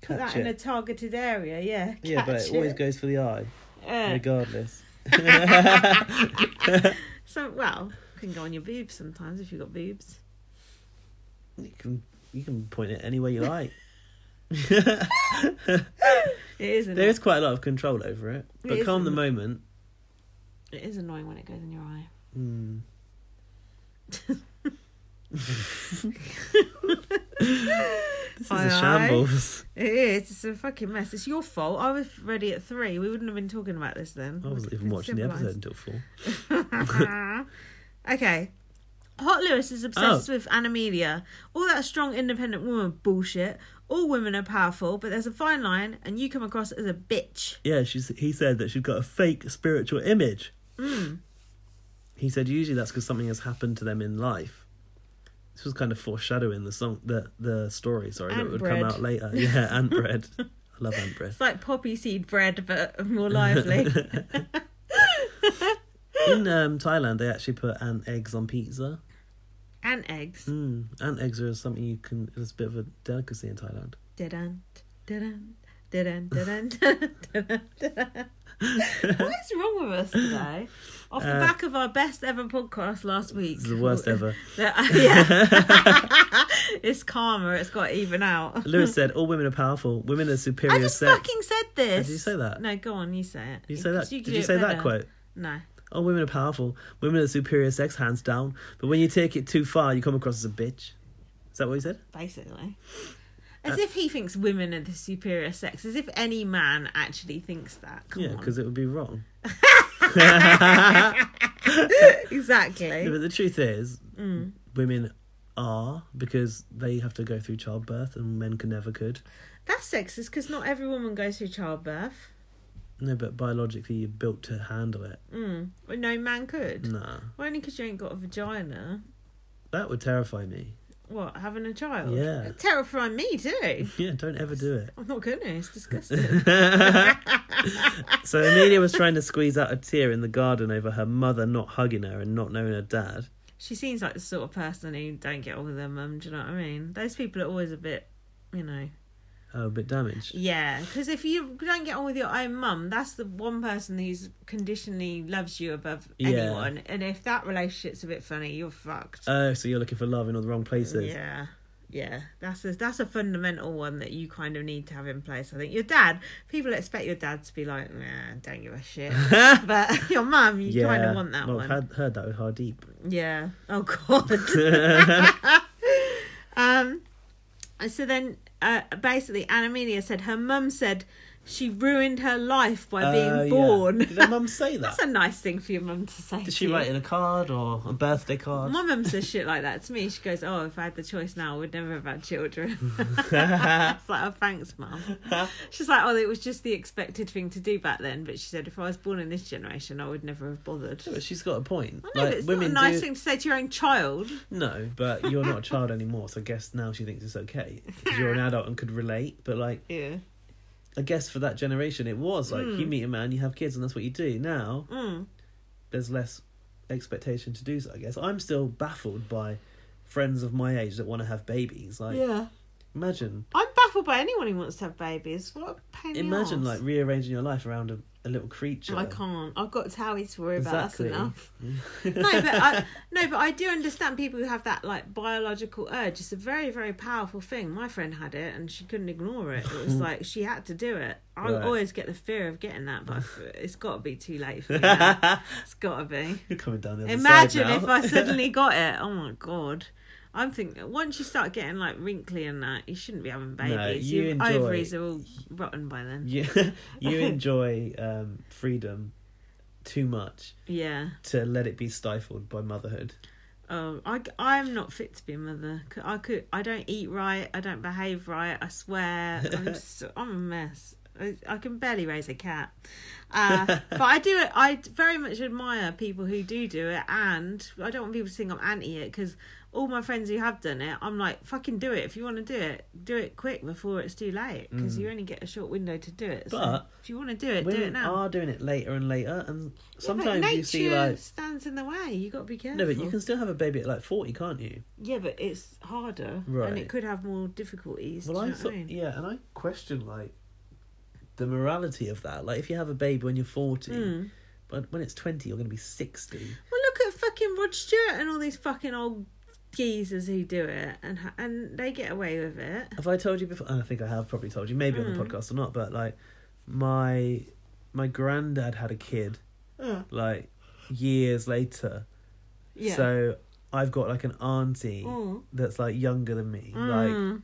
put Catch that in a it. targeted area. Yeah, yeah, but catch it always it. goes for the eye, Yeah. regardless. So well, you can go on your boobs sometimes if you've got boobs. You can you can point it anywhere you like. It is annoying. There is quite a lot of control over it, but is, calm the isn't it? moment. It is annoying when it goes in your eye. Mm. this is Aye, a aye. shambles. It is. It's a fucking mess. It's your fault. I was ready at three. We wouldn't have been talking about this then. I wasn't even watching the episode Civilised. until four. okay. Hot Lewis is obsessed Oh. with Animedia. All that strong, independent woman bullshit. All women are powerful, but there's a fine line, and you come across as a bitch. Yeah, she's, he said that she's got a fake spiritual image. Mm. He said usually that's because something has happened to them in life. This was kind of foreshadowing the song, the the story. Sorry, that Ant would bread. come out later. Yeah, ant bread. I love ant bread. It's like poppy seed bread, but more lively. In um, Thailand, they actually put ant eggs on pizza. and eggs. Mm, ant eggs are something you can. It's a bit of a delicacy in Thailand. Dun-dun, dun-dun, dun-dun, dun-dun, dun-dun, dun-dun. what is wrong with us today? Off the Uh, back of our best ever podcast last week. It's the worst ever. That- yeah. it's karma. It's got even out. Lewis said, "All women are powerful. Women are superior I just sex." fucking said this. Did you say that? No, go on. You say it. Did you say that? can Did do you it say that better. quote? No. Oh, women are powerful. Women are superior sex, hands down. But when you take it too far, you come across as a bitch. Is that what he said? basically. As if he thinks women are the superior sex. As if any man actually thinks that. Come Yeah, on. because it would be wrong. exactly. Eh? No, but the truth is, Mm. women are because they have to go through childbirth, and men can never could. That's sexist because not every woman goes through childbirth. No, but biologically, you're built to handle it. Mm. Well, no man could. Nah, Well, only because you ain't got a vagina. that would terrify me. What, having a child? Yeah. It'd terrify me too. Yeah, don't ever do it. I'm not gonna, it's disgusting. So Amelia was trying to squeeze out a tear in the garden over her mother not hugging her and not knowing her dad. she seems like the sort of person who don't get on with their mum, do you know what I mean? Those people are always a bit, you know. Oh, a bit damaged. Yeah, because if you don't get on with your own mum, that's the one person who's conditionally loves you above Yeah. anyone. And if that relationship's a bit funny, you're fucked. Oh, so you're looking for love in all the wrong places. Yeah, yeah. That's a, that's a fundamental one that you kind of need to have in place. I think your dad. People expect your dad to be like, nah, don't give a shit. but your mum, you Yeah. kind of want that Well, one. I've had, heard that with Hardeep. Yeah. Oh God. um. and So then, uh, basically, Anna Amelia said her mum said she ruined her life by Oh, yeah. being born. Did her mum say that? That's a nice thing for your mum to say. Did she write in a card or a birthday card? My mum says shit like that to me. She goes, "Oh, if I had the choice now, I would never have had children." it's like, "Oh, thanks, mum." She's like, "Oh, it was just the expected thing to do back then." But she said, "If I was born in this generation, I would never have bothered." But she's got a point. I know, but it's not a nice thing to say to your own child. No, but you're not a child anymore, so I guess now she thinks it's okay. 'Cause You're an adult and could relate, but like, Yeah. I guess for that generation, it was like Hmm. you meet a man, you have kids, and that's what you do. Now, Mm. there's less expectation to do so. I guess I'm still baffled by friends of my age that want to have babies. Like, Yeah. imagine, I'm baffled by anyone who wants to have babies. What a pain in the imagine arse. like rearranging your life around a, a little creature. I can't. I've got Towie to worry about. That's Exactly. enough. no, but I, no, but I do understand people who have that like biological urge. It's a very, very powerful thing. My friend had it, and she couldn't ignore it. It was like she had to do it. I Right. always get the fear of getting that, but I f- it's got to be too late for me. now. it's got to be. You're coming down the other Imagine side now. if I suddenly got it. Oh my god. I'm thinking once you start getting like wrinkly and that, you shouldn't be having babies. you Your enjoy- ovaries are all rotten by then. you, you enjoy um, freedom too much Yeah. to let it be stifled by motherhood. Um, I I'm not fit to be a mother. C- I could I don't eat right. I don't behave right. I swear. I'm just I'm a mess. I, I can barely raise a cat. Uh, but I do it. I very much admire people who do do it, and I don't want people to think I'm anti it because all my friends who have done it, I'm like fucking do it. If you want to do it, do it quick before it's too late because you only get a short window to do it. So Mm. But if you want to do it, do Women it now. are doing it later and later, and Yeah, but sometimes you see nature like stands in the way. You got to be careful. no, but you can still have a baby at like forty, can't you? Yeah, but it's harder, and it Right. could have more difficulties. Well, do you I know what thought, I mean? yeah, and I question like the morality of that. Like, if you have a baby when you're forty, Mm. but when it's twenty, you're going to be sixty. Well, look at fucking Rod Stewart and all these fucking old geezers who do it, and ha- and they get away with it. Have I told you before? I think I have probably told you, maybe on the Mm. podcast or not. But like, my my granddad had a kid like years later. yeah. So I've got like an auntie Mm. that's like younger than me. Like Mm.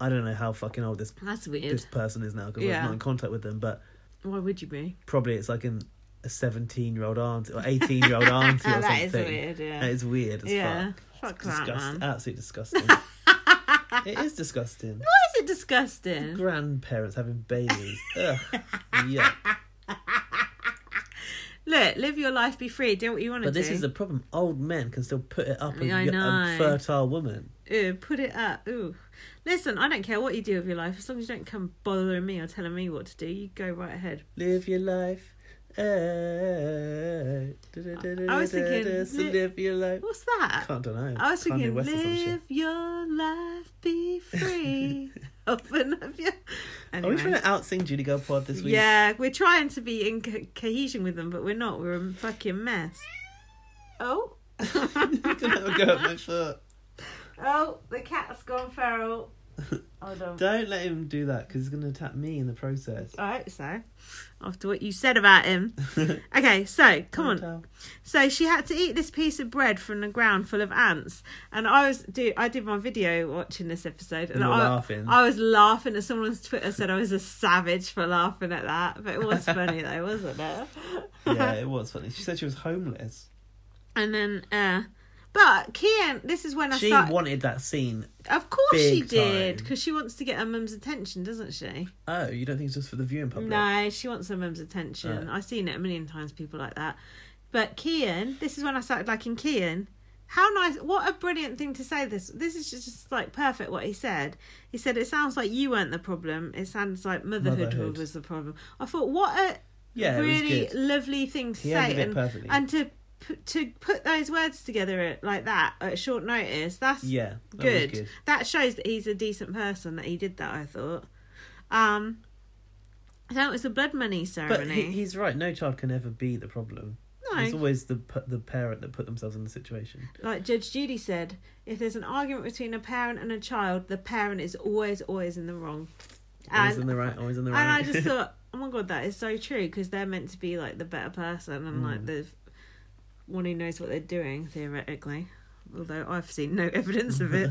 I don't know how fucking old this that's weird. this person is now because Yeah. I'm not in contact with them. But Why would you be? probably it's like an a seventeen year old auntie or eighteen year old auntie or that something. is weird. Yeah. That is weird as yeah. fuck. Fuck, It's that disgusting. man. Absolutely disgusting. it is disgusting. Why is it disgusting? Grandparents having babies. Ugh. Yeah. Look, live your life, be free, do what you want to But do. this is the problem. Old men can still put it up on I y- know. a fertile woman. Ew, put it up. Ooh. Listen, I don't care what you do with your life, as long as you don't come bothering me or telling me what to do. You go right ahead. Live your life. Uh, I was thinking, so li- live your life. What's that? Can't don't know. I was Kanye thinking, West or some shit. Oh, live your life, be free. Open up your. Are we trying Anyway. to outsing Judy Girl Pod this week? Yeah, we're trying to be in co- cohesion with them, but we're not. We're a fucking mess. Oh, I'm gonna have a go at my foot. oh, the cat's gone feral. Hold on. Don't let him do that because he's gonna attack me in the process. I hope so. After what you said about him. Okay, so come on. So she had to eat this piece of bread from the ground full of ants, and I was do I did my video watching this episode, and You were I, laughing. I was laughing at someone's Twitter said I was a savage for laughing at that, but it was funny though, wasn't it? yeah, it was funny. She said she was homeless. And then, uh, but Kian, this is when I She started. wanted that scene. of course she big did, time. because she wants to get her mum's attention, doesn't she? Oh, you don't think it's just for the viewing public? No, she wants her mum's attention. Right. I've seen it a million times, people like that. But Kian, this is when I started liking Kian. How nice! What a brilliant thing to say. This this is just, just, like perfect. What he said. He said it sounds like you weren't the problem. It sounds like motherhood, Motherhood. was the problem. I thought what a Yeah, it really was good. lovely thing to He say, ended it and, perfectly. and to p- to put those words together at- like that at short notice. That's Yeah, that good. was good. That shows that he's a decent person that he did that. I thought. Um, that was the blood money But ceremony. he, he's right. No child can ever be the problem. no, It's always the p- the parent that put themselves in the situation. like Judge Judy said, if there's an argument between a parent and a child, the parent is always, always in the wrong. Always And- in the right. Always in the right. And I just thought, oh my god, that is so true because they're meant to be like the better person Mm. and like the one who knows what they're doing theoretically. Although I've seen no evidence of it.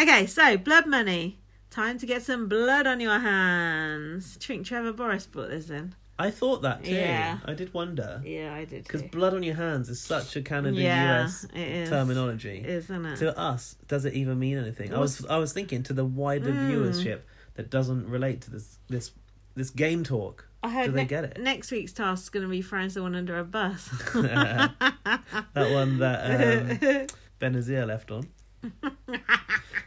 okay, so blood money. Time to get some blood on your hands. Do you think Trevor Boris brought this in? I thought that too. Yeah. I did wonder Yeah, I did. because too. blood on your hands is such a Canada Yeah, US it is. terminology. isn't it? to us does it even mean anything i was i was thinking to the wider Hmm. viewership that doesn't relate to this this this game talk I heard do they ne- get it next week's task's going to be throwing someone under a bus. that one that um, benazir left on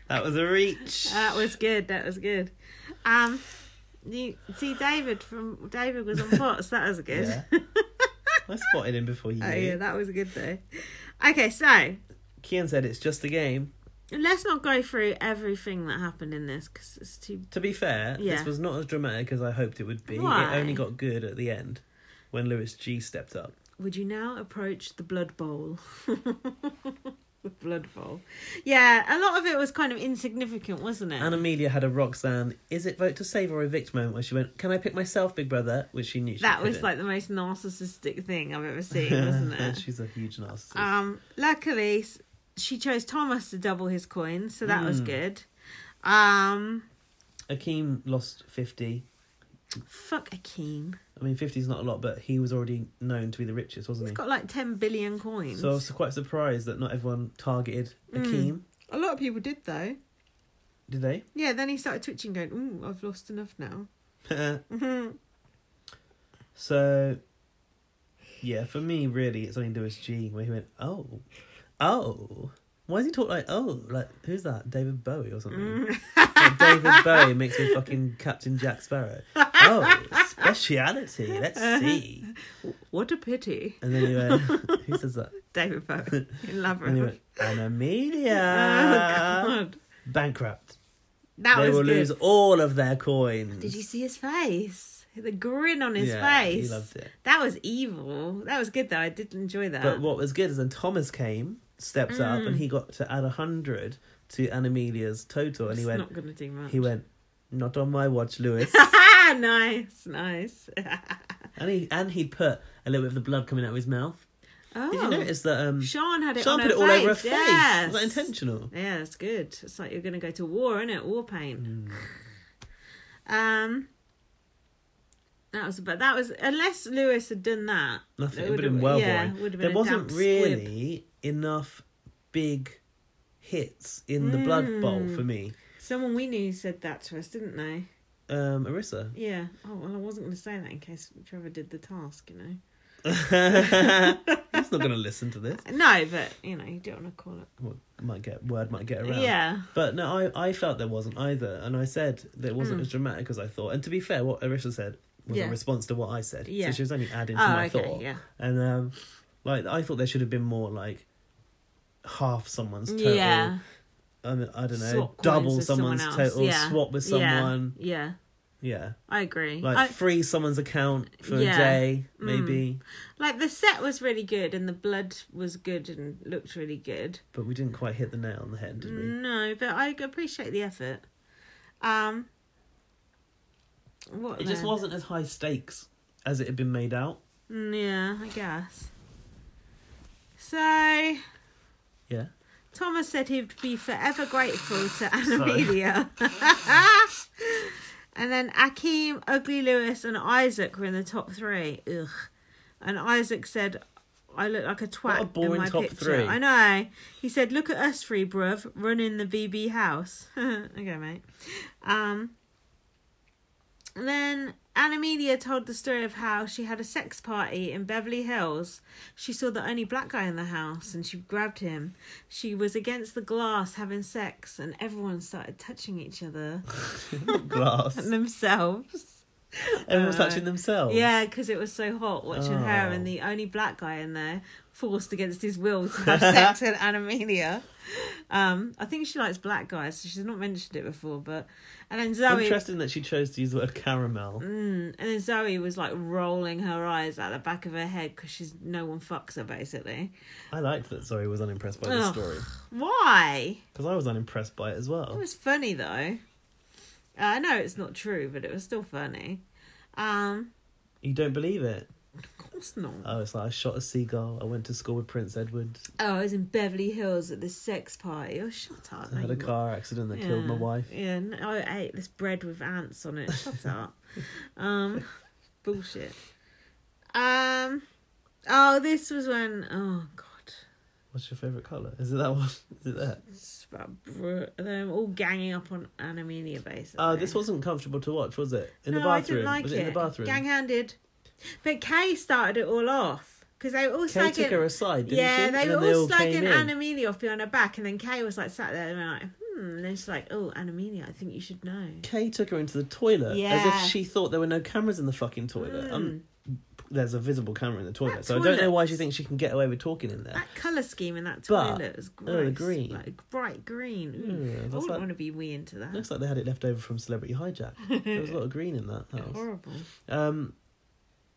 that was a reach That was good. That was good. Um, you see, David from David was on Pots. That was good. yeah. i spotted him before you Oh did. yeah, that was good though. Okay, so kian said it's just a game let's not go through everything that happened in this because it's too. to be fair Yeah. this was not as dramatic as i hoped it would be Why? it only got good at the end when lewis g stepped up Would you now approach the Blood Bowl? the Blood Bowl. Yeah, a lot of it was kind of insignificant, wasn't it? And Amelia had a Roxanne, is it vote to save or evict moment where she went, Can I pick myself, Big Brother? Which she knew she that was couldn't. like the most narcissistic thing I've ever seen, wasn't it? She's a huge narcissist. Um, luckily, s- she chose Thomas to double his coins, Hmm. so that was good. Um, Akeem lost 50. Fuck Akeem. I mean, 50 is not a lot, but he was already known to be the richest, wasn't He's he? got like 10 billion coins. So I was quite surprised that not everyone targeted Hmm. Akeem, a lot of people did though. did they? Yeah, then he started twitching, going, Ooh, I've lost enough now. Mm-hmm. so, yeah, for me, really, it's only Lewis G where he went, oh, oh. Why does he talk like, oh, like, who's that? David Bowie or something? Mm. Like, David Bowie makes me fucking Captain Jack Sparrow. Oh, speciality, let's see. What a pity. And then he went, who says that? David Bowie in Labyrinth. And he went, and Oh, Amelia. God. Bankrupt. That they was will good. lose all of their coins. Did you see his face? The grin on his Yeah, face. He loved it. That was evil. That was good though. I did enjoy that. But what was good is then Thomas came, stepped up, Mm. and he got to add a hundred to Animelia's total, and it's he went, not going to do much. he went, not on my watch, Lewis. Ah, nice, nice. and he and he put a little bit of the blood coming out of his mouth. oh, Did you notice that? Um, Sean had it. Sean on her put it all face. over her face. Yes. Was that intentional? Yeah, that's good. It's like you're going to go to war, isn't it? War paint. Hmm. Um, that was but that was unless Lewis had done that. Nothing. would've- It would have been well yeah, worn. would've been There a wasn't damp really enough big hits in the blood bowl for me. Someone we knew said that to us, didn't they? Um, Arissa. Yeah. Oh well, I wasn't going to say that in case Trevor did the task, you know. He's not going to listen to this. No, but you know, you don't want to call it. Well, might get word might get around. Yeah. But no, I, I felt there wasn't either, and I said that it wasn't as dramatic as I thought. And to be fair, what Arissa said Hmm. was Yeah. a response to what I said. Yeah. So she was only adding to Oh, my okay, thought. yeah. And um, like I thought there should have been more like half someone's total. Yeah. I, mean, I don't know, Swap coins double with someone someone's else, total, yeah. swap with Yeah, someone. Yeah. Yeah. I agree. Like I- free someone's account for Yeah. Mm. a day, maybe. like the set was really good and the blood was good and looked really good. But we didn't quite hit the nail on the head, did we? No, but I appreciate the effort. Um what It just then? wasn't as high stakes as it had been made out. Mm, yeah, I guess. So Yeah. Thomas said he'd be forever grateful to Animedia. and then Akeem, Ugly Lewis, and Isaac were in the top three. Ugh. And Isaac said, I look like a twat What a in boring my top picture. three. I know. He said, Look at us three, bruv, running the VB house. okay, mate. Um, and then Animedia told the story of how she had a sex party in Beverly Hills. She saw the only black guy in the house and she grabbed him. She was against the glass having sex and everyone started touching each other Glass. and themselves. Everyone's Uh, touching themselves. Yeah, because it was so hot watching her Oh. and the only black guy in there forced against his will to have sex with Animedia. Um, I think she likes black guys, so she's not mentioned it before, but and then Zoe Interesting that she chose to use the word caramel. Mm, and then Zoe was like rolling her eyes out the back of her head because she's no one fucks her basically. I liked that Zoe was unimpressed by this Ugh. story Why? because I was unimpressed by it as It well. was funny though. Uh, I know it's not true, but it was still funny. Um, You don't believe it? of course not. Oh, it's like I shot a seagull. I went to school with Prince Edward. Oh, I was in Beverly Hills at this sex party. Oh, shut up! I had no, a you- car accident that killed my Yeah. wife. Yeah, and I ate this bread with ants on it. Shut up. Um, bullshit. Um, oh, this was when. Oh God. What's your favourite colour? Is it that one? Is it that? It's about br- them all ganging up on Animania basically. Oh, this wasn't comfortable to watch, was it? In the No, I didn't bathroom. like was it, in the bathroom? Gang handed. But Kay started it all off. Because they were all Kay took her slagging. aside, didn't she? Yeah, And they then were they all, all came slagging in. Animania off behind her back. And then Kay was like sat there and like, hmm. And then she's like, oh, Animania, I think you should know. Kay took her into the toilet as Yeah. Mm. if she thought there were no cameras in the fucking Hmm. toilet. Um, there's a visible camera in the toilet, That so I don't know toilet- why she thinks she can get away with talking in there. That colour scheme in that But- toilet was gross. oh, the green. Like bright green. Ooh, Yeah, I that's wouldn't like- want to be wee into that. Looks like they had it left over from Celebrity Hijack. there was a lot of green in that house. Horrible. Um,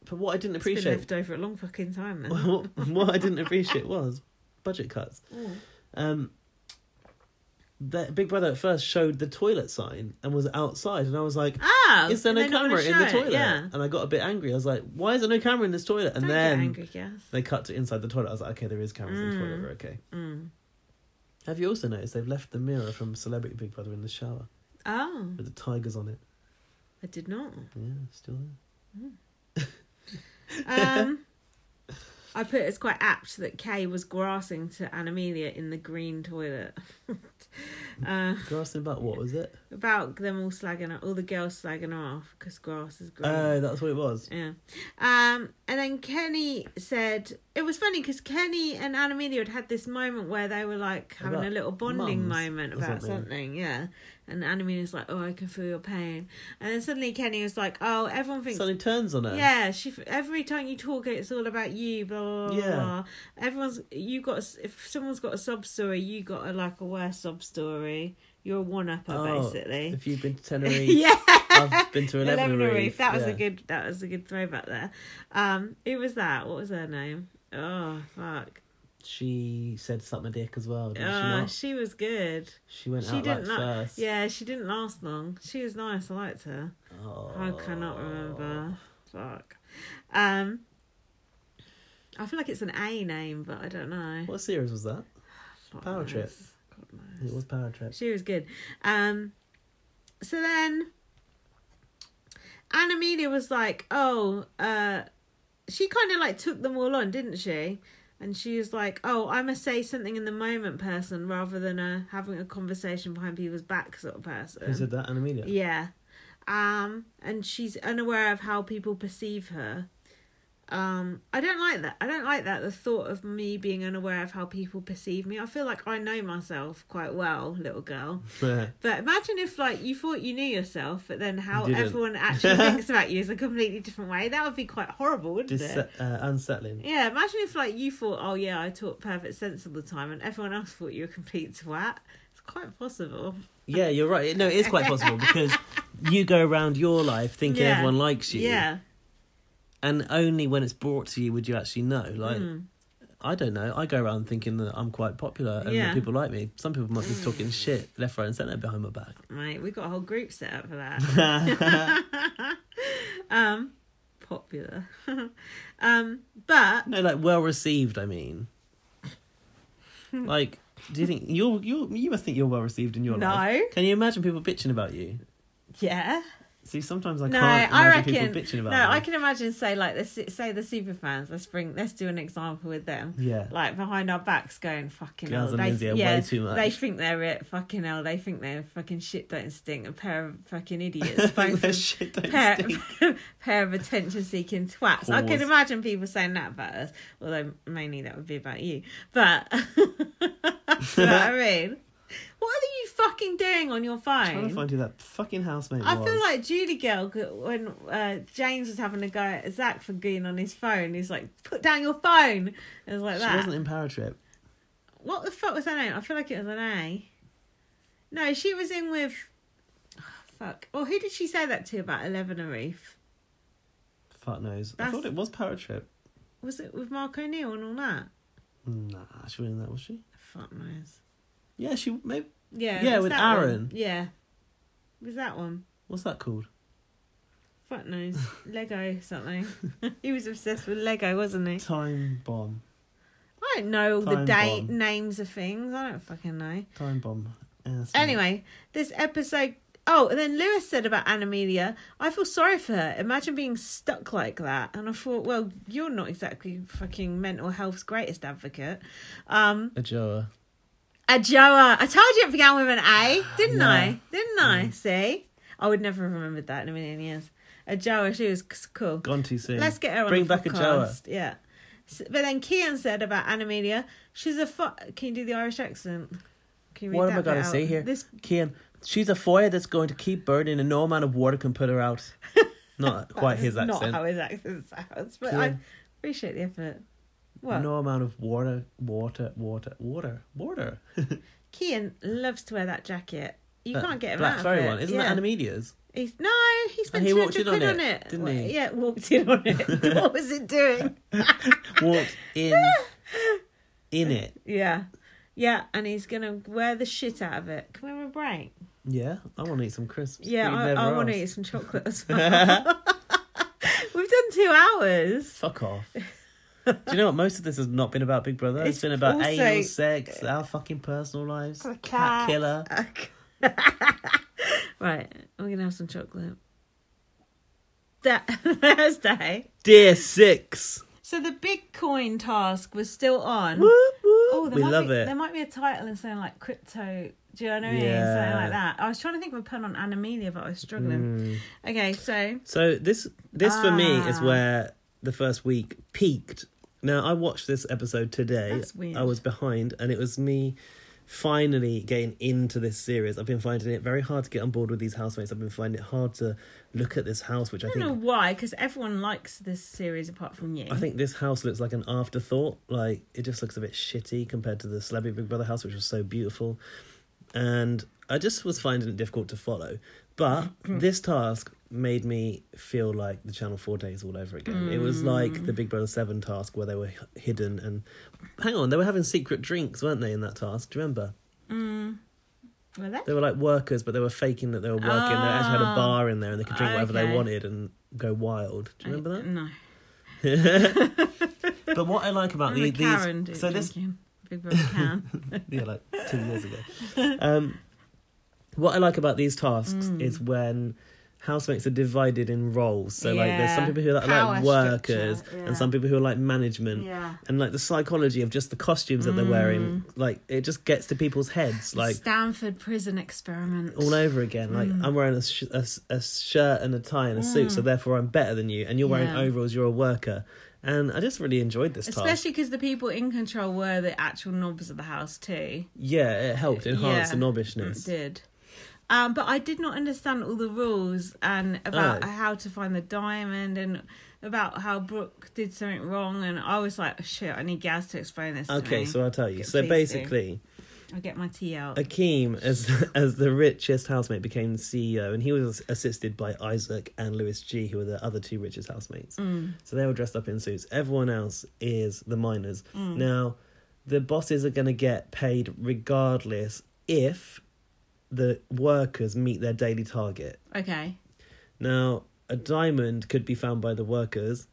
but what I didn't It's been appreciate, left over a long fucking time then. Oh. what, what I didn't appreciate was budget cuts. Ooh. Um, the Big Brother at first showed the toilet sign and was outside, and I was like, Oh, "Is there no they're not gonna camera in the show it, toilet?" Yeah. And I got a bit angry. I was like, "Why is there no camera in this toilet?" And Don't then get angry, Mm. guess. They cut to inside the toilet. I was like, okay, there is cameras in the toilet. We're okay. Have you also noticed they've left the mirror from Celebrity Big Brother in the shower Oh, with the tigers on it? I did not. Yeah, still there. Um, I put it's quite apt that Kay was grassing to Animelia in the green toilet. uh, Grassing about what was it? about them all slagging her- all the girls slagging her off because grass is Oh, green. that's what it was. Yeah. Um, and then Kenny said it was funny because Kenny and Animelia had had this moment where they were like having About a little bonding mums moment or about something. something. Yeah. And Animelia's like, "Oh, I can feel your pain," and then suddenly Kenny was like, "Oh, everyone thinks." Suddenly turns on her. yeah, she. Every time you talk, it's all about you. Blah blah. Yeah. Yeah. blah. Everyone's. You got. a s- If someone's got a sob story, you got a like a worse sob story. You're a one-upper, Oh, basically. If you've been to Tenerife, yeah. I've been to an Eleven Eleven Reef. That was yeah. a good. That was a good throwback there. Um, who was that? What was her name? Oh fuck! She said suck my dick as well. Didn't she, Oh, not? she was good. she went She out like didn't. la- first. yeah, she didn't last long. She was nice. I liked her. Oh. I cannot remember. Fuck. Um, I feel like it's an A name, but I don't know. What series was that? God Power knows. Trip. God It knows. was Power Trip. She was good. Um, so then Anna Media was like, oh, uh, she kind of like took them all on, didn't she? And she was like, oh, I'm a say something in the moment person rather than a having a conversation behind people's back sort of person. Who said that? Animedia. Yeah. Um, and she's unaware of how people perceive her. Um, I don't like that. I don't like that the thought of me being unaware of how people perceive me. I feel like I know myself quite well, little girl. But imagine if like you thought you knew yourself, but then how You didn't. everyone actually thinks about you is a completely different way. That would be quite horrible, wouldn't Dis- it? uh, unsettling. Yeah, imagine if like you thought, oh yeah, I talk perfect sense all the time, and everyone else thought you were a complete twat. It's quite possible. Yeah, you're right. No, it is quite possible because you go around your life thinking Yeah. everyone likes you. Yeah. And only when it's brought to you would you actually know. Like, Hmm. I don't know. I go around thinking that I'm quite popular and Yeah. that people like me. Some people might be talking shit left, right, and centre behind my back. Mate, we got a whole group set up for that. no, um, popular. um, but like well received. I mean, like, do you think you're you are you must think you're well received in your No. life? Can you imagine people bitching about you? yeah, See, sometimes I no, can't I imagine reckon. people bitching No, about me. I can imagine. Say like the su- say the super fans. Let's bring. Let's do an example with them. Yeah. Like behind our backs, going fucking Girls hell. and They, Lindsay are yeah, way too much. They think they're it. Fucking hell. They think they're fucking shit. Don't stink. A pair of fucking idiots. Both Their of- shit don't pair, stink. pair of attention seeking twats. I Whores. can imagine people saying that about us, although mainly that would be about you. But, you know what I mean? What are you fucking doing on your trying to phone? find you that fucking housemate. I was. feel like Julie Girl, when uh, James was having a go at Zach for goon on his phone, he's like, put down your phone. It was like she that. wasn't in Power Trip. What the fuck was her name? I feel like it was an A. No, she was in with. Oh, fuck. Well, who did she say that to about Eleven Arif? Fuck knows. I That's- thought it was Power Trip. Was it with Mark O'Neill and all that? Nah, she wasn't in that, was she? Fuck knows. Yeah, she. Maybe, Yeah. Yeah, it was with that Aaron. one. Yeah. It Was that one? what's that called? Fuck knows. Lego something. he was obsessed with Lego, wasn't he? Time bomb. I don't know all the Time date bomb. names of things. I don't fucking know. Time bomb. Yeah, that's Anyway, this episode. Oh, and then Lewis said about Animelia, I feel sorry for her. Imagine being stuck like that. And I thought, well, you're not exactly fucking mental health's greatest advocate. Um, a Joa. Ajoa. I told you it began with an A, didn't Yeah. I? Didn't I? Mm. See? I would never have remembered that in a million years. Ajoa, she was c- cool. Gone too soon. Let's get her on Bring the back a Joa. podcast. Yeah. S- But then Kian said about Animelia, she's a fu- Can you do the Irish accent? Can you read What that am I bit gonna out? say here? This Kian, she's a fire that's going to keep burning, and no amount of water can put her out. Not quite his That's accent. Not how his accent sounds, but Kian. I appreciate the effort. What? No amount of water, water, water, water, water. Kian loves to wear that jacket. You That can't get him Black out of furry it. one. Isn't yeah. that Animedia's? He's, no, he spent And he two walked hundred in quid on on it, it, didn't Well, he? Yeah, walked in on it. what was it doing? Walked in. in it. Yeah, yeah, and he's gonna wear the shit out of it. Can we have a break? Yeah, I want to eat some crisps. Yeah, You I, never I want to asked. eat some chocolate as well. We've done two hours. Fuck off. Do you know what? Most of this has not been about Big Brother. It's It's been about also- anal sex, our fucking personal lives, A cat cat. killer. right, I'm gonna have some chocolate. that Thursday. Dear six. So the big coin task was still on. Whoop, whoop. Oh, there we might love be, it. There might be a title and something like crypto. Do you know what I mean? Something Yeah. like that. I was trying to think of a pun on Animalia, but I was struggling. Hmm. Okay, so So this this for me is Ah. where the first week peaked. Now I watched this episode today. That's weird. I was behind, and it was me finally getting into this series. I've been finding it very hard to get on board with these housemates. I've been finding it hard to look at this house, which I I don't know think why, because everyone likes this series apart from you. I think this house looks like an afterthought. Like it just looks a bit shitty compared to the Celebrity Big Brother house, which was so beautiful. And I just was finding it difficult to follow. But Hmm. this task made me feel like the Channel Four days all over again. It Hmm. was like the Big Brother Seven task where they were h- hidden and hang on, they were having secret drinks, weren't they? In that task, do you remember? Were they? They were like workers, but they were faking that they were working. They actually had a Oh. bar in there and they could drink whatever Okay. they wanted and go wild. Do you remember that? No. But what I like about I'm the, a these, Karen dude. so this drinking. Big Brother can. yeah, like two years ago. Um, what I like about these tasks Mm. is when housemates are divided in roles. So like, there's some Yeah. people who are Power like workers, structure, yeah. and some people who are like management, yeah. Mm. and like the psychology of just the costumes that they're wearing. Like, it just gets to people's heads. Like. Stanford prison experiment. All over again. Like Mm. I'm wearing a, sh- a s- a shirt and a tie and a suit, so therefore I'm better than you. And you're wearing Yeah. overalls. You're a worker, and I just really enjoyed this task. Especially because the people in control were the actual knobs of the house too. Yeah, it helped enhance Yeah, the It knobbishness. did. Um, but I did not understand all the rules and about Oh. how to find the diamond and about how Brooke did something wrong and I was like, shit, I need Gaz to explain this. to Okay, me." so I'll tell you. Please So do. basically, I'll get my tea out. Akeem, as as the richest housemate, became CEO, and he was assisted by Isaac and Louis G, who were the other two richest housemates. So they were dressed up in suits. Everyone else is the miners. Now, the bosses are going to get paid regardless if the workers meet their daily target. Okay. Now, a diamond could be found by the workers.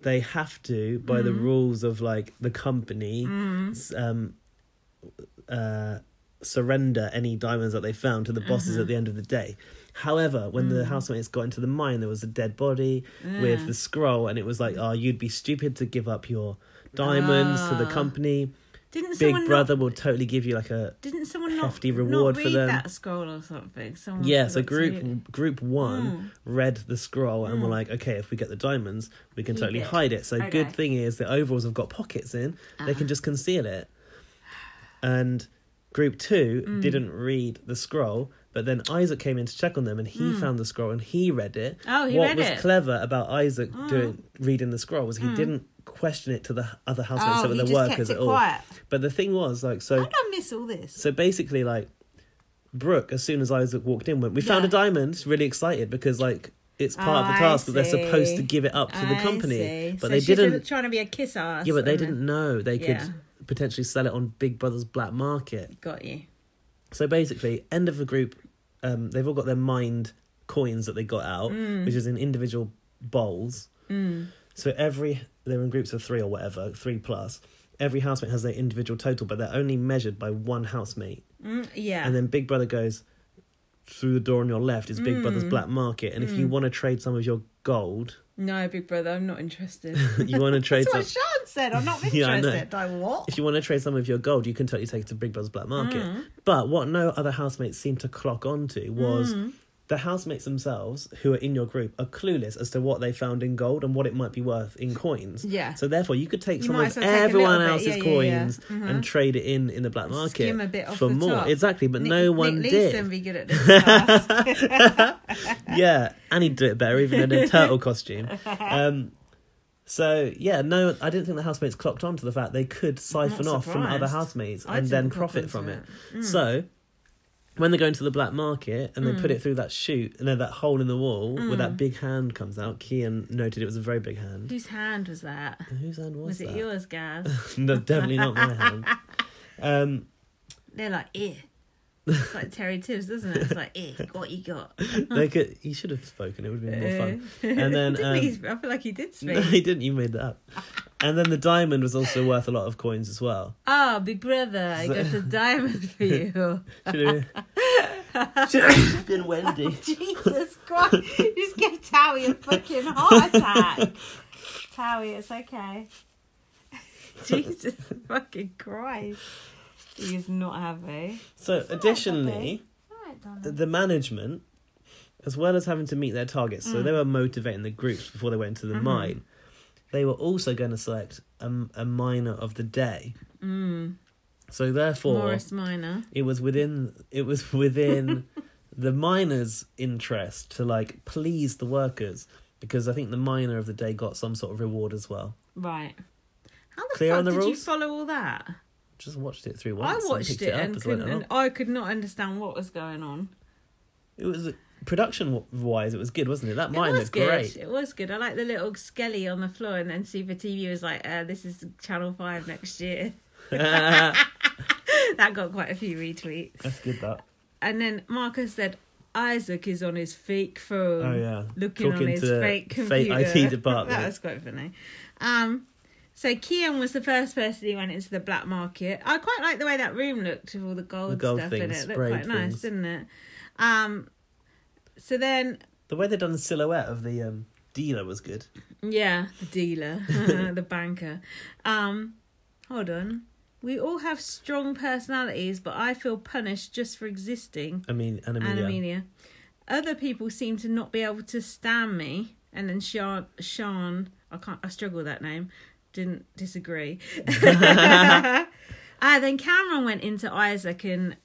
They have to, by the Mm-hmm. rules of like the company, Mm. s- um, uh, surrender any diamonds that they found to the bosses Mm-hmm. at the end of the day. However, when the Mm. housemates got into the mine, there was a dead body with the scroll, and it was like, "Oh, you'd be stupid to give up your diamonds to the Ah. company. Didn't someone Big Brother not, will totally give you like a didn't someone not, hefty reward not for read them. that scroll or something? Someone yeah, so forgot to group read it. group Hmm. one read the scroll and were like, okay, if we get the diamonds, we can Keep totally it. hide it. So Okay. Uh-huh. good thing is the overalls have got pockets in; they can just conceal it. And group two Hmm. didn't read the scroll, but then Isaac came in to check on them, and he found the scroll and he read it. Hmm. Oh, he what read was it. Oh. Hmm. clever about Isaac doing reading the scroll was he didn't question it to the other housemates Oh, that were he the just workers kept it at all. quiet. But the thing was, like, so How did I miss all this? so basically, like Brooke, as soon as Isaac walked in, went, "We found Yeah. a diamond." She's Really excited because like it's part of Oh, the I task that they're see. supposed to give it up to the I company, see. but So they she's didn't. trying to be a kiss ass. yeah, but they and- didn't know they Yeah. could potentially sell it on Big Brother's black market. Got you. So basically, end of the group, um, they've all got their mind coins that they got out, Mm. which is in individual bowls. So every they're in groups of three or whatever, three plus. Every housemate has their individual total, but they're only measured by one housemate. Mm, yeah. And then Big Brother goes through the door on your left is Big Hmm. Brother's black market, and if you want to trade some of your gold, no, Big Brother, I'm not interested. you want to trade That's some. what Sean said. I'm not Yeah, I know. interested. I what? If you want to trade some of your gold, you can totally take it to Big Brother's black market. Hmm. But what no other housemates seemed to clock onto was Hmm. the housemates themselves, who are in your group, are clueless as to what they found in gold and what it might be worth in coins. Yeah. So therefore, you could take You some might as of well take a little everyone bit. else's Yeah, yeah, yeah. coins and trade it in in the black market Skim a bit off for the more. top. Exactly, but Nick- no one Nick did. Leeson be good at this task. yeah, and he'd do it better, even in a turtle costume. Um, so yeah, no, I didn't think the housemates clocked on to the fact they could siphon Not off from other surprised. housemates I and didn't then clock profit onto from it. it. Mm. So when they go into the black market and they Mm. put it through that chute, you know, that hole in the wall where that big hand comes out. Kian noted it was a very big hand. Whose hand was that? Whose hand was, Was it that? yours, Gaz? no, definitely not my hand. Um, They're like, eh. It's like Terry Tibbs, doesn't it? It's like, eh, what you got? they could. He should have spoken. It would have been more fun. Eh. And then Didn't um, he sp- I feel like he did No, speak. he didn't. You made that up. And then the diamond was also worth a lot of coins as well. Ah, Big Brother, I got the diamond for you. Should have- Been Wendy. Jesus Christ. You just give Towie a fucking heart attack. Towie, it's okay. Jesus fucking Christ. He is not happy. So, additionally, Alright, th- darling. the management, as well as having to meet their targets, Mm. so they were motivating the groups before they went into the Mm-hmm. mine. They were also going to select a, m- a miner of the day. Mm. So therefore, Morris Minor. it was within it was within the miners' interest to like please the workers because I think the miner of the day got some sort of reward as well. Right. How the Clear fuck on the did you rules? follow all that? Just watched it through I once. watched picked it, up and, as well. couldn't, and I could not understand what was going on. It was production wise, it was good, wasn't it? That mine it was was good. great. It was good. I like the little skelly on the floor, and then Super TV was like, uh, "This is Channel Five next year." that got quite a few retweets. That's good. That. And then Marcus said, "Isaac is on his fake phone. Oh yeah. Um, looking on his fake computer." IT department. that was quite funny. Um, so Kian was the first person who went into the black market. I quite like the way that room looked with all the gold, The gold stuff in it. things, It looked sprayed quite nice, things. didn't it? Um, so then The way they done the silhouette of the um, dealer was good. Yeah, the dealer, the banker. Um, hold on. We all have strong personalities, but I feel punished just for existing. I mean, and Amelia. Anemia. Other people seem to not be able to stand me. And then Sean, Sean, I can't, I struggle with that name. Didn't disagree. Ah, then Cameron went into Isaac and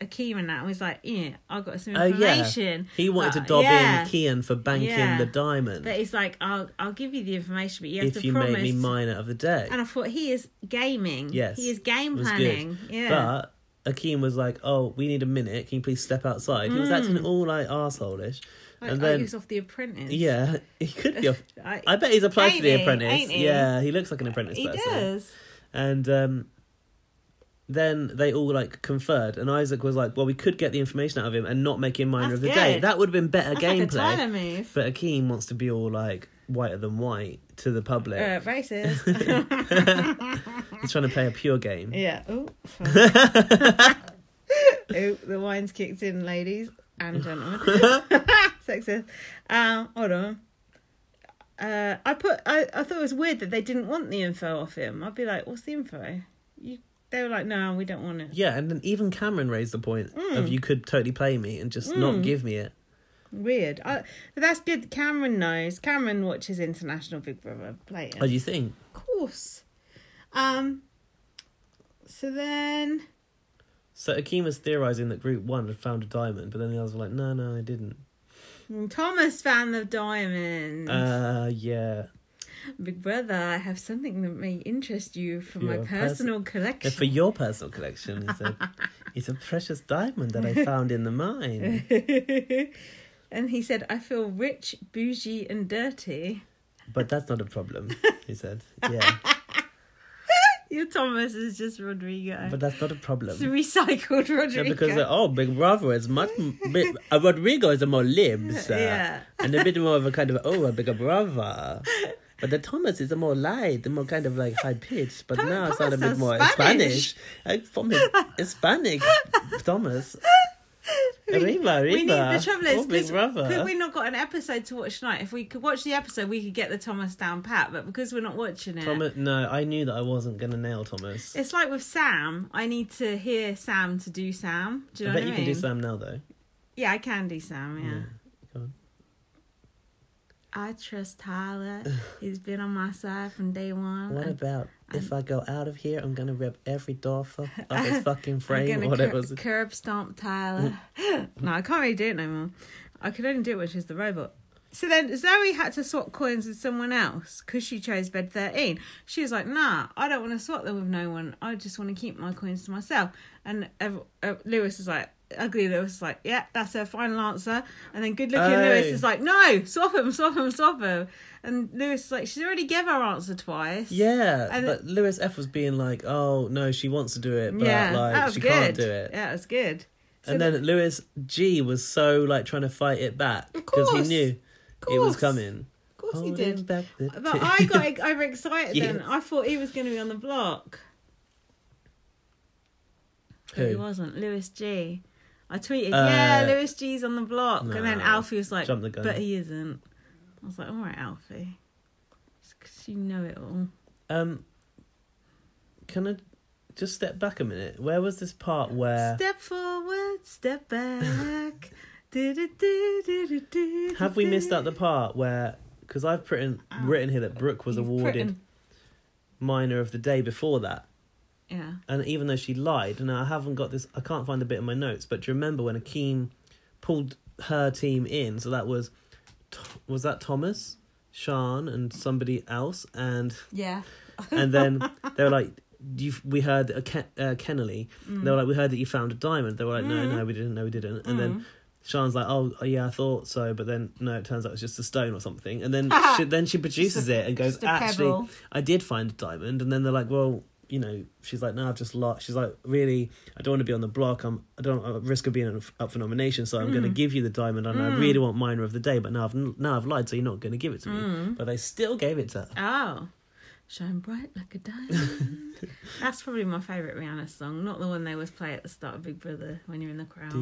Akeem and that and was like, yeah, I got some Oh yeah. information. He wanted to But- dob Uh, yeah. in Kian for banking Yeah. the diamond. But he's like, I'll I'll give you the information, but you have if to you promise. made me miner of the day. and I thought he is gaming. Yes, he is game it was good. planning. Yeah, But Akeem was like, "Oh, we need a minute. Can you please step outside?" He was acting Mm. all like arsehole-ish. I, and I then use off the apprentice. yeah, he could be. A, I- I bet he's applied for Ain't the he? apprentice. Ain't he? Yeah, he looks like an apprentice he person. does. And um, then they all like conferred, and Isaac was like, "Well, we could get the information out of him and not make him miner That's of the good. day. That would have been better That's like a gameplay." Tyler move. but Akeem wants to be all like whiter than white to the public. Uh, racist. He's trying to play a pure game. yeah. Oh, oh, the wine's kicked in, ladies and gentlemen. Sexist. Um, hold on. Uh, I put. I, I thought it was weird that they didn't want the info off him. I'd be like, "What's the info?" You, they were like, "No, we don't want it." Yeah, and then even Cameron raised the point Mm. of you could totally play me and just not give me it. Weird. I, but that's good. that Cameron knows. Cameron watches International Big Brother later. What do you think? Of course. Um. So then, So Akeem was theorising that Group 1 had found a diamond, but then the others were like, no, no, I didn't. Thomas found the diamond. Uh, yeah. Big Brother, I have something that may interest you for my Your pers- personal And for collection. your personal collection, he said, it's a precious diamond that I found in the mine. and he said, "I feel rich, bougie, and dirty." But that's not a problem, he said. Yeah, Your Thomas is just Rodrigo. but that's not a it's problem. recycled Rodrigo. Yeah, because, uh, oh, Big Brother is much... Big, uh, Rodrigo is a more libs. Uh, Yeah. and a bit more of a kind of oh a bigger brother. But the Thomas is a more light, a more kind of like high pitched. But Tom- now I sound a Thomas bit sounds more Spanish. Spanish. Like from his Hispanic Thomas. Arriba, arriba. We need the trouble is oh, big because brother. we've not got an episode to watch tonight. If we could watch the episode, we could get the Thomas down pat. But because we're not watching it, Thomas, no, I knew that I wasn't gonna nail Thomas. it's like with Sam. I need to hear Sam to do Sam. Do you I know bet what you I can mean? do Sam now though. Yeah, I can do Sam. Yeah. Go on. I trust Tyler. He's been on my side from day one. What I'm- about if I go out of here, I'm gonna rip every door fu- off his fucking I'm frame gonna or whatever. cur- it was. curb stomp Tyler. no, I can't really do it no more. I could only do it when she's the robot. So then Zoe had to swap coins with someone else because she chose bed 13. She was like, nah, I don't want to swap them with no one. I just want to keep my coins to myself. And ev- uh, Lewis is like, ugly Lewis is like, yeah, that's her final answer. And then good looking Oh. Lewis is like, no, swap him, swap him, swap him. And Lewis is like, she's already given her answer twice. Yeah, And- but Lewis F was being like, "Oh no, she wants to do it, but that like was she Oh, good. can't do it." Yeah, that was good. So and then Lewis G was so like trying to fight it back because he course, knew it was course. coming. Of course he Holding did. back the But tears. I got overexcited then. Oh, Yes. I thought he was going to be on the block. But he Who? wasn't. Lewis G. I tweeted, Uh, yeah, Lewis G's on the block. and then no. Alfie was like, Jump the gun. but he isn't. I was like, all right, Alfie. Because you know it all. Um, can I just step back a minute? Where was this part where Step forward, step back. Do-do-do-do-do-do-do-do. have we missed out the part where? Because I've written written here that Brooke was You've awarded written- minor of the day before that, Yeah. and even though she lied, and I haven't got this, I can't find the bit in my notes. But do you remember when Akeem pulled her team in? So that was was that Thomas, Sean, and somebody else, and Yeah. and then they were like, "You, we heard a Ken, uh, Kennelly. Mm. They were like, we heard that you found a diamond. They were like, no, no, we didn't, no, we didn't. And Mm. then Sean's like, oh, oh, yeah, I thought so, but then no, it turns out it's just a stone or something. And then she, then she produces it and goes, just a actually, pebble. I did find a diamond. And then they're like, well. You know, she's like, no, I've just lost. She's like, really, I don't want to be on the block. I'm, I don't I risk of being up for nomination, so I'm going Mm. to give you the diamond, and I really want minor of the day. But now I've now I've lied, so you're not going to give it to me. Mm. But they still gave it to her. Oh. Shine bright like a diamond. That's probably my favourite Rihanna song, not the one they always play at the start of Big Brother when you're in the crowd.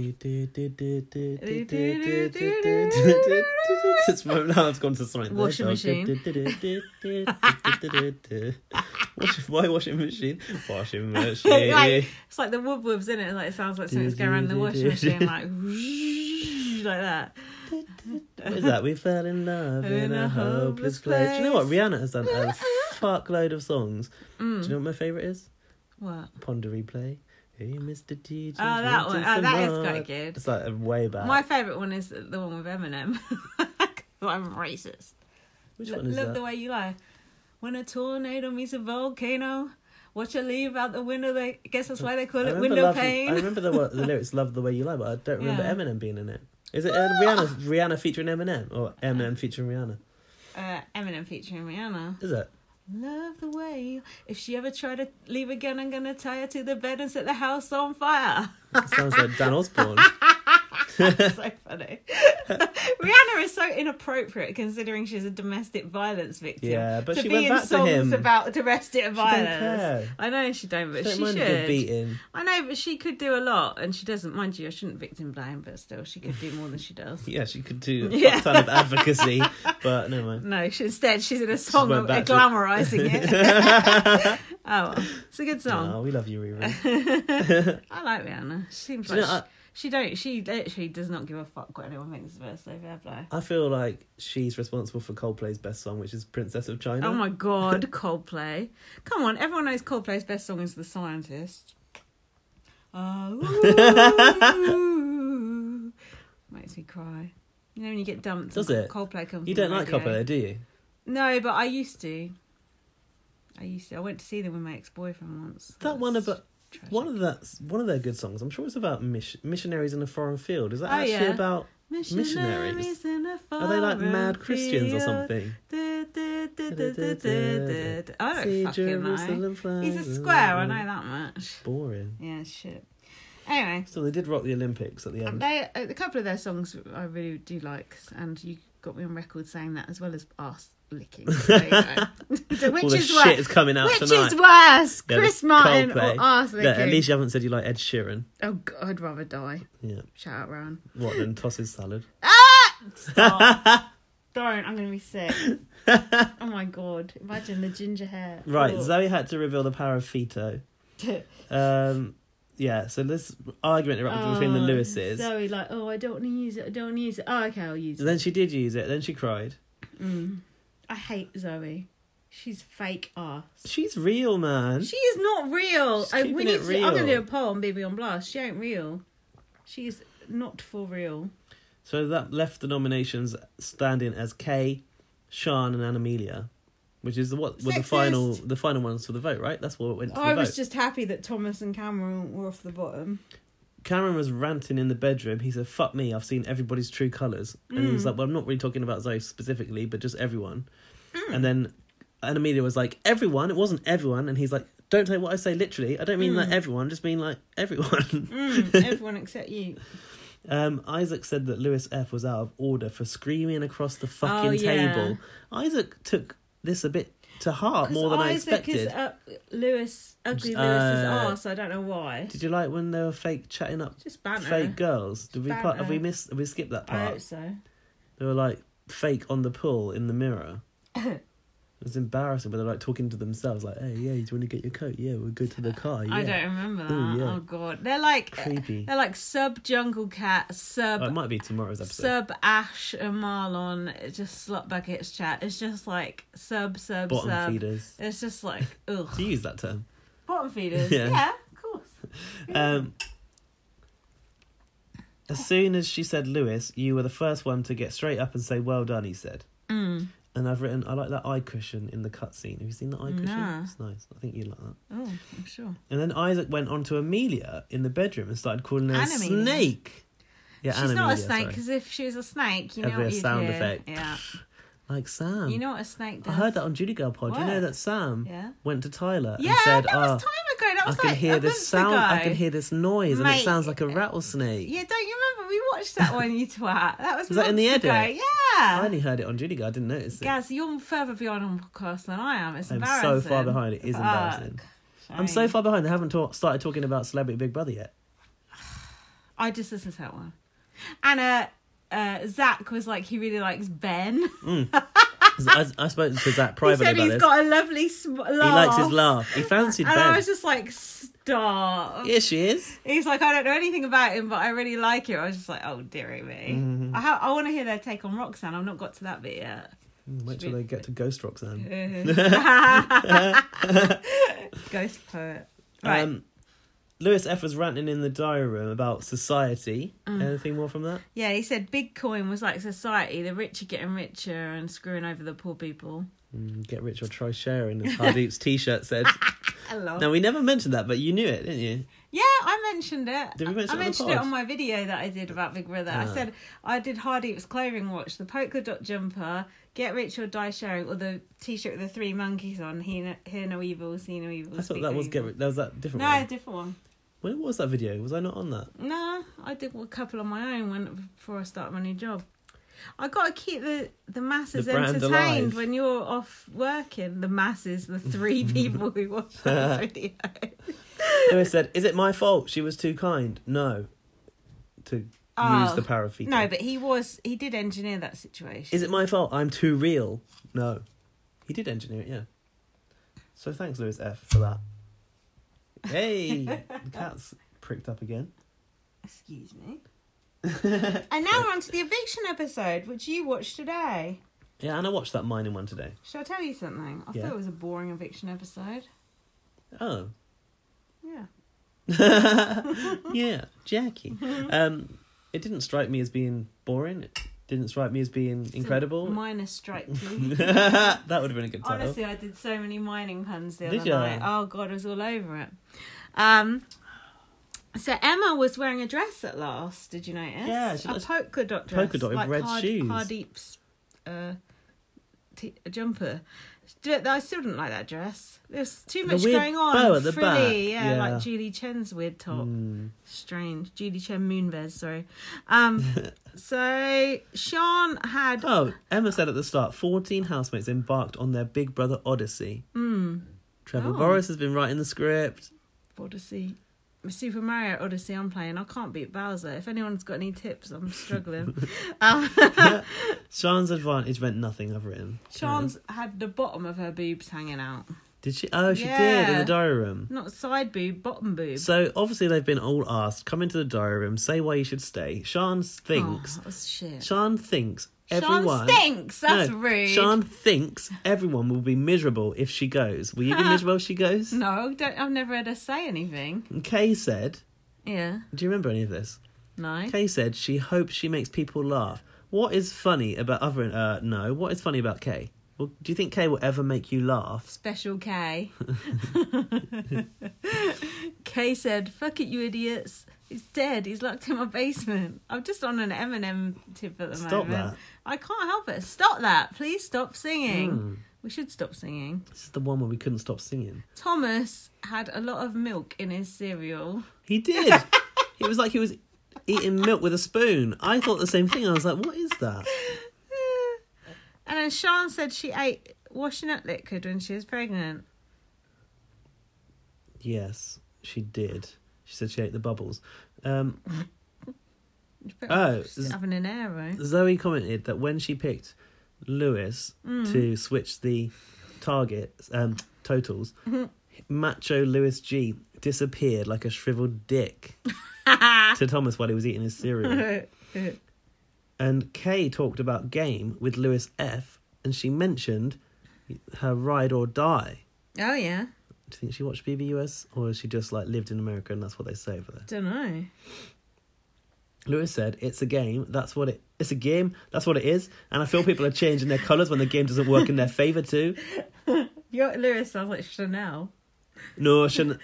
It's my- now it's gone to something. Washing machine. Wash- Why washing machine? Washing It's machine. like, it's like the wood woobs in it. Like it sounds like something's going around the washing machine, like like that. What is that? We fell in love in a hopeless place. Do you know what? Rihanna has done a fuckload of songs. Mm. Do you know what my favourite is? What? Ponder replay. Hey, Mr. G. Oh, that one. Oh, that is quite good. It's like a way back. My favourite one is the one with Eminem. 'Cause I'm racist. Which Lo- one is love that? the way you lie. When a tornado meets a volcano, watch her leave out the window. They I guess that's why they call I it remember window love- pane. I remember the, wo- the lyrics "Love the Way You Lie," but I don't remember Yeah. Eminem being in it. Is it uh, Rihanna? Rihanna featuring Eminem or Eminem featuring Rihanna? uh, Eminem featuring Rihanna. Is it? Love the way. you- If she ever tried to leave again, I'm gonna tie her to the bed and set the house on fire. it sounds like Dan Osborne. so funny. Rihanna is so inappropriate considering she's a domestic violence victim. Yeah, but to she be went in back to songs him. about domestic violence. care. I know she don't, but she, Don't mind a good should. beating. I know, but she could do a lot, and she doesn't. Mind you, I shouldn't victim blame, but still, she could do more than she does. Yeah, she could do a Yeah. fuck ton of advocacy, but no mind. No, she, instead she's in a song went of back to- glamorizing it. oh, well, it's a good song. Oh, we love you, Riri. I like Rihanna. She seems you like know, she, I- she don't. She literally does not give a fuck what anyone thinks of her. So fair play. I feel like she's responsible for Coldplay's best song, which is "Princess of China." Oh my god, Coldplay. Come on, everyone knows Coldplay's best song is The Scientist. Ah, ooh. Makes me cry. You know when you get dumped? Does and it? Coldplay comes you on don't like radio. Coldplay, do you? No, but I used to. I used to. I went to see them with my ex boyfriend once. That one That's about tragic. one of that one of their good songs. I'm sure it's about miss- missionaries in a foreign field. Is that Oh, actually yeah. about? Missionaries in a Are they like foreign mad Christians or field. something? Du- du- du- du- du- du- du- I don't See Oh, fucking know. Jerusalem flag. He's a square, I know that much. Boring. Yeah, shit. Anyway, So they did rock the Olympics at the end. they a couple of their songs I really do like, and you got me on record saying that as well as ass licking. There you go. which All the is shit worse? is coming out Which tonight. is worse, Yeah, the Chris Martin or Coldplay. ass Look, licking? at least you haven't said you like Ed Sheeran. Oh, God, I'd rather die. Yeah. Shout out, Ron. What then? Toss his salad. Ah! Stop. Don't. I'm gonna be sick. oh my god! Imagine the ginger hair. Right. Oh. Zoe had to reveal the power of Fito. Um, yeah. So this argument erupted between the Oh, Lewises. Zoe, like, oh, I don't want to use it. I don't want to use it. Oh, okay, I'll use it. Then she did use it. Then she cried. I hate Zoe. She's fake ass. She's real, man. She is not real. She's I, keeping we it need to, I'm gonna do real. a poll on BB on Blast. She ain't real. She is not for real. So that left the nominations standing as Kay, Sean, and Animelia, which is the what were Sexist. the Oh, final the final ones for the vote, right? That's what went to the I vote. was just happy that Thomas and Cameron were off the bottom. Cameron was ranting in the bedroom. He said, "Fuck me, I've seen everybody's true colours," and he Mm. was like, "Well, I'm not really talking about Zoe specifically, but just everyone." Mm. And then Animelia was like, "Everyone? It wasn't everyone," and he's like. Don't take what I say literally. I don't mean like everyone, just mean like everyone. Mm, everyone except you. Um, Isaac said that Lewis F was out of order for screaming across the fucking Oh, yeah. table. Isaac took this a bit to heart more than I expected. is up Lewis, ugly Uh, Lewis's arse. I don't know why. Did you like when they were fake chatting up Just banter. fake girls? Did we part, have banter. we missed? Have we skipped that I part? hope so. They were like fake on the pool in the mirror. It was embarrassing, but they're like talking to themselves, like, "Hey, yeah, do you want to get your coat? Yeah, we'll go to the car." Yeah. I don't remember that. Ooh, yeah. Oh god, they're like Creepy. They're like sub Jungle Cat, sub Oh, it might be tomorrow's episode. sub Ash and Marlon. It's just slot buckets chat. It's just like sub sub Bottom sub. feeders. It's just like ugh. Do you use that term? Bottom feeders. Yeah. Yeah. of course. Um, as soon as she said Lewis, you were the first one to get straight up and say, "Well done," he said. Mm. And I've written, "I like that eye cushion in the cutscene." Have you seen the eye cushion? No. It's nice. I think you like that. Oh, I'm sure. And then Isaac went on to Amelia in the bedroom and started calling her a Animelia. snake. Yeah, She's not a Animelia, snake sorry. because if she was a snake, you know That'd be what a you'd sound hear. effect. Yeah, Like Sam. you know what a snake I does. heard that on Judy Girl Pod. You know What? that Sam Yeah. went to Tyler Yeah, and said, that "Ah, was time ago. That I was can like hear a this month sound. I ago. can hear this noise, and it Mate. sounds like a rattlesnake." Yeah, don't you remember? We watched that one, you twat. That was, Was that in the months edit? ago. I Yeah. only heard it on Judy Girl. I didn't notice it. Gaz, you're further beyond on podcast than I am. It's I'm embarrassing. so far behind. It is Fuck. embarrassing. I'm so Shame. far behind. They haven't ta- started talking about Celebrity Big Brother yet. I just listened to that one. And uh, uh, Zach was like, he really likes Ben. 'Cause I, I spoke to Zach he privately said about he's this. got a lovely sm- laugh. He likes his laugh. He fancied And Ben. I was just like, stop. Yeah, she is. He's like, I don't know anything about him, but I really like it. I was just like, oh, dearie me. Mm-hmm. I, ha- I want to hear their take on Roxanne. I've not got to that bit yet. Wait till they get to Ghost Roxanne. Ghost poet. Right. Um, Lewis F was ranting in the diary room about society. Ah. Anything more from that? yeah, he said Bitcoin was like society. The rich are getting richer and screwing over the poor people. Mm, get rich or try sharing, as Hardeep's T-shirt said. Hello. now we never mentioned that, but you knew it, didn't you? Yeah, I mentioned it. Did we mention it on I the mentioned pod? it on my video that I did about Big Brother. I Ah. said I did Hard Eats clothing watch, the polka dot jumper, get rich or die sharing, or the t-shirt with the three monkeys on. He no, hear no evil, see no evil. I thought speak that no was evil. get. Ri- That was that different No, a one. different one. When was that video? Was I not on that? No, I did a couple on my own when before I started my new job. I got to keep the the masses The brand entertained alive. when you're off working. The masses, the three people who watched this video. Lewis said, "Is it my fault? She was too kind." No. To use Oh. the power of feedback. No, but he was he did engineer that situation. Is it my fault? I'm too real. No. He did engineer it, yeah. So thanks, Lewis F, for that. Hey! the cat's pricked up again. Excuse me. and now we're on to the eviction episode, which you watched today. Yeah, and I watched that mining one today. Shall I tell you something? I Yeah. thought it was a boring eviction episode. Oh. Yeah. Yeah, Jackie. Um, it didn't strike me as being boring. It didn't strike me as being incredible. Minus strike, please. that would have been a good title. Honestly, I did so many mining puns the Did other ya? night. Oh god, I was all over it. Um, so Emma was wearing a dress at last. Did you notice? Yeah, she a looks- polka dot dress, polka dot with like red Hard- shoes. Hardeep's uh, t- a jumper. D- I still didn't like that dress. There's too The much weird going on. bow at the Frilly, back, Yeah, yeah. Hmm. like Julie Chen's weird top. Strange. Julie Chen Moonves, sorry. Um, so Sean had Oh, Emma said at the start 14 housemates embarked on their Big Brother Odyssey. Trevor Oh. Boris has been writing the script. Odyssey. Super Mario Odyssey I'm playing. I can't beat Bowser. If anyone's got any tips, I'm struggling. um, Sean's advantage meant nothing, I've written. Sean's had the bottom of her boobs hanging out. Did she? Oh, she did in Yeah. the diary room. Not side boob, bottom boob. So obviously they've been all asked, come into the diary room, say why you should stay. Sean thinks. Oh, that was shit. Sean thinks Sean everyone. stinks. That's No, rude. Sean thinks everyone will be miserable if she goes. Will you be miserable if she goes? No, don't, I've never heard her say anything. And Kay said, Yeah. do you remember any of this? No. Kay said she hopes she makes people laugh. What is funny about other? Uh, no. What is funny about Kay? Well, do you think Kay will ever make you laugh? Special K. K said, "Fuck it, you idiots! He's dead. He's locked in my basement. I'm just on an Eminem tip at the Stop moment. that. I can't help it. Stop that! Please stop singing. Hmm. We should stop singing." This is the one where we couldn't stop singing. Thomas had a lot of milk in his cereal. He did. he was like he was eating milk with a spoon. I thought the same thing. I was like, what is that? And then Sean said she ate washing up liquid when she was pregnant? Yes, she did. She said she ate the bubbles. Um, But Oh, just z- having an arrow. Zoe commented that when she picked Lewis to switch the targets um, totals, Macho Lewis G disappeared like a shriveled dick to Thomas while he was eating his cereal. and Kay talked about game with Lewis F, and she mentioned her ride or die. Oh yeah, Do you think she watched BBUS, or has she just like lived in America and that's what they say over there? don't know. Lewis said, "It's a game. That's what it. It's a game. That's what it is. And I feel people are changing their colours when the game doesn't work in their favour too. Your Lewis sounds like Chanel. No, Chanel.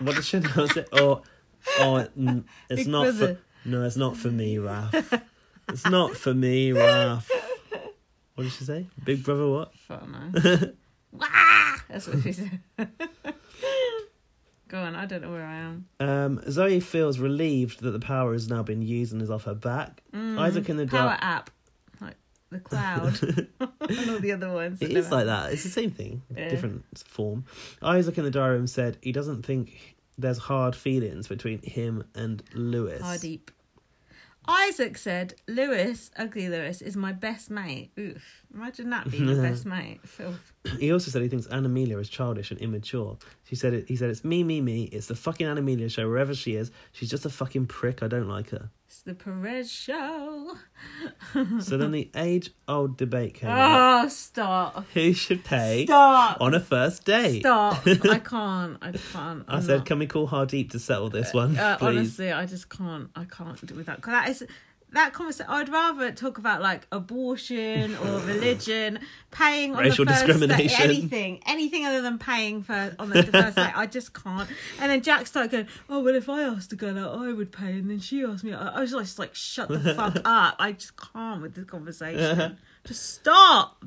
what does Chanel say? Oh, oh, mm, it's It not was for. a- No, it's not for me, Ralph. It's not for me, Ralph. What did she say? Big brother, what? Fuck no. Wah! That's what she said. Go on, I don't know where I am. Um, Zoe feels relieved that the power has now been used and is off her back. Isaac in the Power dark. app, like the cloud, and all the other ones. that It is never- like that. It's the same thing, Yeah. different form. Isaac in the diary room said he doesn't think there's hard feelings between him and Lewis. How deep. Isaac said, Lewis, ugly Lewis, is my best mate. Oof. Imagine that being your best mate. Filth. He also said he thinks Anna Melia is childish and immature. She said it, he said it's me, me, me. It's the fucking Anna Melia show wherever she is. She's just a fucking prick. I don't like her. It's the Perez show. So then the age-old debate came. up. Oh, stop. Who should pay Stop. on a first date? Stop. I can't. I can't. I I'm said, not- can we call Hardeep to settle this one, Uh, please? honestly, I just can't. I can't do without. Cause that is that conversation. I'd rather talk about like abortion or religion, paying on Racial the first discrimination. Day, anything, anything other than paying for on the first day. I just can't. And then Jack started going, "Oh well, if I asked a girl out, I would pay," and then she asked me. I I was just like, "Shut the fuck up!" I just can't with this conversation. just stop.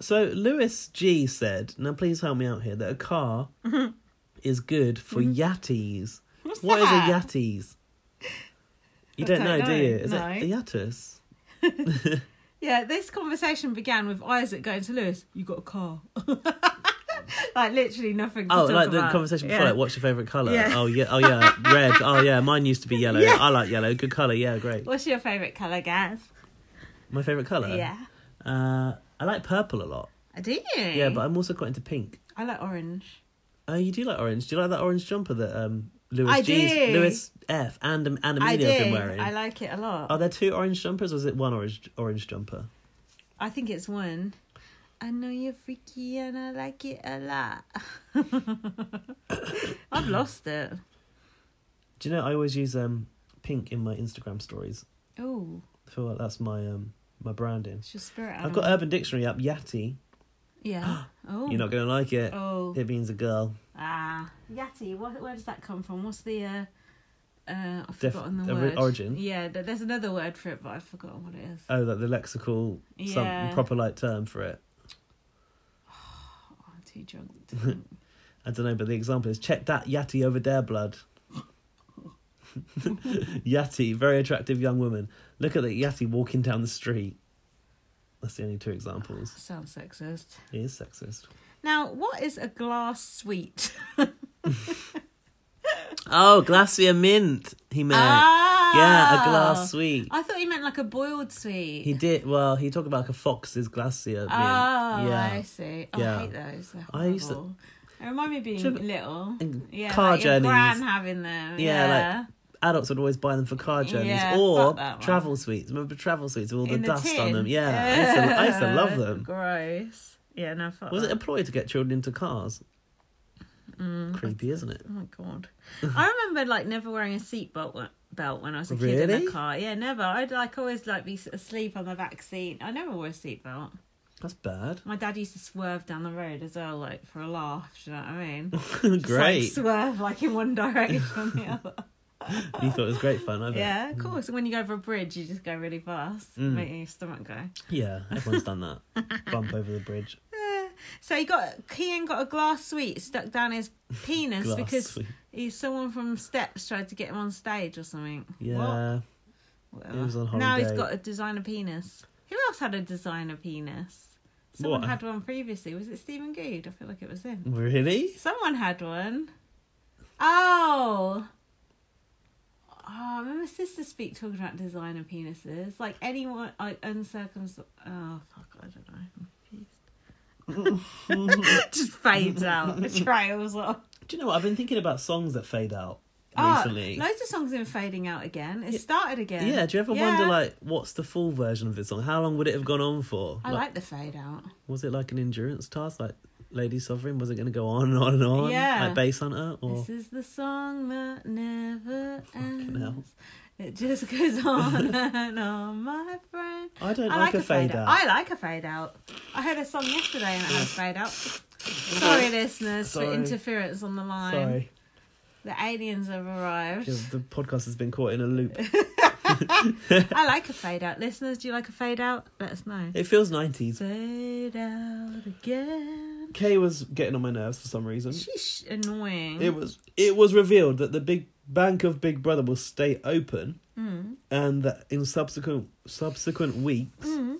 So Lewis G said, now please help me out here, that a car Mm-hmm. is good for yatties. What's that? a yatties? You don't, don't know, do know. you? Is No. it a yatus? Yeah, this conversation began with Isaac going to Lewis. You got a car. Like literally nothing. To Oh, talk like the about. conversation before, Yeah. like what's your favourite colour? Yeah. Oh yeah, oh yeah, red. Oh yeah, mine used to be yellow. I like yellow. Good colour. Yeah, great. What's your favourite colour, Gaz? My favourite colour. Yeah. Uh, I like purple a lot. Do you? Yeah, but I'm also quite into pink. I like orange. Oh, you do like orange. Do you like that orange jumper that um Lewis I G's, do. Lewis F and and Amelia I do. have been wearing? I like it a lot. Are there two orange jumpers or is it one orange orange jumper? I think it's one. I know you're freaky and I like it a lot. I've lost it. Do you know I always use um pink in my Instagram stories. Oh, I feel like that's my um my branding. it's your spirit I've got animal. Urban Dictionary up, Yati. Yeah. Um, Oh. You're not gonna like it. Oh. It means a girl. Ah. Yeti. What, where does that come from? What's the. uh uh, I've Def- forgotten the the word. origin? Yeah, th- there's another word for it, but I've forgotten what it is. Oh, like the lexical Yeah. some proper like term for it. Oh, I'm too drunk. to think. I don't know, but the example is check that Yati over there, blood. Yati, very attractive young woman. Look at that Yati walking down the street. That's the only two examples. Sounds sexist. It is sexist. Now, what is a glass sweet? Oh, glacier mint. He meant. Yeah, a glass Oh. sweet. Ah. I thought you meant like a boiled sweet. He did well. He talked about like a fox's glacier mint. oh, I yeah. see. Oh, I Yeah. hate those. They're I used to- horrible. They remind me of being Should- little. And Yeah, car like your journeys. gran having them. Yeah, Yeah, Adults would always buy them for car journeys Yeah, or fuck that one. travel sweets. Remember travel sweets with all the in the dust on tin. them? Yeah, I, used to, I used to love them. Gross. Yeah, no. Fuck Was it that. a ploy to get children into cars? Creepy, isn't it? Oh my god. I remember like never wearing a seatbelt when- belt when I was a kid in Really? a car. Yeah, never. I'd like always like be s- asleep on the back seat. I never wore a seatbelt. That's bad. My dad used to swerve down the road as well, like for a laugh. Do you know what I mean? Just, like, great. swerve like in one direction, the other. you thought it was great fun, I bet. Yeah, of course. When you go over a bridge, you just go really fast, Mm. making your stomach go. Yeah, everyone's done that. Bump over the bridge. Eh. So he got Kean got a glass sweet stuck down his penis Glass because sweet. he someone from Steps tried to get him on stage or something. What? Yeah. Whatever. was on now he's holiday. got a designer penis. Who else had a designer penis? Someone What? had one previously. Was it Stephen Good? I feel like it was him. Really? Someone had one. Oh. Oh, I remember Sister Speak talking about designer penises. Like anyone, like uncircumcised. Oh, fuck, I don't know. I'm confused. Just fades out. It trails off. Do you know what? I've been thinking about songs that fade out Oh, recently. loads of songs been fading out again. It started again. yeah, do you ever Yeah. wonder like what's the full version of this song? How long would it have gone on for? I like the fade out. was it like an endurance task like Lady Sovereign? Was it gonna go on and on and on? Yeah. Like Bass Hunter or This is the song that never ends. hell. It just goes on and on, my friend. I don't like, a fade, out. I like a fade out. I heard a song yesterday and it had a fade out. Sorry, listeners, for Sorry. interference on the line. Sorry. The aliens have arrived. Yeah, The podcast has been caught in a loop. I like a fade out. Listeners, do you like a fade out? Let us know. It feels nineties. Fade out again. Kay was getting on my nerves for some reason. She's annoying. It was it was revealed that the big bank of Big Brother will stay open, Mm, and that in subsequent subsequent weeks, Mm.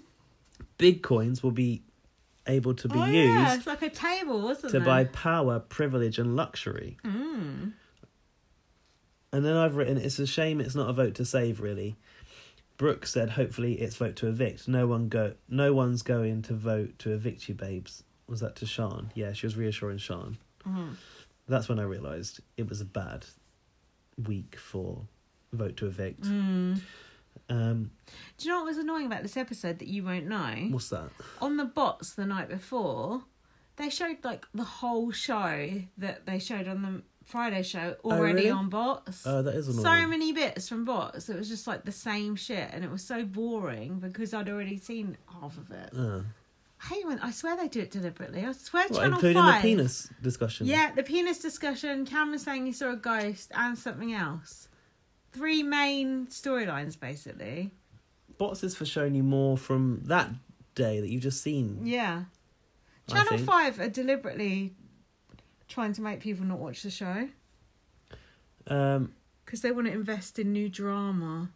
big coins will be able to be oh, used yeah, it's like a table, wasn't to it? Mm, buy power, privilege, and luxury. And then I've written, it's a shame it's not a vote to save, really. Brooke said, hopefully it's vote to evict. No one go, no one's going to vote to evict you, babes. Was that to Sean? Yeah, she was reassuring Sean. Mm-hmm. That's when I realised it was a bad week for vote to evict. Mm. Um, Do you know what was annoying about this episode that you won't know? what's that? on the bots the night before, they showed like the whole show that they showed on the Friday show already Oh, really? on bots. Oh, that is annoying. so many bits from bots. It was just like the same shit, and it was so boring because I'd already seen half of it. Uh, Hey, when I swear they do it deliberately. I swear, what, Channel including Five. the penis discussion. Yeah, the penis discussion. Cameron saying he saw a ghost and something else. Three main storylines, basically. Bots is for showing you more from that day that you've just seen. Yeah. I Channel think. 5 are deliberately trying to make people not watch the show Um, because they want to invest in new drama.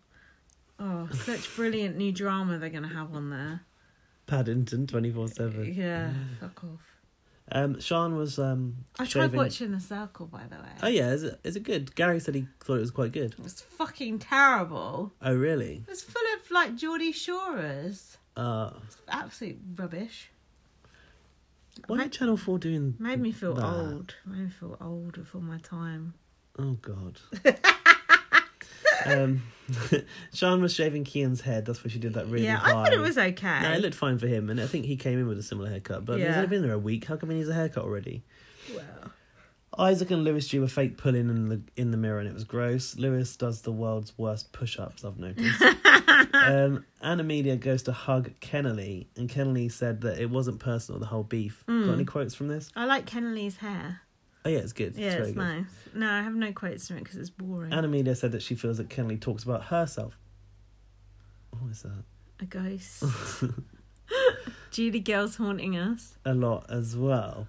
Oh, such brilliant new drama they're going to have on there. Paddington twenty four seven. Yeah, fuck off. Um, Sean was um. I tried shaving- watching The Circle, by the way. Oh yeah, is it is it good? Gary said he thought it was quite good. It was fucking terrible. Oh really? It was full of like Geordie Shorers. Uh, Absolute rubbish. why are Made- Channel Four doing? Made me feel that? old. Made me feel old with all my time. Oh god. um, Sean was shaving Kian's head. That's why she did that really yeah, high. I thought it was okay. No, it looked fine for him, and I think he came in with a similar haircut. But he's Yeah. only been there a week. How come he needs a haircut already? well, Isaac and Lewis do a fake pull in in the in the mirror, and it was gross. Lewis does the world's worst push ups. I've noticed. um, Anna Media goes to hug Kennelly, and Kennelly said that it wasn't personal. The whole beef. Mm. Got any quotes from this? I like Ken Lee's hair. Oh yeah, it's good. Yeah, very it's, good. nice. No, I have no quotes from it because it's boring. Anna Media said that she feels that Kennelly talks about herself. What is that? a ghost. Judy Girl's haunting us. A lot as well.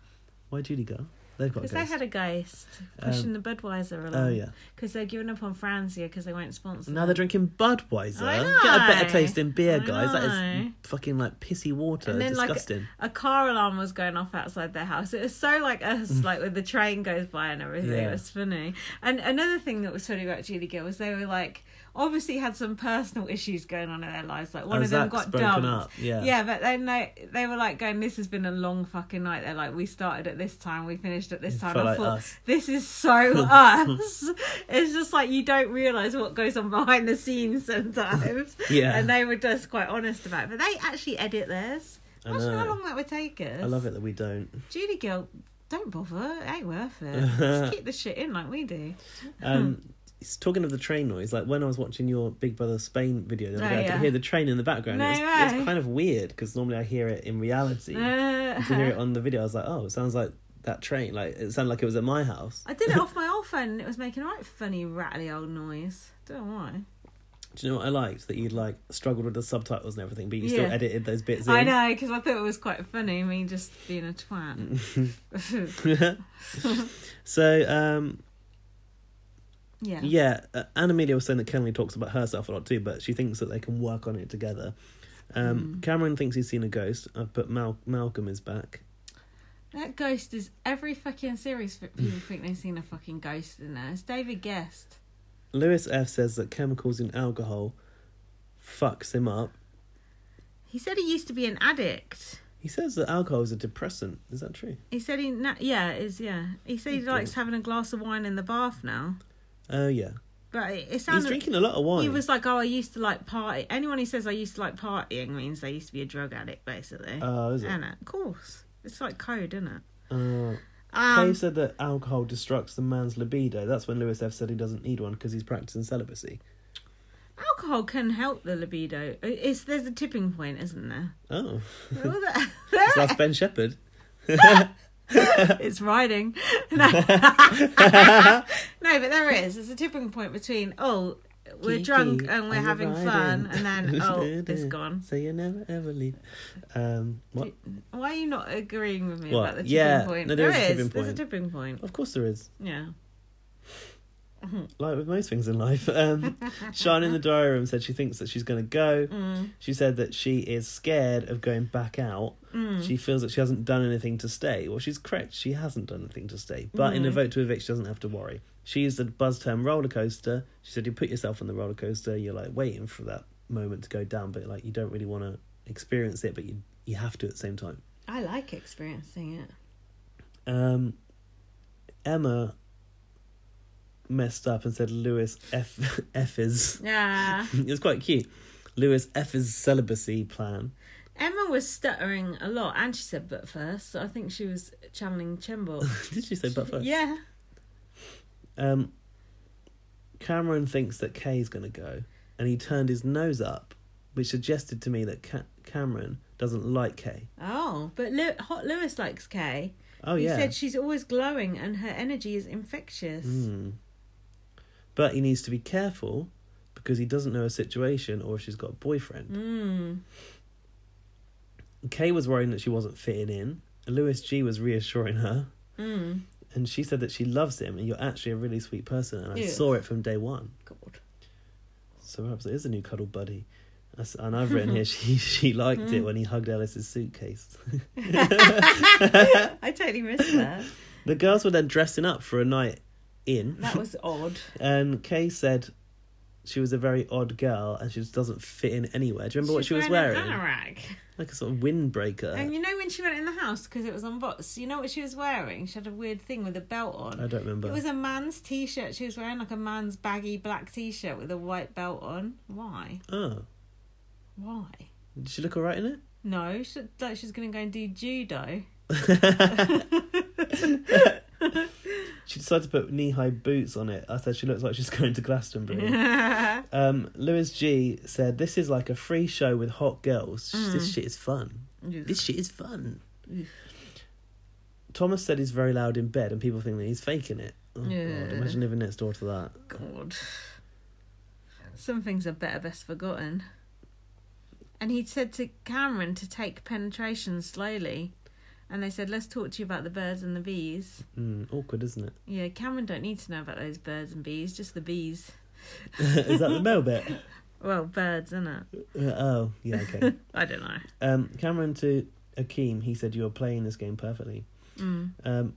Why Judy go? They've got a Because they ghost. Um, had a ghost pushing the Budweiser along. Oh yeah. Because they're giving up on Franzia because they won't sponsor. Now they're drinking Budweiser. I Get a know. better taste in beer, I guys. That know. is fucking like pissy water. And then, like, Disgusting. a car alarm was going off outside their house. It was so like us, like when the train goes by and everything. Mm. Yeah. It was funny. And another thing that was funny about Judy Gill was they were like obviously had some personal issues going on in their lives. Like one Oh, of them Zach's got broken dumped. up, yeah. yeah, but then they they were like going, "This has been a long fucking night." They're like, "We started at this time, we finished at this time." felt I like thought us. this is so us. It's just like you don't realize what goes on behind the scenes sometimes. Yeah. and they were just quite honest about it. But they actually edit theirs. I Imagine how know. long that would take us. I love it that we don't. Judy Gill, don't bother. It ain't worth it. Just keep the shit in like we do. Um, it's talking of the train noise. Like when I was watching your Big Brother Spain video the other Oh, day, I yeah. could hear the train in the background. No it was, way. it's kind of weird because normally I hear it in reality. Uh, To hear it on the video, I was like, oh, it sounds like that train. Like it sounded like it was at my house. I did it off my old phone and it was making a right funny, rattly old noise. Don't know why. Do you know what I liked? That you'd like struggled with the subtitles and everything, but you Yeah. still edited those bits in. I know, because I thought it was quite funny, me just being a twat. so um, yeah. Yeah, uh, Anna Media was saying that Kenley talks about herself a lot too, but she thinks that they can work on it together. Um, Hmm. Cameron thinks he's seen a ghost. I've put Mal- Malcolm is back. That ghost is every fucking series. that People think they've seen a fucking ghost in there. It's David Guest. Lewis F says that chemicals in alcohol fucks him up. He said he used to be an addict. He says that alcohol is a depressant. Is that true? He said he na- yeah it is yeah. He said he Okay. likes having a glass of wine in the bath now. Oh yeah. But it, it He's sounded drinking a lot of wine. he was like, oh, I used to like party. Anyone who says I used to like partying means they used to be a drug addict, basically. Oh, is it? Isn't it? Of course, it's like code, isn't it? Uh, Um, Dave said that alcohol destructs the man's libido. That's when Lewis F said he doesn't need one because he's practicing celibacy. alcohol can help the libido. It's there's a tipping point, isn't there? Oh, Well, that- so that's Ben Shepherd. it's riding. No. no, but there is. There's a tipping point between oh, we're Kiki, drunk and we're I'm having fun, and riding. then oh, it's gone. So you never ever leave. Um, what? Why are you not agreeing with me What? about the tipping Yeah, point? no, there is a is. tipping There's a point. tipping point. Of course there is. Yeah. Like with most things in life. Um, Sean in the diary room said she thinks that she's going to go. Mm. She said that she is scared of going back out. She feels that she hasn't done anything to stay. Well, she's correct. She hasn't done anything to stay. But in a vote to evict, she doesn't have to worry. She used the buzz term roller coaster. She said you put yourself on the roller coaster. You're like waiting for that moment to go down, but like you don't really want to experience it, but you you have to at the same time. I like experiencing it. Um, Emma messed up and said Lewis F F is. Yeah. it was quite cute. Lewis F is celibacy plan. Emma was stuttering a lot, and she said "but first, so I think she was channeling Chimbo. Did she say but first? yeah. Um, Cameron thinks that Kay's going to go, and he turned his nose up, which suggested to me that Ca- Cameron doesn't like Kay. Oh, but Lew- Hot Lewis likes Kay. Oh he yeah, said she's always glowing, and her energy is infectious. Mm. Hmm. but he needs to be careful because he doesn't know her situation or if she's got a boyfriend. Mm. Kay was worrying that she wasn't fitting in. Lewis G was reassuring her. Mm. And she said that she loves him and you're actually a really sweet person. And I Yeah. saw it from day one. God. So perhaps it is a new cuddle buddy. That's- And I've written here she, she liked Mm. it when he hugged Alice's suitcase. I totally missed that. the girls were then dressing up for a night in. That was odd. And Kay said she was a very odd girl and she just doesn't fit in anywhere. Do you remember what she She's was wearing wearing? Uh, An anorak. Like a sort of windbreaker. And you know when she went in the house because it was on box. You know what she was wearing? She had a weird thing with a belt on. I don't remember. It was a man's t-shirt. She was wearing like a man's baggy black t-shirt with a white belt on. Why? Oh, Why? did she look alright in it? No, she looked like she's going to go and do judo. She decided to put knee high boots on it. I said she looks like she's going to Glastonbury. um, Lewis G said, This is like a free show with hot girls. This shit is fun. This shit is fun. Thomas said he's very loud in bed and people think that he's faking it. Oh, Yeah. God, imagine living next door to that. God. Some things are better best forgotten. And he said to Cameron to take penetration slowly. And they said, let's talk to you about the birds and the bees. Mm, awkward, isn't it? Yeah, Cameron don't need to know about those birds and bees, just the bees. is that the bell bit? Well, birds, innit? Uh, oh, yeah, okay. I don't know. Um, Cameron to Akeem, he said you were playing this game perfectly. Mm. Um,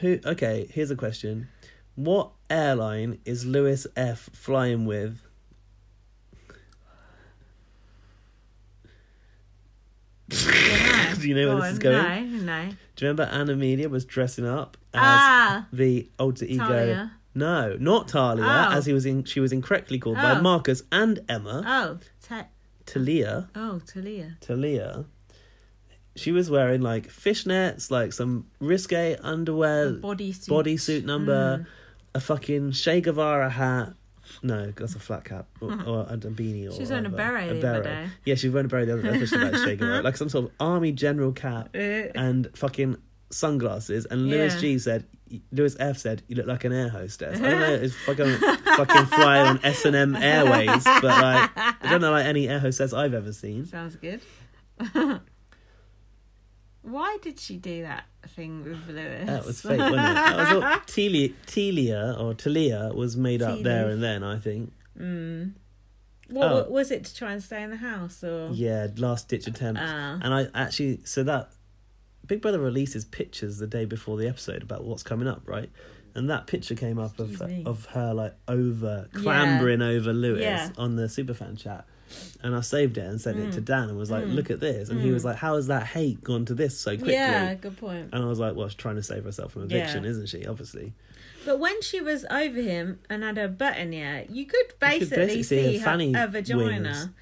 who? Okay, here's a question: What airline is Lewis F flying with? Yeah, no. Do you know where Go this is on. going? No, no. Do you remember Anna Media was dressing up as Ah. the alter ego? Talia. No, not Talia, Oh. as he was in. She was incorrectly called by Oh. Marcus and Emma. Oh, ta- Talia. oh, Talia. Talia, she was wearing like fishnets, like some risque underwear, bodysuit. Uh, bodysuit Mm. number, a fucking Che Guevara hat. No, that's a flat cap or, or a beanie. Or She was Mm-hmm. wearing a whatever. beret the other day. Yeah, she was wearing a beret the other day. I thought she was Che Guevara, like some sort of army general cap Eh. and fucking sunglasses. And Lewis Yeah. G said, Lewis F said, you look like an air hostess. I don't know, it's fucking fucking flying on S and M Airways, but like I don't know like any air hostess I've ever seen. Sounds good. Why did she do that thing with Lewis? That was fake, wasn't it? That was all, Telia, Telia or Telia was made up there Telia. and then, I think. Hmm. What Oh. wa- was it to try and stay in the house or? Yeah, um, last ditch attempt. Ah. And I actually so that Big Brother releases pictures the day before the episode about what's coming up, right? And that picture came up of Excuse me. of her like over Yeah. clambering over Lewis Yeah. Mm. on the superfan chat. And I saved it and sent it to Dan and was like, "Look at this." And he was like, "How has that hate gone to this so quickly?" Yeah, good point. And I was like, "Well, she's trying to save herself from Yeah. eviction, isn't she? Obviously." But when she was over him and had her butt in the air, you could basically, basically see see her her, fanny her vagina.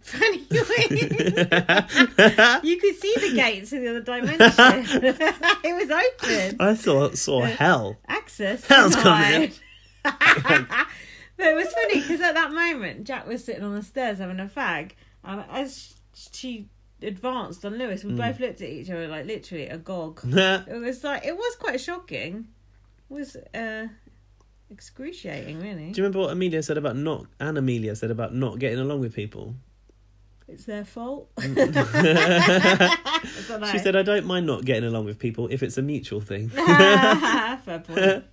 Fanny I you could see the gates in the other dimension. it was open. saw saw hell. Access. Hell's denied. but it was funny because at that moment, Jack was sitting on the stairs having a fag, and as sh- she advanced on Lewis, Mm. we both looked at each other like literally agog. It was like it was quite shocking. It was uh excruciating, really. Do you remember what Amelia said about not and Amelia said about not getting along with people? It's their fault. She said, "I don't mind not getting along with people if it's a mutual thing." Fair point.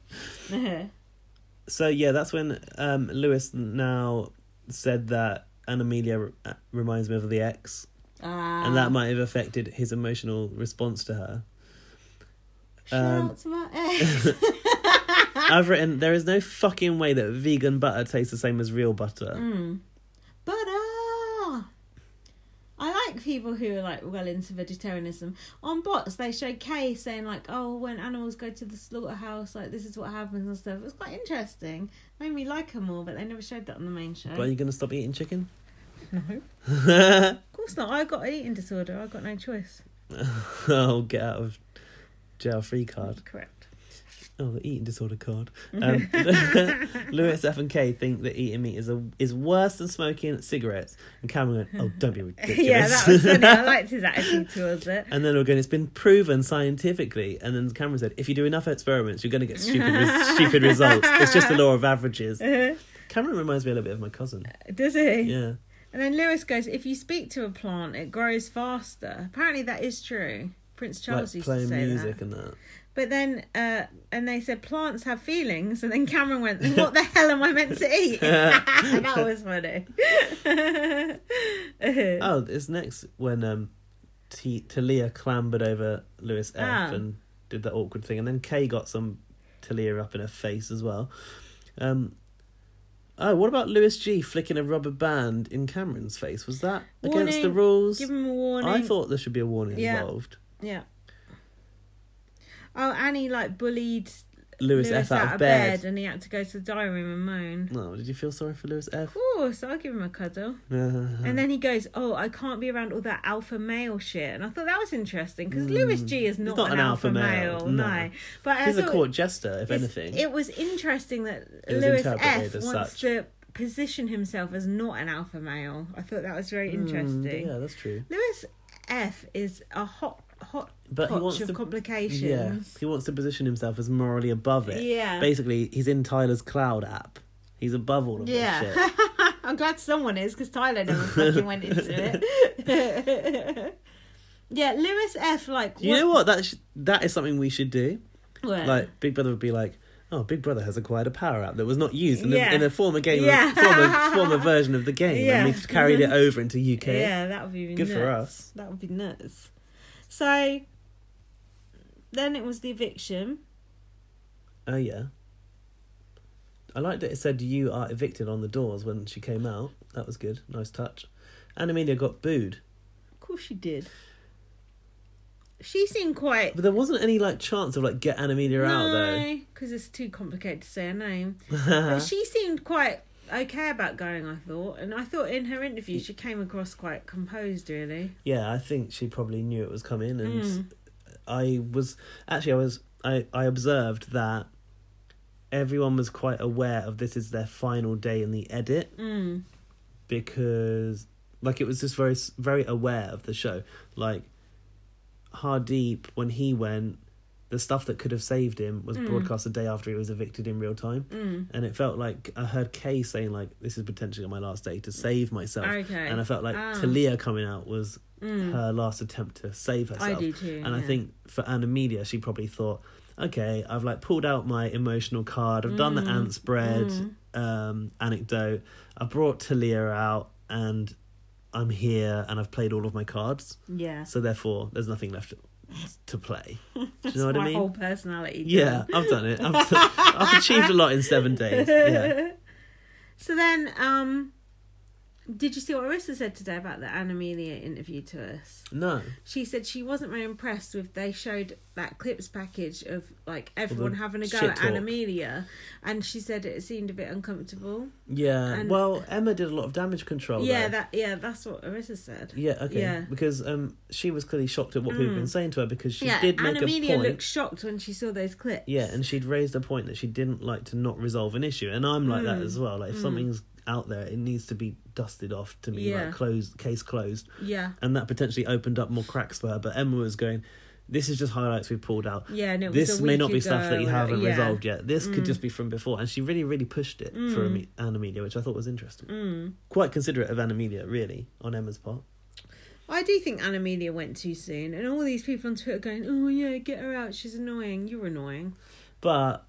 so yeah, that's when um, Lewis now said that and Amelia re- uh, reminds me of the ex, Ah, and that might have affected his emotional response to her. shout um, out to my ex. I've written there is no fucking way that vegan butter tastes the same as real butter. Mm. Hmm. but ah, I like people who are like well into vegetarianism. On bots, they show Kay saying like, "Oh, when animals go to the slaughterhouse, like this is what happens and stuff." It was quite interesting. Made me like her more, but they never showed that on the main show. But are you going to stop eating chicken? No, of course not. I got an eating disorder. I got no choice. oh, get out of jail free card. Correct. Oh, the eating disorder card. Um, Lewis F and K think that eating meat is a, is worse than smoking cigarettes. And Cameron went, "Oh, don't be ridiculous." yeah, that was funny. I liked his attitude towards it. and then we're going, "It's been proven scientifically." And then Cameron said, "If you do enough experiments, you're going to get stupid, re- stupid results. It's just the law of averages." Cameron reminds me a little bit of my cousin. Does he? Yeah, And then Lewis goes, if you speak to a plant, it grows faster. Apparently, that is true. Prince Charles like used to playing say music that. and that. But then, uh, and they said plants have feelings. And then Cameron went, "Then what the hell am I meant to eat? that was funny. Oh, it's next when um, T- Talia clambered over Lewis F Ah. and did that awkward thing, and then Kay got some Talia up in her face as well. Um, oh, what about Lewis G flicking a rubber band in Cameron's face? Was that against the Warning. rules? Give him a warning. I thought there should be a warning Yeah. involved. Yeah. Oh, Annie like bullied Lewis, F out, of bed. and he had to go to the diary room and moan. Oh, did you feel sorry for Lewis F? Of course, I'll give him a cuddle. And then he goes, "Oh, I can't be around all that alpha male shit." And I thought that was interesting because Lewis G is not, Hmm. not an, alpha, male, no. But I He's a thought court jester, if it's- anything. it was interesting that was Lewis interpreted F as wants such. to position himself as not an alpha male. I thought that was very interesting. Hmm, Mm, yeah, that's true. Lewis F is a hot hot But he wants potch of to- Yeah, complications. he wants to position himself as morally above it. Yeah. Basically, he's in Tyler's cloud app. He's above all of Yeah. this shit. I'm glad someone is because Tyler never fucking went into it. yeah, Lewis F. Like, You know what? That sh- that is something we should do. what? Like Big Brother would be like, "Oh, Big Brother has acquired a power up that was not used in, Yeah. the, in a former game, Yeah. former former version of the game, Yeah. and we've carried it over into UK." Yeah, that would be Good nuts. for us. That would be nuts. So then it was the eviction. Oh yeah. I liked that it said you are evicted on the doors when she came out. That was good. Nice touch. And Amelia got booed. Of course, she did. She seemed quite. But there wasn't any like chance of like get Animedia out though. No, because it's too complicated to say her name. but she seemed quite okay about going. I thought, and I thought in her interview she came across quite composed, really. Yeah, I think she probably knew it was coming, and Hmm. I was actually I was I I observed that everyone was quite aware of this is their final day in the edit Mm, because like it was just very s- very aware of the show like Hardeep when he went the stuff that could have saved him was Hmm. broadcast a day after he was evicted in real time mm, and it felt like I heard Kay saying like this is potentially my last day to save myself Okay. and I felt like Ah. Hmm. Talia coming out was mm. her last attempt to save herself do too, and I yeah. think for Anna Media, she Hmm. probably thought, okay, I've like pulled out my emotional card, I've done the ant spread, um, anecdote. I brought Talia out, and I'm here, and I've played all of my cards. Yeah. So therefore, there's nothing left to play. Do you know what my I mean? whole personality. Yeah, I've done it. I've, I've achieved a lot in seven days. Yeah. So then, um, did you see what Arissa said today about the Anna Amelia interview to us? No. She said she wasn't very impressed with they showed that clips package of like everyone having a go shit at Anna talk. Amelia, and she said it seemed a bit uncomfortable. Yeah. And- well, Emma did a lot of damage control. yeah, there. that yeah, that's what Arissa said. Yeah, okay. Yeah. Mm. Because um, she was clearly shocked at what people had been saying to her because she yeah, did make Anna Amelia a point. looked shocked when she saw those clips. Yeah, and she'd raised a point that she didn't like to not resolve an issue, and I'm like Mm. that as well. Like if something's out there, it needs to be dusted off to me, Yeah. like closed, case closed, yeah, and that potentially opened up more cracks for her. But Emma was going, "This is just highlights we've pulled out. yeah. And it was this a may week not be stuff that ago, you haven't yeah. Mm. resolved yet. This could just be from before." And she really, really pushed it for Ame- Anna Media, which I thought was interesting. Hmm. Quite considerate of Anna Media, really, on Emma's part. I do think Anna Amelia went too soon, and all these people on Twitter going, "Oh yeah, get her out. She's annoying. You're annoying." But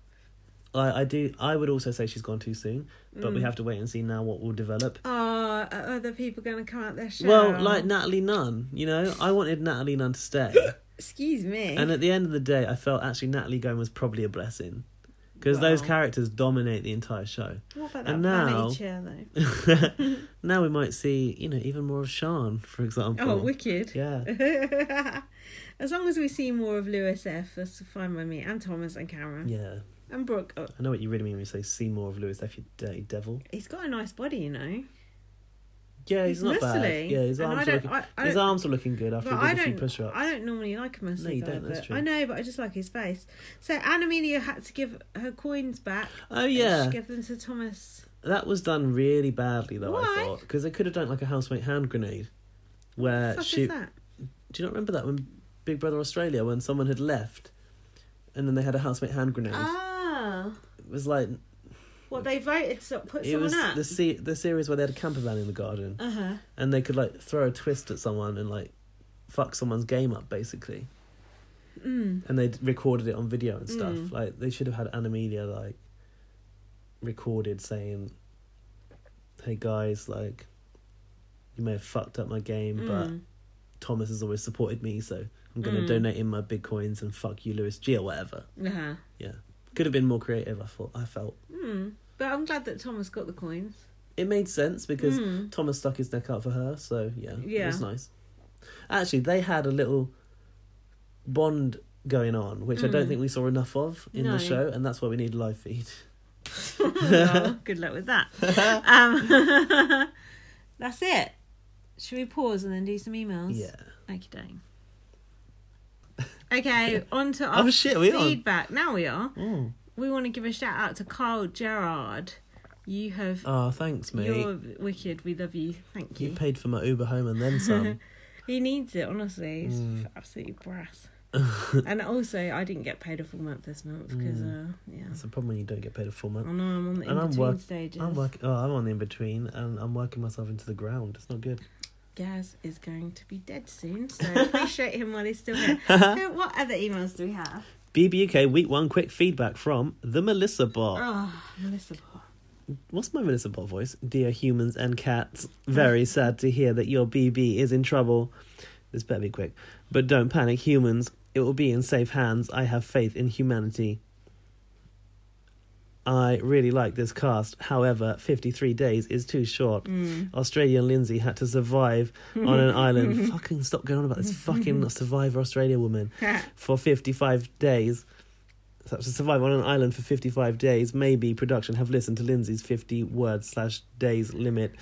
I, I do. I would also say she's gone too soon. But Mm. we have to wait and see now what will develop. Hmm. Are are other people going to come out their shell? Well, like Natalie Nunn, you know, I wanted Natalie Nunn to stay, excuse me. and at the end of the day, I felt actually Natalie going was probably a blessing because those Wow. characters dominate the entire show. what about that and now- ballet chair though? now we might see, you know, even more of Sean, for example. Oh, wicked. Yeah, as long as we see more of Lewis F, that's fine with me, and Thomas and Cameron yeah. and Brooke. Oh, I know what you really mean when you say see more of Lewis F. You dirty devil. he's got a nice body, you know. Yeah, he's, He's not bad. muscly, Yeah, his and arms I are don't- looking. I- I his don't- arms are looking good after But he I did a few don't. push-ups. I don't normally like him as No, you guy, don't, that's but true. I know, but I just like his face. So Anna Amelia had to give her coins back. Oh and yeah, she gave them to Thomas. That was done really badly, though. I Why? thought because they could have done like a housemate hand grenade, where Fuck Uh, she. is that? Do you not remember that when Big Brother Australia when someone had left, and then they had a housemate hand grenade? Oh, It was like well, they voted to put it someone was up. the se- the series where they had a camper van in the garden, Uh huh. and they could like throw a twist at someone and like fuck someone's game up basically, Mm. and they recorded it on video and stuff. Mm. Like they should have had Animedia like recorded saying, "Hey guys, like." You may have fucked up my game, but Mm. Thomas has always supported me, so I'm going to Mm. donate in my bitcoins and fuck you, Lewis G, or whatever. Uh-huh. Could have been more creative. I thought. I felt Mm. But I'm glad that Thomas got the coins. it made sense because Mm. Thomas stuck his neck out for her, so yeah, it Yeah. was nice. Actually, they had a little bond going on, which I don't Mm. think we saw enough of in No. the show, and that's why we need a live feed. Well, good luck with that. Um, that's it. Should we pause and then do some emails? Yeah, Thank you, Dane. Okay, on to our Oh, shit, we are. feedback. Now we are. Mm. We want to give a shout out to Carl Gerard. You have. oh, thanks, mate. You're wicked. We love you. Thank You you. paid for my Uber home and then some. He needs it, honestly. He's Mm. f- absolutely brass. and also, I didn't get paid a full month this month because, Mm. uh, yeah. That's the problem when you don't get paid a full month. I know I'm on the And in I'm between work- stages. I'm working. Oh, I'm on the in between, and I'm working myself into the ground. It's not good. Gaz is going to be dead soon, so appreciate him while he's still here. Uh-huh. Who- what other emails do we have? BBUK week one quick feedback from the Melissa Bot. Oh, Melissa Bot. What's my Melissa Bot voice? Dear humans and cats, very sad to hear that your BB is in trouble. This better be quick. But don't panic, humans. It will be in safe hands. I have faith in humanity. I really like this cast. However, 53 days is too short. Australian Lindsay had to survive on an island. fucking stop going on about this fucking survivor Australia woman for 55 days. So to survive on an island for 55 days, maybe production have listened to Lindsay's 50 word slash days limit.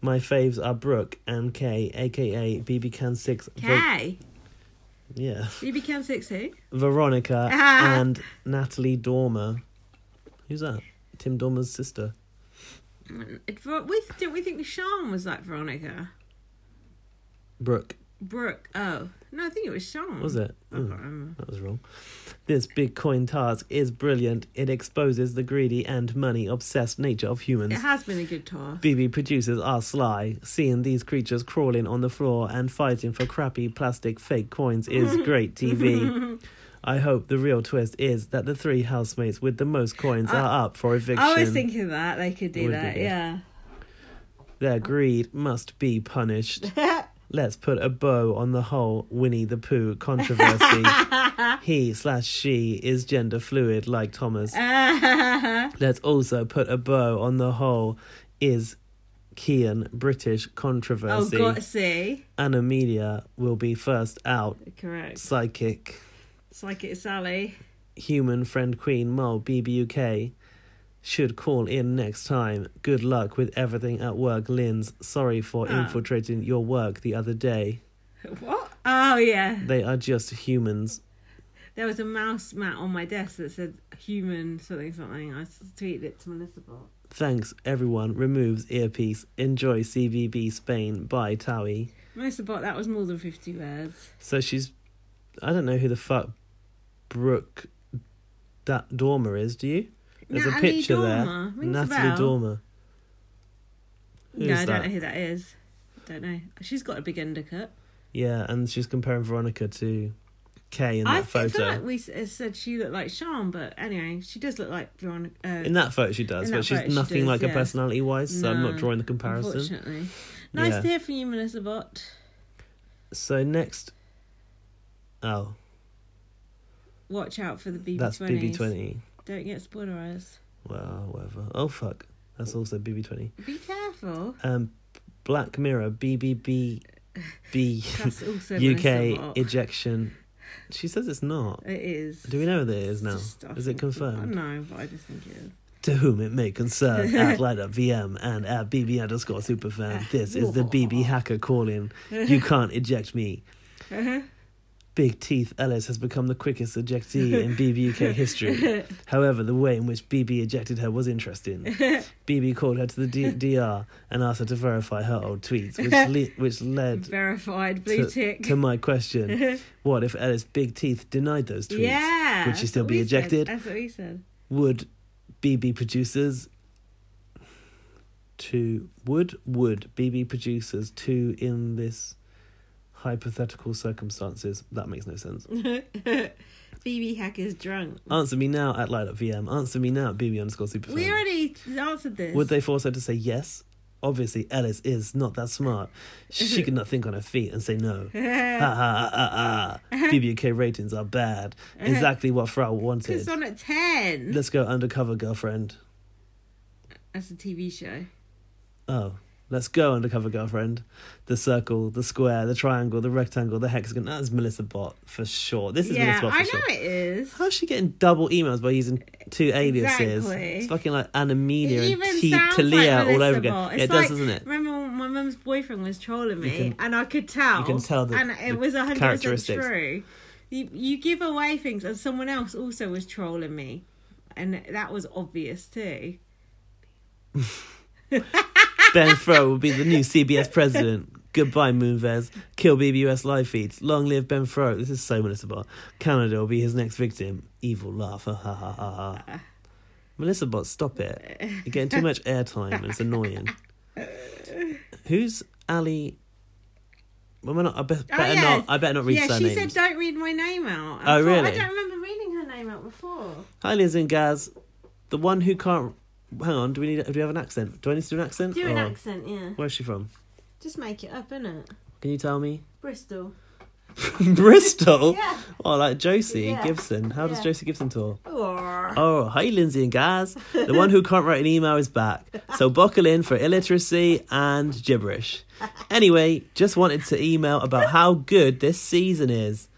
My faves are Brooke and Kay, aka BB Can 6, Ver- Kay. yeah, You became six who? Veronica, Ah. and Natalie Dormer. Who's that? Tim Dormer's sister. It- Ver- We didn't we think Sean was like Veronica? Brooke, Brooke. Oh. No, I think it was Sean. was it? I can't Mm. remember. That was wrong. This Bitcoin task is brilliant. It exposes the greedy and money obsessed nature of humans. It has been a good tour. BB producers are sly. Seeing these creatures crawling on the floor and fighting for crappy plastic fake coins is great TV. I hope the real twist is that the three housemates with the most coins are up for eviction. I was thinking that they could do Would be that. good. Yeah. Their greed must be punished. Let's put a bow on the whole Winnie the Pooh controversy. he slash she is gender fluid like Thomas. Let's also put a bow on the whole is Kean British oh, controversy. got to see. Anna Media will be first out. Correct. Psychic, Psychic Sally. human friend Queen Mole BBUK should call in next time. Good luck with everything at work, Linz. Sorry for Ah. infiltrating your work the other day. What? Oh yeah. They are just humans. There was a mouse mat on my desk that said human something something. I s- tweeted it to Municipal. Thanks, everyone. Removes earpiece. Enjoy CVB Spain. Bye, Towie. Municipal, that was more than 50 words. So she's. I don't know who the fuck Brooke da- Dormer is, do you? There's a Natalie picture Dormer. there. Rings a Natalie bell. Dormer. Who's no, I that? don't know who that is. Don't know. She's got a big undercut. Yeah, and she's comparing Veronica to Kay in that I feel- photo. feel like we s- uh, said she looked like Sean, but anyway, she does look like Veronica. Uh, in that photo, she does, in but that she's photo she nothing does, like her yeah. personality wise, so I'm No, not drawing the comparison. Unfortunately. Nice Yeah. to hear from you, Municipal. So next. Oh, Watch out for the BB20s. that's BB20. Don't get spoilerized. Well, whatever. Oh, fuck. That's also BB20. Be careful. Um, Black Mirror, BBB. That's also UK Municipal. ejection. She says it's not. It is. Do we know that it is now? Just- I Is it think- confirmed? No, but I just think it is. To whom it may concern, at light up VM and at BB underscore superfan, this is the BB hacker calling. You can't eject me. Big Teeth Ellis has become the quickest ejectee in BB UK history. However, the way in which BB ejected her was interesting. BB called her to the D- DR and asked her to verify her old tweets, which, le- which led Verified blue to, tick. to my question, what if Ellis Big Teeth denied those tweets? yeah. Would she that's still what be we said. ejected? That's what we said. Would BB producers to would would BB producers to in this hypothetical circumstances? That makes no sense. BB hack is drunk. Answer me now at light up VM. Answer me now at BB underscore superfan. We already answered this. Would they force her to say yes? Obviously, Ellis is not that smart. She could not think on her feet and say no. ha ha ha ha. ha. BBK ratings are bad. Exactly what Frau wanted. It's on at 10. Let's go undercover, girlfriend. That's a TV show. Oh, let's go undercover, girlfriend. The circle, the square, the triangle, the rectangle, the hexagon. That's Melissa Bot for sure. This is yeah, Melissa Bot for I sure. know it is. How's she getting double emails by using two aliases? Exactly. It's fucking like Anamina It and even T sounds Talia like all over Melissa again. Bot. Yeah, It's it like, does, doesn't it? Remember when my mum's boyfriend was trolling me, can- and I could tell. you can tell the- and it the was hundred percent characteristics. true. You you give away things, and someone else also was trolling me, and that was obvious too. Ben Fro will be the new CBS president. Goodbye, Moonves. Kill BBUS live feeds. Long live Ben Fro. This is so Melissa Bot. Canada will be his next victim. Evil laugh. Ha ha ha ha. ha. Melissa Bot, stop it. You're getting too much airtime and it's annoying. Who's Ali? Well, we're not, I bet, Oh, better yeah. not. I better not read yeah, surnames. she said, "Don't read my name out." I Oh, thought- really? I don't remember reading her name out before. Hi, Liz and Gaz. The one who can't. Hang on. Do we need? Do we have an accent? Do I need to do an accent? Do an Or- accent, yeah. Where's she from? Just make it up, innit? Can you tell me? Bristol. Bristol. Yeah. Oh, like Josie Yeah. Gibson. How does Yeah. Josie Gibson talk? Or Oh, hi, Lindsay and Gaz. The one who can't write an email is back. So buckle in for illiteracy and gibberish. Anyway, just wanted to email about how good this season is.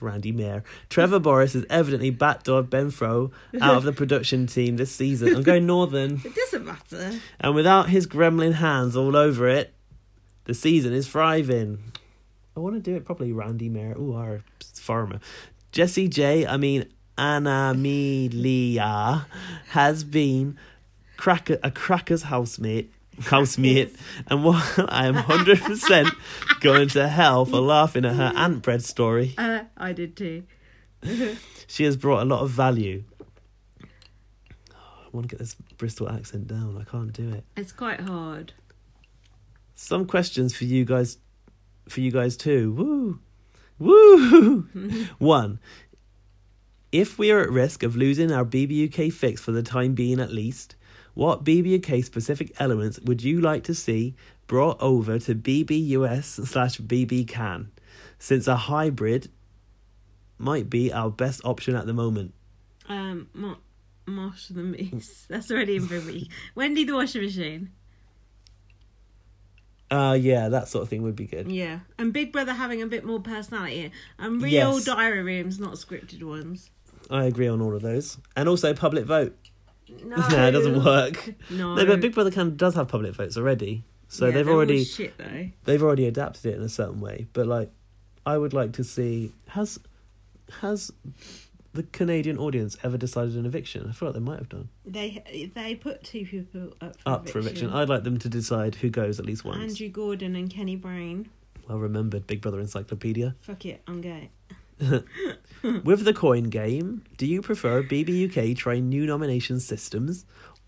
Randy Mayer. Trevor Boris is evidently backdoored Ben Fro out of the production team this season. I'm going northern. it doesn't matter. And without his gremlin hands all over it, the season is thriving. I want to do it properly, Randy Mayer. Ooh, our farmer. Jesse J, I mean, Anamelia, has been cracker, a cracker's housemate. Housemate, and while I am 100% going to hell for laughing at her ant bread story, Uh, I did too. she has brought a lot of value. Oh, I want to get this Bristol accent down, I can't do it. It's quite hard. some questions for you guys for you guys too. Woo. Woo! One. If we are at risk of losing our BBUK fix for the time being at least, what BBUK specific elements would you like to see brought over to BBUS slash BBCAN? Since a hybrid might be our best option at the moment. Um, Mar- Marsh the Moose. That's already in for me. Wendy the washing machine. Uh yeah, that sort of thing would be good. Yeah, and Big Brother having a bit more personality and real Yes. diary rooms, not scripted ones. I agree on all of those. And also public vote. No, No, it Oh. doesn't work. No, No, but Big Brother Canada does have public votes already. So Yeah, they've they're all already shit though. they've already adapted it in a certain way. But like, I would like to see has has the Canadian audience ever decided an eviction? I feel like they might have done They they put two people up for up for eviction. I'd like them to decide who goes at least once. Andrew Gordon and Kenny Brown. Well remembered, Big Brother Encyclopedia. Fuck it, I'm gay. With the coin game, do you prefer BBUK trying new nomination systems,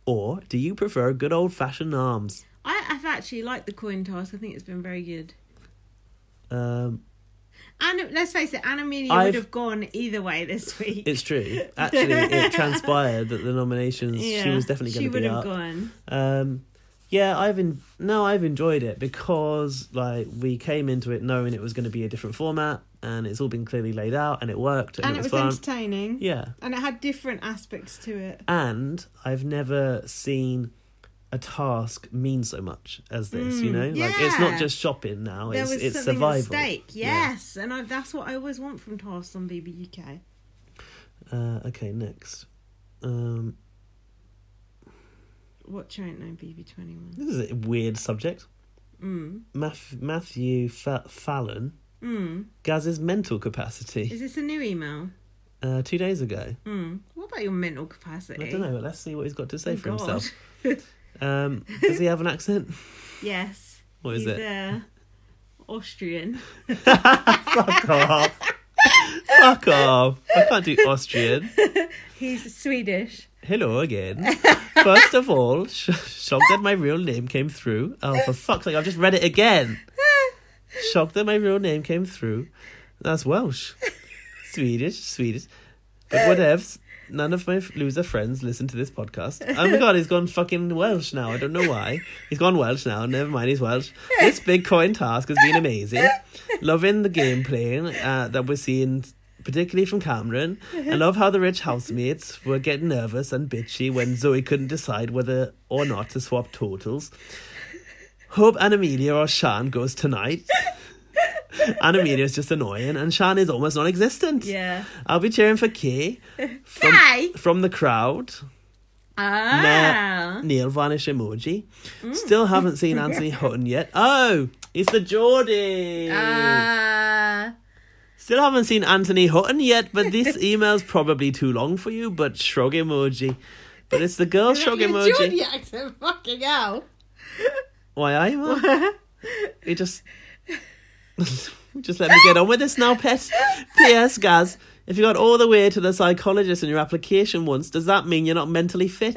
or do you prefer good old fashioned arms? I, I've actually liked the coin toss. I think it's been very good. Um, And let's face it, Anna Media I've- would have gone either way this week. it's true. Actually, it transpired that the nominations she was definitely She going to would be have up. gone. Um, yeah, I've en- no, I've enjoyed it because like we came into it knowing it was going to be a different format, and it's all been clearly laid out, and it worked, and, And it it was was fun. entertaining. yeah, And it had different aspects to it. and I've never seen a task mean so much as this. you Mm, know, like it's yeah. not just shopping now; there it's was it's something survival. at stake. Yes, and I, that's what I always want from tasks on BB UK. Uh, okay, next. Um, Watch out now, BB Twenty One. this is a weird subject. Mm. Math- Matthew Fa- Fallon, Mm. Gaz's mental capacity Is this a new email? uh, two days ago. Mm. What about your mental capacity? I don't know, but let's see what he's got to say Oh, for God. himself. Um, does he have an accent? Yes. What is He's, it? Uh, Austrian. Fuck off. Fuck off. I can't do Austrian. He's Swedish. Hello again. First of all, sh- shocked that my real name came through. Oh, for fuck's sake, I've just read it again. Shocked that my real name came through. That's Welsh. Swedish, Swedish. But whatevs. None of my f- loser friends listen to this podcast. Oh my god, he's gone fucking Welsh now. I don't know why. He's gone Welsh now. Never mind, he's Welsh. This big coin task has been amazing. Loving the game playing uh, that we're seeing, particularly from Cameron. Uh-huh. I love how the rich housemates were getting nervous and bitchy when Zoe couldn't decide whether or not to swap totals. Hope and Amelia or Shan goes tonight. And Amelia is just annoying, and Shan is almost non existent. Yeah. I'll be cheering for Kay from, Kay? from the crowd. Um, Ah. Neil Vanish emoji. Mm. Still haven't seen Anthony Hutton yet. Oh, it's the Geordie. Ah. Still haven't seen Anthony Hutton yet, but this email's probably too long for you. But shrug emoji. But it's the girl shrug Your emoji. Geordie accent, fucking hell. Why I am? You just just let me get on with this now, pet. P.S. Gaz, if you got all the way to the psychologist in your application once, does that mean you're not mentally fit?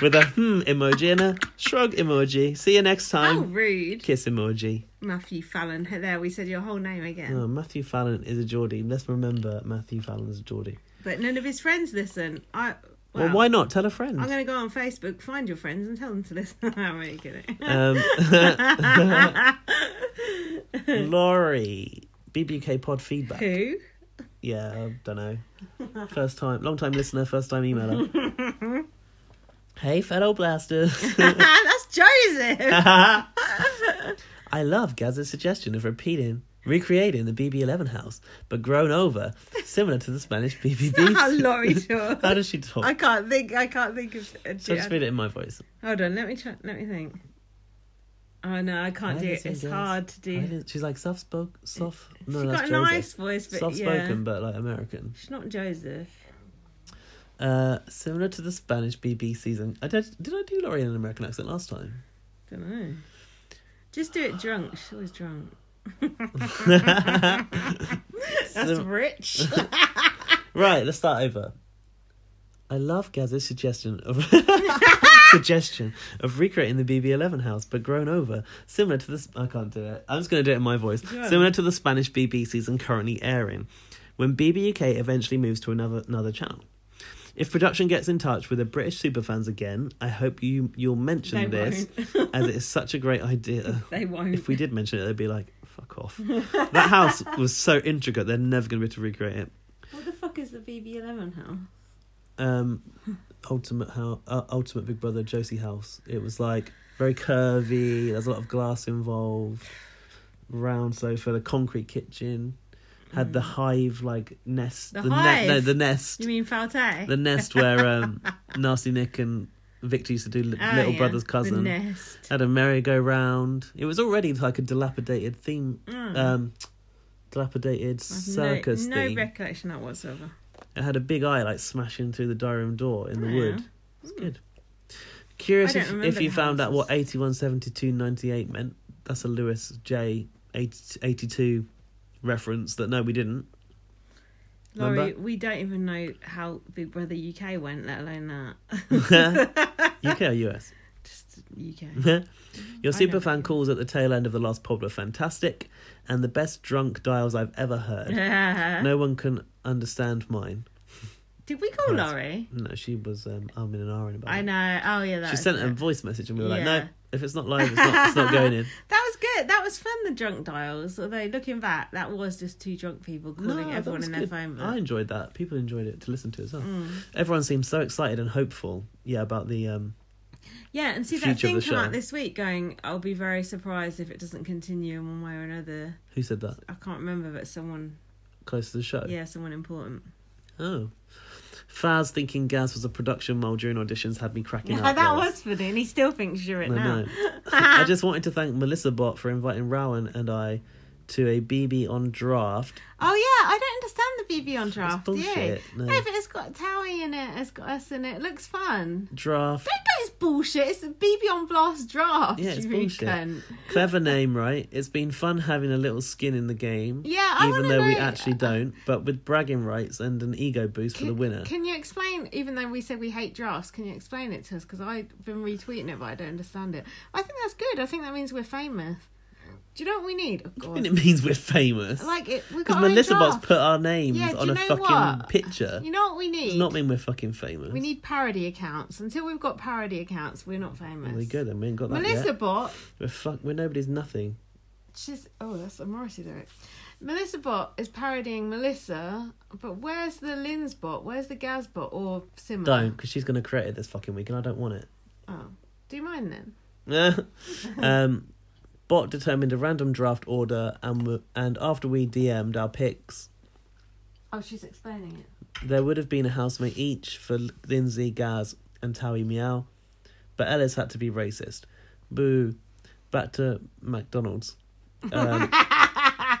with a hmm emoji and a shrug emoji. See you next How time. rude. Kiss emoji. Matthew Fallon. There, we said your whole name again. Oh, Matthew Fallon is a Geordie. Let's remember Matthew Fallon is a Geordie. But none of his friends listen. I. Well, Well, why not? Tell a friend. I'm going to go on Facebook, find your friends, and tell them to listen. I'm really kidding. Um, Laurie, BBK pod feedback. Who? Yeah, I don't know. First time, long time listener, first time emailer. hey, fellow blasters. That's Joseph. I love Gaz's suggestion of repeating, recreating the BB11 house, but grown over, similar to the Spanish BBB. How Laurie talks. How does she talk? I can't think. I can't think of. it. so just read it in my voice. Hold on. Let me try. Let me think. Oh no, I can't I do didn't it. say It's Joseph. hard to I do. didn't- She's like soft spoke, soft. No, She's that's got a Joseph. nice voice, but soft yeah, spoken, but like American. she's not Joseph. Uh, similar to the Spanish BB season. I did. Did I do Laurie in an American accent last time? Don't know. Just do it drunk. She's always drunk. That's So- rich. Right, let's start over. I love Gaz's suggestion of suggestion of recreating the BB11 house, but grown over, similar to the. Sp- I can't do it. I'm just going to do it in my voice. Yeah. Similar to the Spanish BBC season currently airing, when BB UK eventually moves to another another channel. If production gets in touch with the British superfans again, I hope you you'll mention They this, as it is such a great idea. They won't. If we did mention it, they'd be like, "Fuck off." that house was so intricate; they're never going to be able to recreate it. What the fuck is the BB11 house? um ultimate house uh, ultimate big brother josie house it was like very curvy there's a lot of glass involved round sofa the concrete kitchen had the hive like nest Mm. The ne- no hive? the nest You mean Falte? the nest where um nasty nick and victor used to do li- Ah, little yeah, brother's The cousin nest. had a merry-go-round it was already like a dilapidated theme Mm. um dilapidated I've circus no, thing No recollection of that whatsoever. it had a big eye like smashing through the dining room door in the Oh, wood. yeah. It's good. Curious I don't if, remember if you the found out what houses. 81, 72, 98 meant. That's a Lewis J 80, 82 reference that no, we didn't. Laurie, Remember? we don't even know how Big Brother UK went, let alone that. UK or US? Just UK. Your I know. superfan calls at the tail end of the last pod were fantastic and the best drunk dials I've ever heard. no one can understand mine. Did we call Nice. Laurie? No, she was um, arming and ahhing about I it. know. Oh yeah, that She was sent it. a voice message and we were like, no, Yeah. if it's not live, it's not, it's not going in. That was good. That was fun. The drunk dials. Although looking back, that was just two drunk people calling that everyone was in their good. phone book. Mm. I enjoyed that. People enjoyed it to listen to as well. Everyone seemed so excited and hopeful. Yeah, about the um Yeah, and see Future of that thing the come show. out this week. Going, I'll be very surprised if it doesn't continue in one way or another. who said that? I can't remember, but someone, Close to the show. yeah, someone important. Oh. Faz thinking Gaz was a production mole during auditions had me cracking Yeah, up. that guys. was funny, and he still thinks you're it I now. know. I just wanted to thank Melissa Bot for inviting Rowan and I to a BB on draft. Oh yeah, I don't understand the BB on draft. do you? bullshit, no. No. but it's got Towie in it. It's got us in it. It looks fun. Draft. Don't go. It's bullshit. It's a BB on blast draft. Yeah, it's you mean bullshit. cunt. Clever name, right? It's been fun having a little skin in the game. Yeah, I even wanna though we know- actually don't, but with bragging rights and an ego boost for the winner. Can you explain? Even though we said we hate drafts, can you explain it to us? Because I've been retweeting it, but I don't understand it. I think that's good. I think that means we're famous. Do you know what we need? Oh, I mean, God. it means we're famous. Like it, we Because got our own Melissa Bot's draft. put our names Yeah, do on you a know fucking what? picture. You know what we need? Does not mean we're fucking famous. we need parody accounts. Until we've got parody accounts, we're not famous. There we go then. We ain't got that Melissa yet. Bot, We're fuck. We're nobody's nothing. she's oh, that's a Morrissey lyric. Melissa Bot is parodying Melissa, but where's the Lynn's Bot? Where's the Gaz Bot or similar? Don't, because she's gonna create it this fucking week, and I don't want it. Oh, do you mind then? um, Bot determined a random draft order, and w- and after we DM'd our picks, Oh, she's explaining it. there would have been a housemate each for L- Lindsay, Gaz, and Tawi Meow, but Ellis had to be racist. Boo. Back to McDonald's. Um,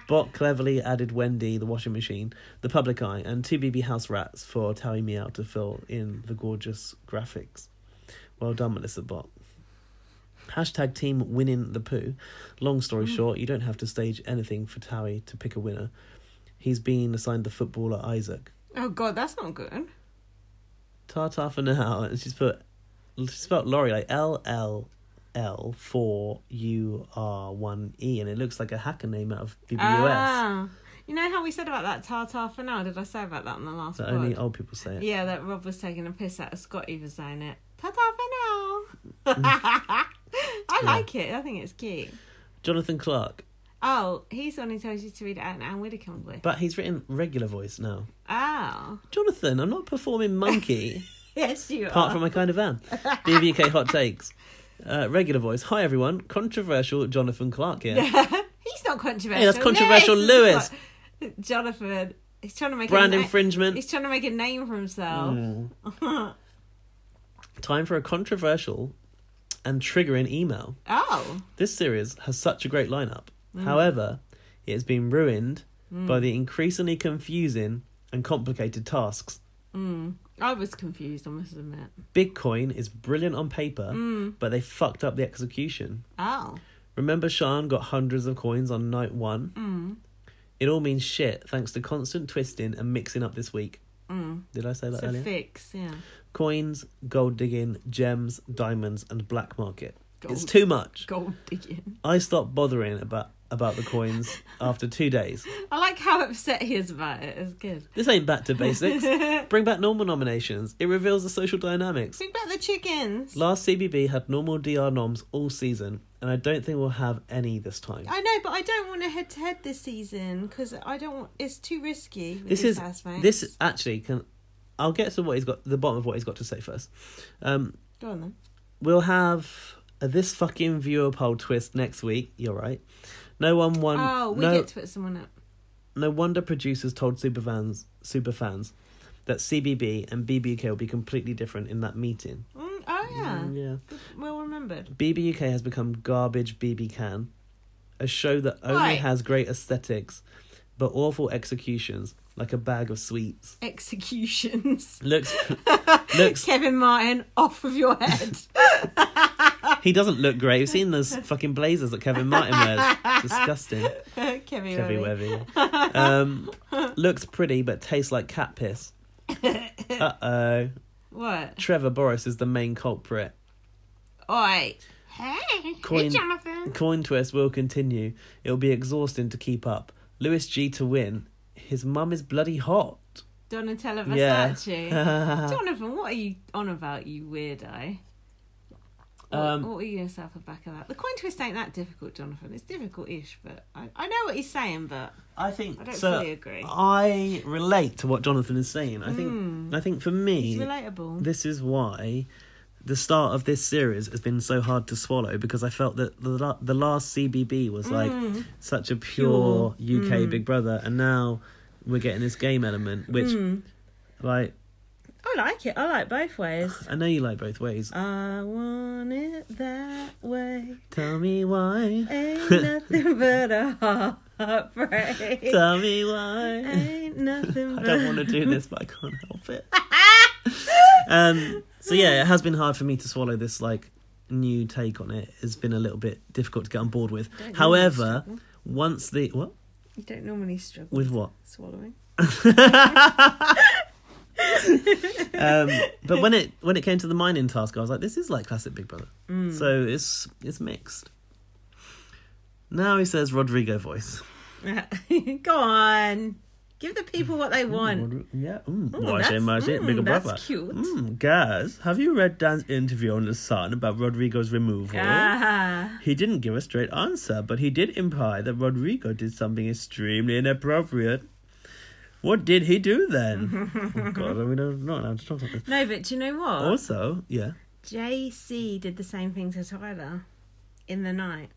Bot cleverly added Wendy, the washing machine, the public eye, and two BB house rats for Tawi Meow to fill in the gorgeous graphics. Well done, Melissa Bot. Hashtag team winning the poo. Long story short, you don't have to stage anything for Tawi to pick a winner. He's been assigned the footballer Isaac. Oh God, that's not good. Tata for now, and she's put she spelled Laurie like L L L four U R one E, and it looks like a hacker name out of BBUS. Ah, you know how we said about that tartar for now? Did I say about that in the last so pod? only old people say it. Yeah, that Rob was taking a piss out of Scotty for saying it. Tartar for Mm. now. I like it. I think it's cute. Jonathan Clark, Oh, he's the one who tells you to read it out and Anne Whittaker with. but he's written regular voice now. Oh. Jonathan, I'm not performing monkey. Yes, you apart are. from I kind of am. BBK hot takes. Uh, regular voice. Hi everyone. Controversial Jonathan Clark here. He's not controversial. Hey, that's controversial, Lewis. is what- Jonathan. He's trying to make Brand a na- infringement. Mm. He's trying to make a name for himself. Time for a controversial and triggering email. Oh. This series has such a great lineup. However, it has been ruined by the increasingly confusing and complicated tasks. I was confused, I must admit. Bitcoin is brilliant on paper, but they fucked up the execution. Oh. Remember, Sean got hundreds of coins on night one? It all means shit thanks to constant twisting and mixing up this week. Did I say that It's a earlier? fix, yeah. coins, gold digging, gems, diamonds, and black market. It's Gold- too much. Gold digging. I stopped bothering about about the coins after two days. I like how upset he is about it. It's good. This ain't back to basics. Bring back normal nominations. It reveals the social dynamics. Think about the chickens. Last CBB had normal DR noms all season, and I don't think we'll have any this time. I know, but I don't want to head to head this season because I don't want. It's too risky. With this these is housemates. this actually can. I'll get to what he's got. The bottom of what he's got to say first. Um, Go on then. we'll have a this fucking viewer poll twist next week. You're right. No one won. oh, we Um, no, get to put someone up. No wonder producers told superfans superfans that CBB and BBUK will be completely different in that meeting. Mm, oh yeah. Mm, yeah. Good- Well remembered. BBUK has become garbage BB can, a show that only Right. has great aesthetics but awful executions, like a bag of sweets. Executions. Looks looks Kevin Martin, off of your head. he doesn't look great. You've seen those fucking blazers that Kevin Martin wears. Disgusting. Kevin Chevy Martin. Wevy. Um looks pretty but tastes like cat piss. Uh oh. What? Trevor Boris is the main culprit. Oi. Hey. Coin- Jonathan. Coin twist will continue. It'll be exhausting to keep up. Lewis G to win. His mum is bloody hot. Donatella Yeah. Versace. Jonathan, what are you on about, you weirdo? What, Um, what were you going to say off the back of that? The coin twist ain't that difficult, Jonathan. It's difficult-ish, but I, I know what he's saying, but I think I don't so. fully agree. I relate to what Jonathan is saying. I think. I think for Hmm. He's me, relatable. this is why the start of this series has been so hard to swallow because I felt that the la- the last CBB Hmm. was like such a pure, UK Big Brother, and now we're getting this game element, which Hmm. like I like it. I like both ways. I know you like both ways. I want it that way. Tell me why. Ain't nothing but a heartbreak. Tell me why. Ain't nothing I but. don't want to do this, but I can't help it. um, so yeah, it has been hard for me to swallow this like new take on it. It's been a little bit difficult to get on board with. However, once the what You don't normally struggle with what, swallowing. um, but when it when it came to the mining task, I was like, this is like classic Big Brother. So it's it's mixed. Now he says Rodrigo voice. Go on. Give the people what they want. Rodri- Yeah, mm, Mm, watch it, that's- watch it, mm, Bigger that's Brother. cute. Mm, guys, have you read Dan's interview on The Sun about Rodrigo's removal? Ah. He didn't give a straight answer, but he did imply that Rodrigo did something extremely inappropriate. What did he do then? oh, God, we don't not allowed to talk about this. No, but do you know what? Also, yeah, JC did the same thing to Tyler in the night.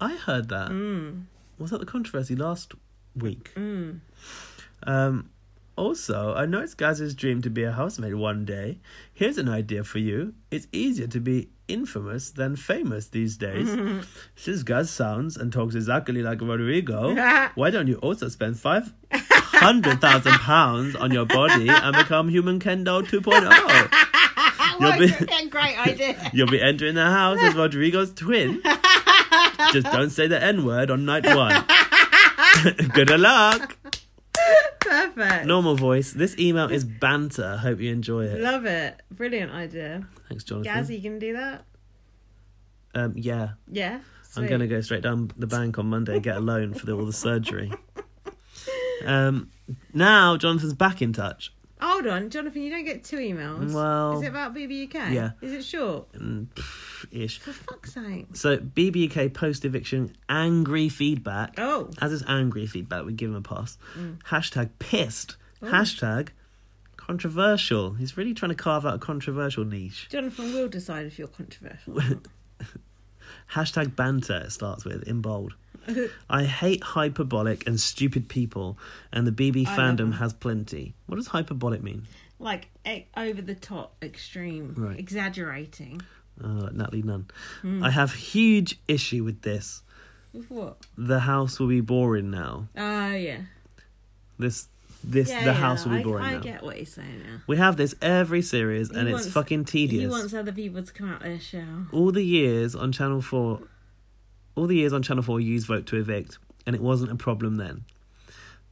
I heard that. Mm. Was that the controversy last week? Um, also, I know it's Gaz's dream to be a housemaid one day. Here's an idea for you. It's easier to be infamous than famous these days. Since Gaz sounds and talks exactly like Rodrigo, why don't you also spend five hundred thousand pounds on your body and become human kendo 2.0? You'll be, great idea. you'll be entering the house as Rodrigo's twin. Just don't say the N word on night one. Good luck. Perfect. Normal voice. This email is banter. Hope you enjoy it. Love it. Brilliant idea. Thanks, Jonathan. Gaz, you can do that? Um, yeah, Yeah. I'm going to go straight down the bank on Monday and get a loan for the, all the surgery. Um, now Jonathan's back in touch. Hold on, Jonathan, you don't get two emails. Well- Is it about BBUK? Yeah. Is it short? Mm, pff, ish. For fuck's sake. So BBUK post eviction angry feedback. Oh. As is angry feedback, we give him a pass. Hashtag pissed. Hashtag controversial. He's really trying to carve out a controversial niche. Jonathan will decide if you're controversial. Hashtag banter it starts with in bold. I hate hyperbolic and stupid people, and the BB I love fandom has plenty. What does hyperbolic mean? like e- over the top, extreme, Right. exaggerating. Uh, Natalie Nunn. Hmm. I have huge issue with this. With what? The house will be boring now. Oh, yeah. This, this, yeah. the yeah, house will be I- boring I, now. get what he's saying now. We have this every series, and He it's wants- fucking He tedious. wants other people to come out their shell. all the years on Channel 4, all the years on Channel 4 used Vote to Evict, and it wasn't a problem then.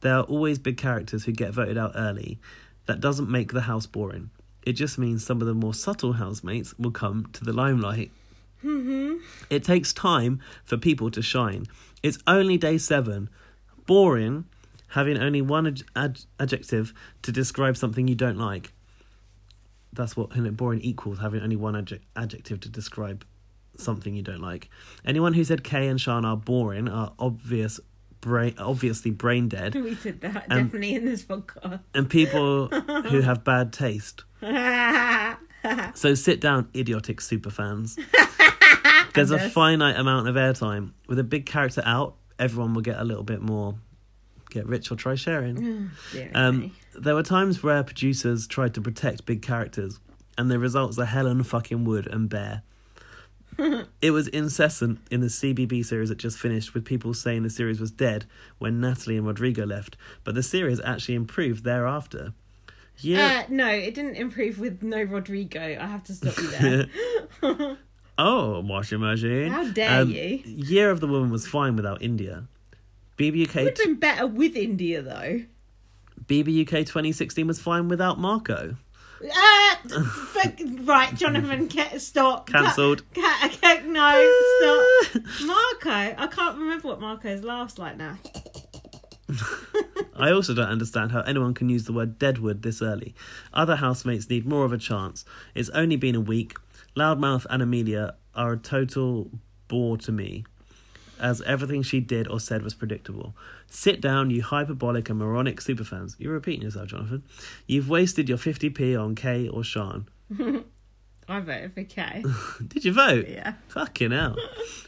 There are always big characters who get voted out early. That doesn't make the house boring. It just means some of the more subtle housemates will come to the limelight. It takes time for people to shine. It's only day seven. Boring, having only one ad- ad- adjective to describe something you don't like. That's what you know, boring equals having only one adje- adjective to describe something you don't like. Anyone who said Kay and Sean are boring are obvious, brain, obviously brain dead We said that Um, definitely in this podcast. and people who have bad taste. So sit down, idiotic superfans. There's a finite amount of airtime. With a big character out, everyone will get a little bit more. Get rich or try Mm, sharing. Dear Um, me. there were times where producers tried to protect big characters, and the results are Helen fucking Wood and Bear. it was incessant in the CBB series that just finished, with people saying the series was dead when Natalie and Rodrigo left, but the series actually improved thereafter. Yeah. Uh, no, it didn't improve with no Rodrigo. I have to stop you there. Oh, washing machine. How dare you. Year of the Woman was fine without India. BBUK, It's been better with India though. BBUK 2016 was fine without Marco. Uh, fuck- right, Jonathan, get, stop. Cut- Cancelled. cut- okay, no, stop. Marco, I can't remember what Marco's laughs like now. I also don't understand how anyone can use the word deadwood this early. Other housemates need more of a chance. It's only been a week. Loudmouth and Amelia are a total bore to me, as everything she did or said was predictable. Sit down, you hyperbolic and moronic superfans. You're repeating yourself, Jonathan. You've wasted your 50p on Kay or Sean. I voted for K. Did you vote? Yeah. Fucking hell.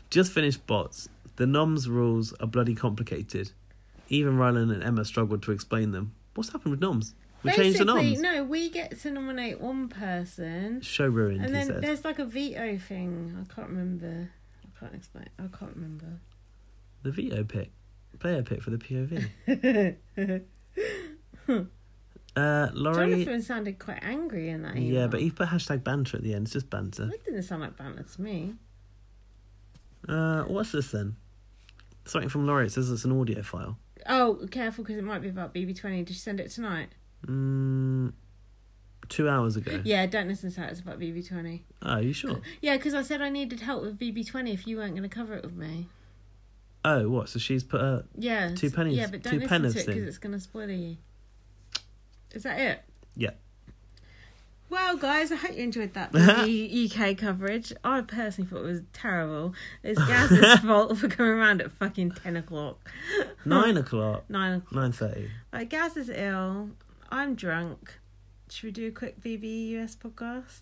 Just finished bots. The noms rules are bloody complicated. Even Rylan and Emma struggled to explain them. What's happened with noms? We changed the Basically, noms. no, we get to nominate one person, Show ruined, and he then said. there's like a veto thing. I can't remember. I can't explain. I can't remember. The veto pick. Player pick for the POV. uh, Laurie. Jonathan sounded quite angry in that. Yeah, email. but he put hashtag banter at the end. It's just banter. That didn't sound like banter to me. Uh, what's this then? Something from Laurie. It says it's an audio file. Oh, careful because it might be about BB20. Did you send it tonight? Mm, two hours ago. Yeah, don't listen to that. It's about BB20. Oh, are you sure? Yeah, because I said I needed help with BB20 if you weren't going to cover it with me. Oh, what? So she's put a Yeah. Two s- pennies- Yeah, but don't two listen pennies to it because thing. it's going to spoil you. Is that it? yeah. Well, guys, I hope you enjoyed that. U- UK coverage. I personally thought it was terrible. It's Gaz's fault for coming around at fucking 10 o'clock. Nine o'clock. 9 o'clock. Nine thirty. Like, Gaz is ill. I'm drunk. Should we do a quick BB US podcast?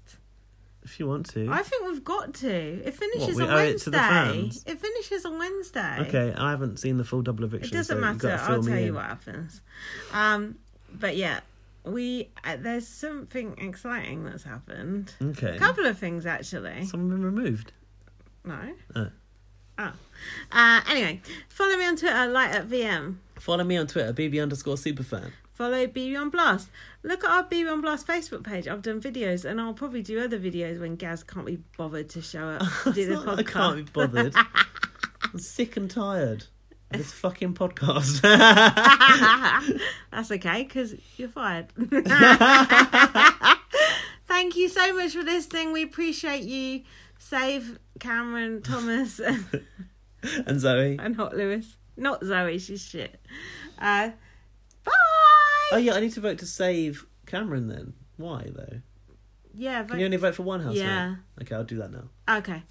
If you want to. I think we've got to. It finishes we on owe it Wednesday. to the fans? It finishes on Wednesday. okay, I haven't seen the full double It eviction. doesn't so You've matter. got to fill I'll me tell in. you what happens. Um, but yeah, we uh, there's something exciting that's happened. Okay. A couple of things actually. Someone been removed. No. Oh. Oh. Uh, anyway, follow me on Twitter, light at VM. Follow me on Twitter, bb underscore superfan. Follow BB on Blast. Look at our BB on Blast Facebook page. I've done videos and I'll probably do other videos when Gaz can't be bothered to show up to do the It's not podcast. that I can't be bothered. I'm sick and tired of this fucking podcast. That's okay, because you're fired. Thank you so much for listening. We appreciate you. Save Cameron, Thomas, and, and Zoe. and Hot Lewis. Not Zoe, she's shit. Uh, bye! Oh yeah, I need to vote to save Cameron then. Why though? yeah, Can you vote. only vote for one housemate? Yeah. Okay, I'll do that now. Okay.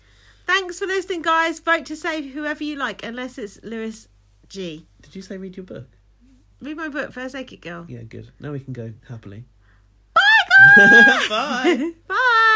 Thanks for listening, guys. Vote to save whoever you like, unless it's Lewis G. Did you say read your book? Read my book, First Aid Kit Girl. Yeah, good. Now we can go happily. Bye, guys! Bye. bye!